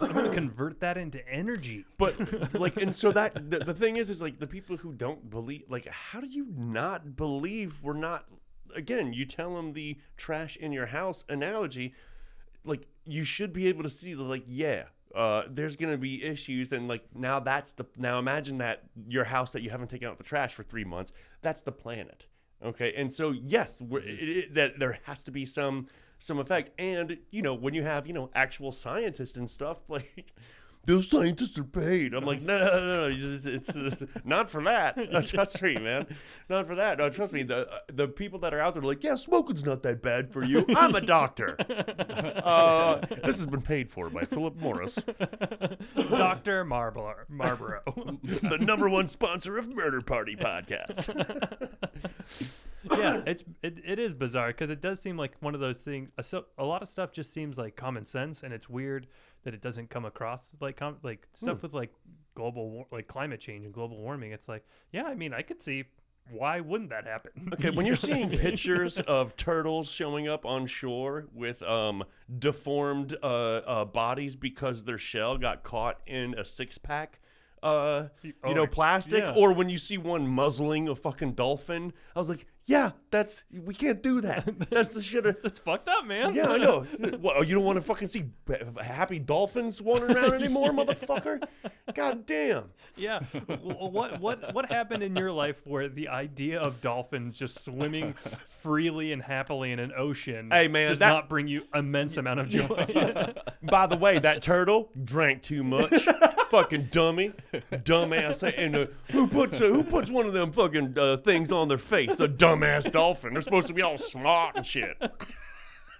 I'm gonna convert that into energy.
But like, and so that the, the thing is, is like the people who don't believe, like, how do you not believe we're not? Again, you tell them the trash in your house analogy, like you should be able to see that, like, yeah, uh, there's gonna be issues, and like now that's the now imagine that your house that you haven't taken out the trash for three months, that's the planet, okay? And so yes, we're, it, it, that there has to be some some effect, and you know when you have you know actual scientists and stuff like those scientists are paid. I'm like, no, no, no, no. It's, it's uh, not for that. No, trust me, man. Not for that. No, trust me. The uh, the people that are out there are like, yeah, smoking's not that bad for you. I'm a doctor. Uh, this has been paid for by Philip Morris,
Doctor Marlboro. Marlboro.
the number one sponsor of Murder Party Podcast.
yeah, it's it, it is bizarre because it does seem like one of those things. uh, So a lot of stuff just seems like common sense, and it's weird that it doesn't come across like com- like stuff
Hmm.
with like global war- like climate change and global warming. It's like, yeah, I mean, I could see why wouldn't that happen?
Okay, when you're seeing pictures of turtles showing up on shore with um, deformed uh, uh, bodies because their shell got caught in a six pack, uh,
oh,
you know,
ex-
plastic,
yeah.
or when you see one muzzling a fucking dolphin, I was like, yeah, that's we can't do that. That's the shit.
That's fucked up, man.
Yeah, I know. Well, you don't want to fucking see b- happy dolphins wandering around anymore, motherfucker. God damn.
Yeah. W- what what what happened in your life where the idea of dolphins just swimming freely and happily in an ocean
Hey, man,
does
that-
not bring you immense amount of joy?
By the way, that turtle drank too much. fucking dummy, dumbass. And uh, who puts uh, who puts one of them fucking uh, things on their face? A dumbass dolphin. They're supposed to be all smart and shit.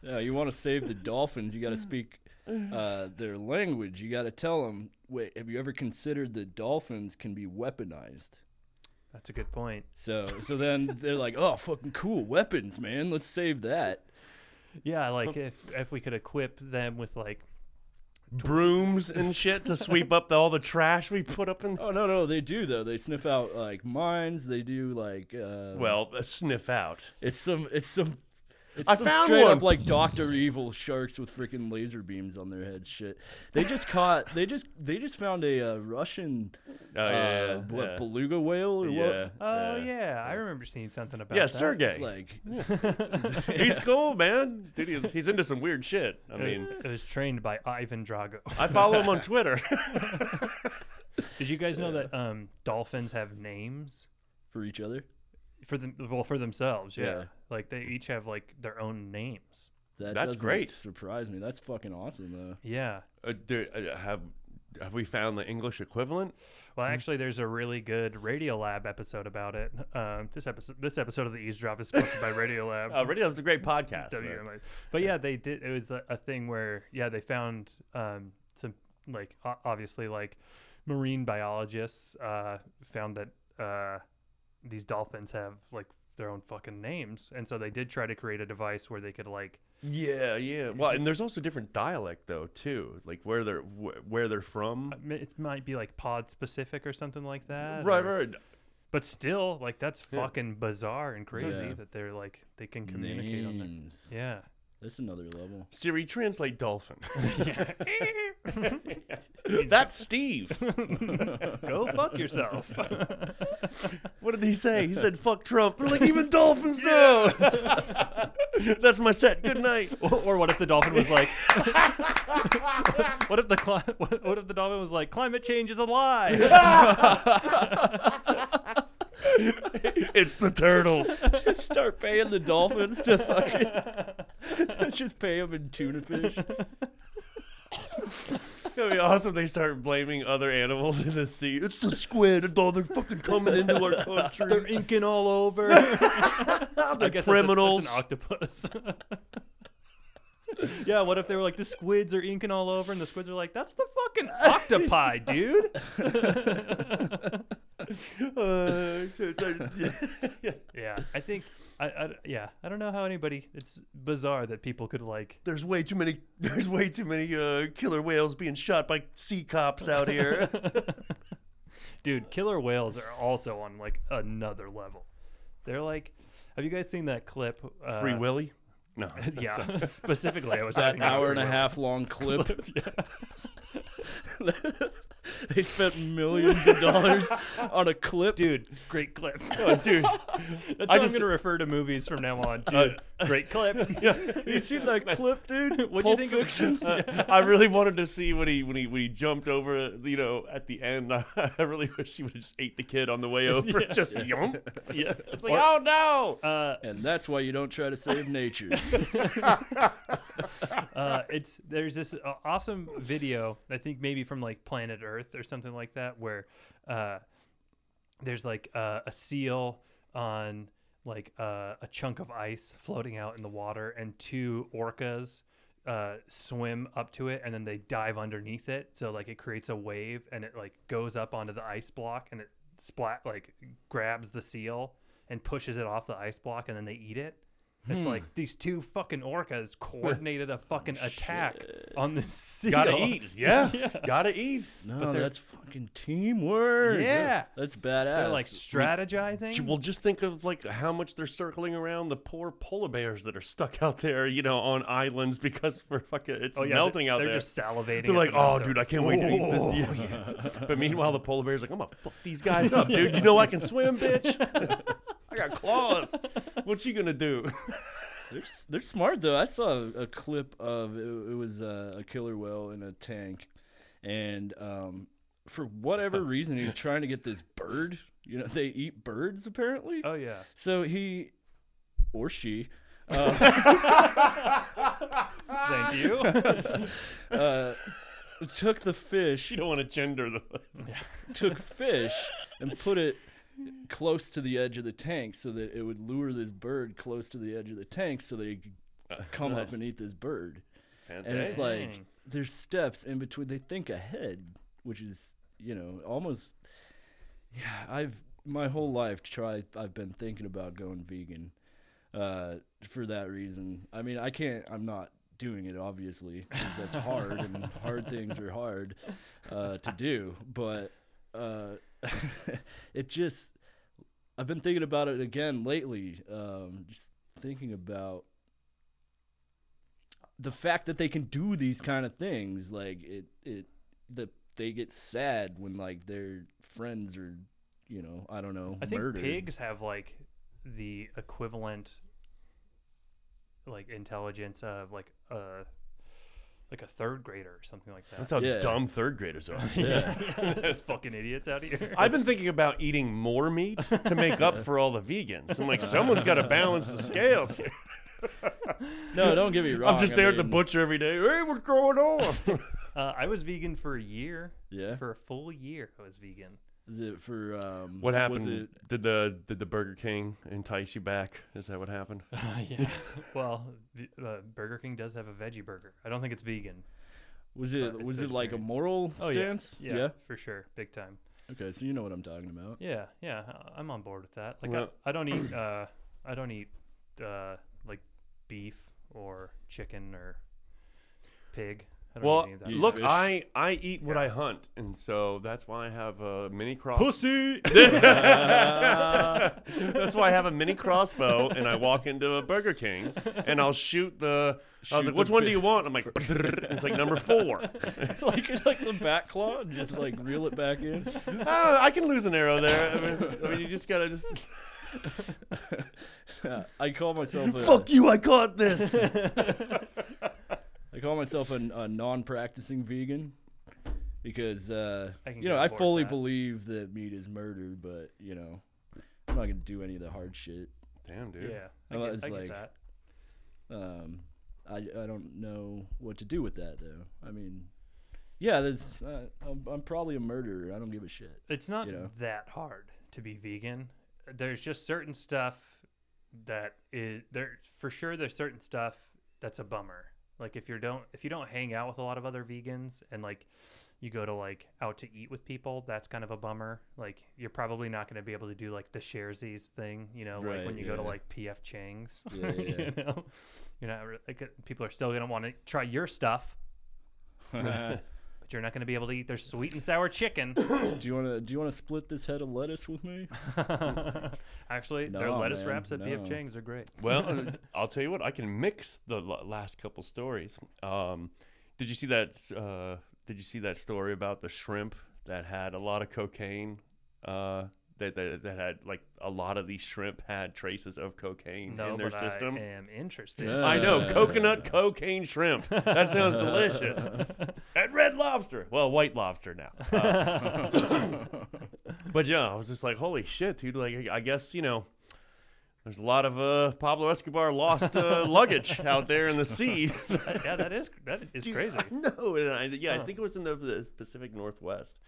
Yeah, you want to save the dolphins, you got to speak uh, their language. You got to tell them, wait, have you ever considered that dolphins can be weaponized?
That's a good point.
So, so then they're like, oh, fucking cool weapons, man. Let's save that.
Yeah, like if if we could equip them with like
Brooms and shit to sweep up the, all the trash we put up in.
Oh no, no, they do though. They sniff out like mines. They do like uh,
Well, uh, sniff out.
it's some, it's some. It's
I
some
found
straight
one.
up like Doctor Evil sharks with freaking laser beams on their heads. Shit, they just caught. They just they just found a uh, Russian
Oh yeah,
uh,
yeah,
what
yeah.
beluga whale or
yeah.
what?
Oh yeah, I remember seeing something about
Yeah,
that.
It's
Sergey.
like
He's cool, man. Dude, he- he's into some weird shit. I
It-
mean,
it was trained by Ivan Drago.
I follow him on Twitter.
Did you guys know that um, dolphins have names
for each other.
for them? Well, for themselves, yeah.
Yeah.
Like they each have like their own names.
That
That's
doesn't
great.
Surprise me. That's fucking awesome though.
Yeah.
Uh, do, uh, have have we found the English equivalent?
Well,
Hmm.
actually, there's a really good Radiolab episode about it. Um, this episode, this episode of the Eavesdrop is sponsored by Radiolab.
Uh, Radio is a great podcast. man.
WMI. But yeah, they did. It was a, a thing where yeah, they found um, some like o- obviously like marine biologists uh, found that uh, these dolphins have like their own fucking names, and so they did try to create a device where they could like
Yeah, yeah. Well, and there's also different dialect though too, like where they're wh- where they're from.
uh, m- it might be like pod specific or something like that.
Right,
or-
right.
But still, like that's fucking bizarre and crazy
Yeah.
that they're like they can communicate on that.
Names.
Yeah.
That's another level.
Siri, translate dolphin. That's Steve.
Go fuck yourself.
What did he say? He said fuck Trump. They're like even dolphins know. That's my set. Good night.
Or- or what if the dolphin was like what if the cli- what, what if the dolphin was like climate change is a lie
it's the turtles.
Start paying the dolphins to fucking just pay them in tuna fish.
It'd be awesome. They start blaming other animals in the sea. It's the squid. Oh, they're fucking coming into our country.
They're inking all over.
I guess that's a- that's
criminals.
an octopus yeah what if they were like the squids are inking all over and the squids are like that's the fucking octopi dude
Uh, so- so-
yeah i think I, I yeah i don't know how anybody it's bizarre that people could like
there's way too many there's way too many uh, killer whales being shot by sea cops out here.
Dude, killer whales are also on like another level. They're like, have you guys seen that clip? Uh,
Free Willy? No.
Yeah, specifically, I was
That
talking about
hour
Free
and a
Willy.
half long clip. they spent millions of dollars on a clip.
Dude, great clip.
Oh, dude.
That's
I
how
just- Uh,
I'm gonna refer to movies from now on. Dude, great clip.
You see that clip, dude?
What'd you
Pulp
think of-
Fiction?
I really wanted to see when he when he when he jumped over, you know, at the end. I, really wish he would just ate the kid on the way over. Just yum.
yeah.
It's like, oh no.
Uh,
and that's why you don't try to save nature.
uh, it's there's this uh, awesome video I think maybe from like Planet Earth or something like that where uh, there's like uh, a seal on like uh, a chunk of ice floating out in the water and two orcas uh, swim up to it and then they dive underneath it so like it creates a wave and it like goes up onto the ice block and it splat like grabs the seal and pushes it off the ice block and then they eat it
Hmm.
it's like these two fucking orcas coordinated a fucking attack on this seal.
Oh, Gotta eat. Yeah. Gotta eat.
No, that's fucking teamwork.
Yeah.
That's badass.
They're like strategizing.
Well, just think of like how much they're circling around the poor polar bears that are stuck out there, you know, on islands because for fucking it's
Oh, yeah,
melting
they're,
out
they're
there.
just salivating.
They're
at
like,
the
oh,
mouth.
dude, I can't wait to eat this. Yeah, yeah. But meanwhile, the polar bear's like, I'm gonna fuck these guys up, dude. You know I can swim, bitch. I got claws. What you gonna do?
They're, s- they're smart though. I saw a, a clip of it, it was a, a killer whale in a tank, and um, for whatever reason, he's trying to get this bird. You know, they eat birds apparently.
Oh yeah.
So he or she
Thank you.
uh, took the fish,
You don't want to gender the.
took fish, and put it close to the edge of the tank so that it would lure this bird close to the edge of the tank so that he could come up and eat this bird. and it's like
Dang.
there's steps in between they think ahead which is you know almost yeah i've my whole life tried i've been thinking about going vegan uh for that reason i mean i can't i'm not doing it obviously because that's hard and hard things are hard uh to do but uh it just i've been thinking about it again lately um just thinking about the fact that they can do these kind of things like it it that they get sad when like their friends are you know i don't know
I think
murdered.
pigs have like the equivalent, like intelligence of like a like a third grader or something like that.
That's how
Yeah.
dumb third graders are.
Those fucking idiots out here.
I've been thinking about eating more meat to make up for all the vegans. I'm like, someone's got to balance the scales here.
no don't get me wrong
I'm just
I
there at the
mean,
butcher every day. Hey, what's going on?
Uh, I was vegan for a year.
Yeah.
For a full year, I was vegan.
is it for um
What
was
happened?
it
Did the did the Burger King entice you back? Is that what happened?
yeah. well, v- uh, Burger King does have a veggie burger. I don't think it's vegan.
was it
it's
was it like a
vegetarian.
moral
Oh,
stance
yeah. for sure, big time.
okay so you know what i'm talking about
Yeah, yeah, I- I'm on board with that. Like,
Well-
I, I don't eat, uh, I don't eat, uh, like beef or chicken or pig. I don't
Well,
eat any of that.
look,
fish.
I I eat what I hunt, and so that's why I have a mini cross.
pussy.
That's why I have a mini crossbow, and I walk into a Burger King, and I'll shoot the. I
Shoot
was
the
like, "Which one do
fish."
you want?" I'm like, and "It's like number four.
like like the back claw and just like reel it back in
Ah, I can lose an arrow there. I mean, I mean, you just gotta just.
i call myself a,
you! I caught this.
I call myself an, a non-practicing vegan because uh,
I can
you
get
know
on
I
board with
fully
that.
believe that meat is murder, but you know I'm not gonna do any of the hard shit.
Damn, dude.
yeah, I
Well,
get,
it's
I get
like-
that.
Um, I I don't know what to do with that though. I mean, yeah, there's uh, I'm, I'm probably a murderer. I don't give a shit.
It's not
you know.
that hard to be vegan. There's just certain stuff that is there for sure. There's certain stuff that's a bummer. Like if you don't if you don't hang out with a lot of other vegans and like you go to like out to eat with people, that's kind of a bummer. Like you're probably not going to be able to do like the sharesies thing, you know, like
Right,
when you go to
yeah.
like PF Chang's.
Yeah, yeah, yeah.
you know, you're not re- like, people are still going to want to try your stuff, but you're not going to be able to eat their sweet and sour chicken.
do you wanna do you wanna split this head of lettuce with me?
Actually, their
No,
lettuce
man,
wraps at
no.
BF Chang's are great.
Well, uh, I'll tell you what, I can mix the l- last couple stories. Um, did you see that? Uh, did you see that story about the shrimp that had a lot of cocaine. Uh, that, that, that had like a lot of these shrimp had traces of cocaine
No,
in their
but
system.
I am interested.
Yeah.
I know
Uh.
coconut cocaine shrimp. That sounds delicious. At Red Lobster, well, White Lobster now. Uh, but yeah, I was just like, holy shit, dude! Like, I guess you know, there's a lot of uh, Pablo Escobar lost uh, luggage out there in the sea.
That- yeah, that is that is
Dude,
crazy.
I know. And I, yeah, I think it was in the, the Pacific Northwest,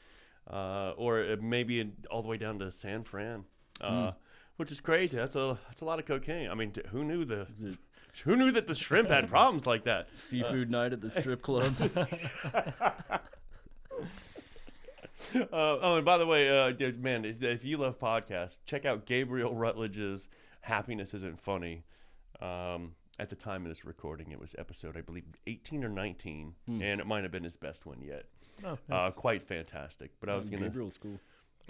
uh, or it maybe in, all the way down to San Fran, uh,
Hmm.
which is crazy. That's a that's a lot of cocaine. I mean, d- who knew the
it-
who knew that the shrimp had problems like that?
Seafood night at the strip club.
Uh, oh, and by the way, uh, dude, man, if, if you love podcasts, check out Gabriel Rutledge's "Happiness Isn't Funny." Um, at the time of this recording, it was episode, I believe, 18 or 19, and it might have been his best one yet.
Hmm. Oh,
Uh,
nice.
quite fantastic. But I was gonna.
Gabriel's cool.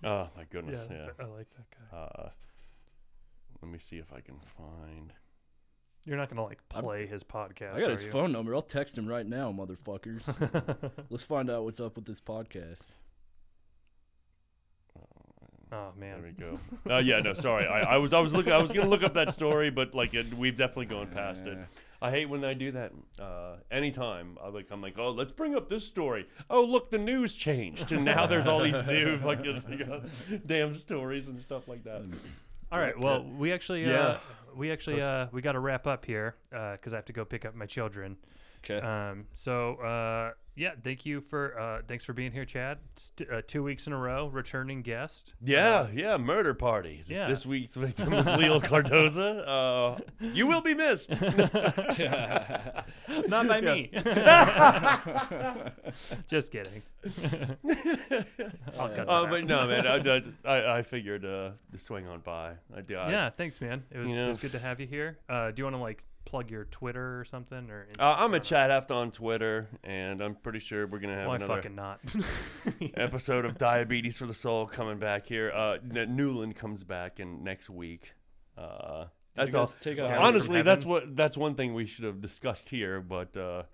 Oh my goodness,
yeah,
yeah.
I like that guy.
Uh, let me see if I can find.
You're not gonna like play his podcast.
I got
are
his
you?
phone number. I'll text him right now, motherfuckers. Let's find out what's up with this podcast.
Oh
There we
man,
go. Uh, yeah, no, sorry. I, I was I was looking I was gonna look up that story, but like it, we've definitely gone past it.
Yeah.
I hate when I do that. Uh, anytime I like I'm like, oh, let's bring up this story. Oh, look, the news changed, and now there's all these new fucking damn stories and stuff like that.
Mm. all right. Well, we actually, uh,
Yeah.
we actually, uh, we got to wrap up here because I have to go pick up my children.
Okay.
Um, so uh, yeah, thank you for uh, thanks for being here, Chad. St- uh, two weeks in a row, returning guest.
Yeah, yeah, murder party. Th-
yeah.
This week's victim was Leo Cardoza. Uh, you will be missed.
Not by me. Just kidding. I'll cut that
Oh,
out.
but no, man. I, I, I figured uh, to swing on by. I do. I,
Yeah, thanks, man. It was,
You
it
know.
was good to have you here. Uh, do you want to like plug your Twitter or something or?
Uh, I'm
Instagram
a
or-
chat heft on Twitter, and I'm pretty sure we're gonna have
Why
another
fucking not?
episode of Diabetes for the Soul coming back here. Uh, N- Newland comes back in next week. Uh,
Did you
that's all.
guys take a
Down
hike?
Honest-
Honestly,
from
that's
heaven?
what that's one thing we should have discussed here. But uh,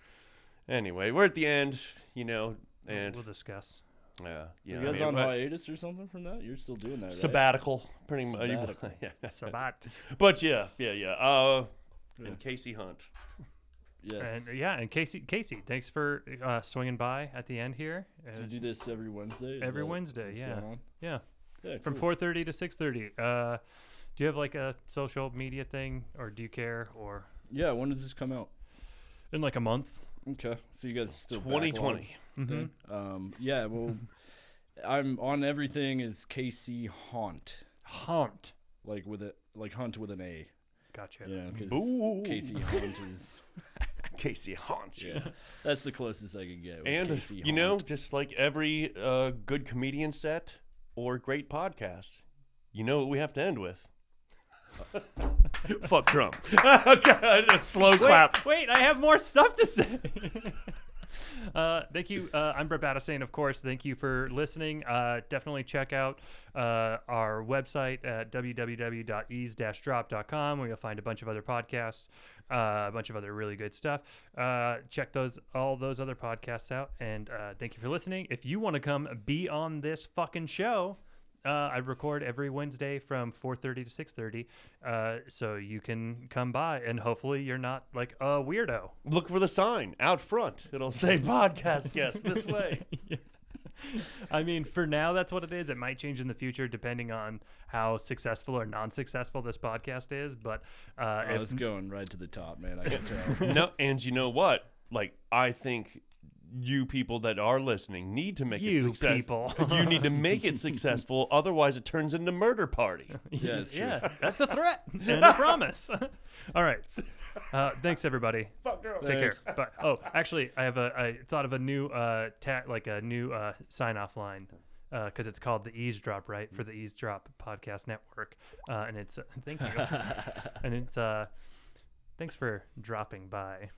anyway, we're at the end, you know, and
we'll discuss.
yeah, yeah.
You
I
guys
mean,
on
but-
hiatus or something from that? You're still doing that, right?
sabbatical, pretty much.
Sabbatical.
yeah,
Sabat.
but yeah, yeah, yeah. Uh, and Casey Hunt.
Yes.
And uh, yeah, and Casey, Casey, thanks for uh, swinging by at the end here. It
Do you
was-
do this every Wednesday? Is
every
that
Wednesday,
what's
yeah,
going on?
yeah,
Yeah,
from
cool.
four thirty to six thirty. Uh, do you have like a social media thing, or do you care, or
Yeah, when does this come out?
in like a month?
Okay. So you guys still backlog
2020.
thing? Um, yeah, well, I'm on everything is KC Haunt,
Haunt.
like with a like Hunt with an A.
Gotcha.
Yeah, because
Boo.
KC Haunt is
Casey Hunt.
yeah. That's the closest I can get. was
And
KC
you know,
Haunt.
just like every uh, good comedian set or great podcast, you know what we have to end with. Fuck Trump. Okay, a slow clap.
Wait, I have more stuff to say. Uh, thank you. Uh, I'm Brett Battisane, of course. Thank you for listening. Uh, definitely check out uh, our website at www.ease-drop.com, where you'll find a bunch of other podcasts, uh, a bunch of other really good stuff. Uh, check those all those other podcasts out, and uh, thank you for listening. If you want to come be on this fucking show, uh, I record every Wednesday from 4:30 to 6:30, uh, so you can come by and hopefully you're not like a weirdo.
Look for the sign out front. It'll say podcast guest this way.
I mean, for now, that's what it is. It might change in the future depending on how successful or non-successful this podcast is. But uh,
I was
if,
going right to the top, man. I can tell.
no, and you know what? Like, I think you people that are listening need to make
You
it successful.
people.
you need to make it successful. Otherwise, it turns into murder party.
Yeah, it's true.
yeah, that's a threat and a promise. All right, uh, thanks everybody. Take
Thanks.
care. But oh, actually, I have a I thought of a new uh ta- like a new uh sign off line. Because it's called the eavesdrop, right? For the eavesdrop podcast network, uh, and it's thank you, and it's uh, thanks for dropping by.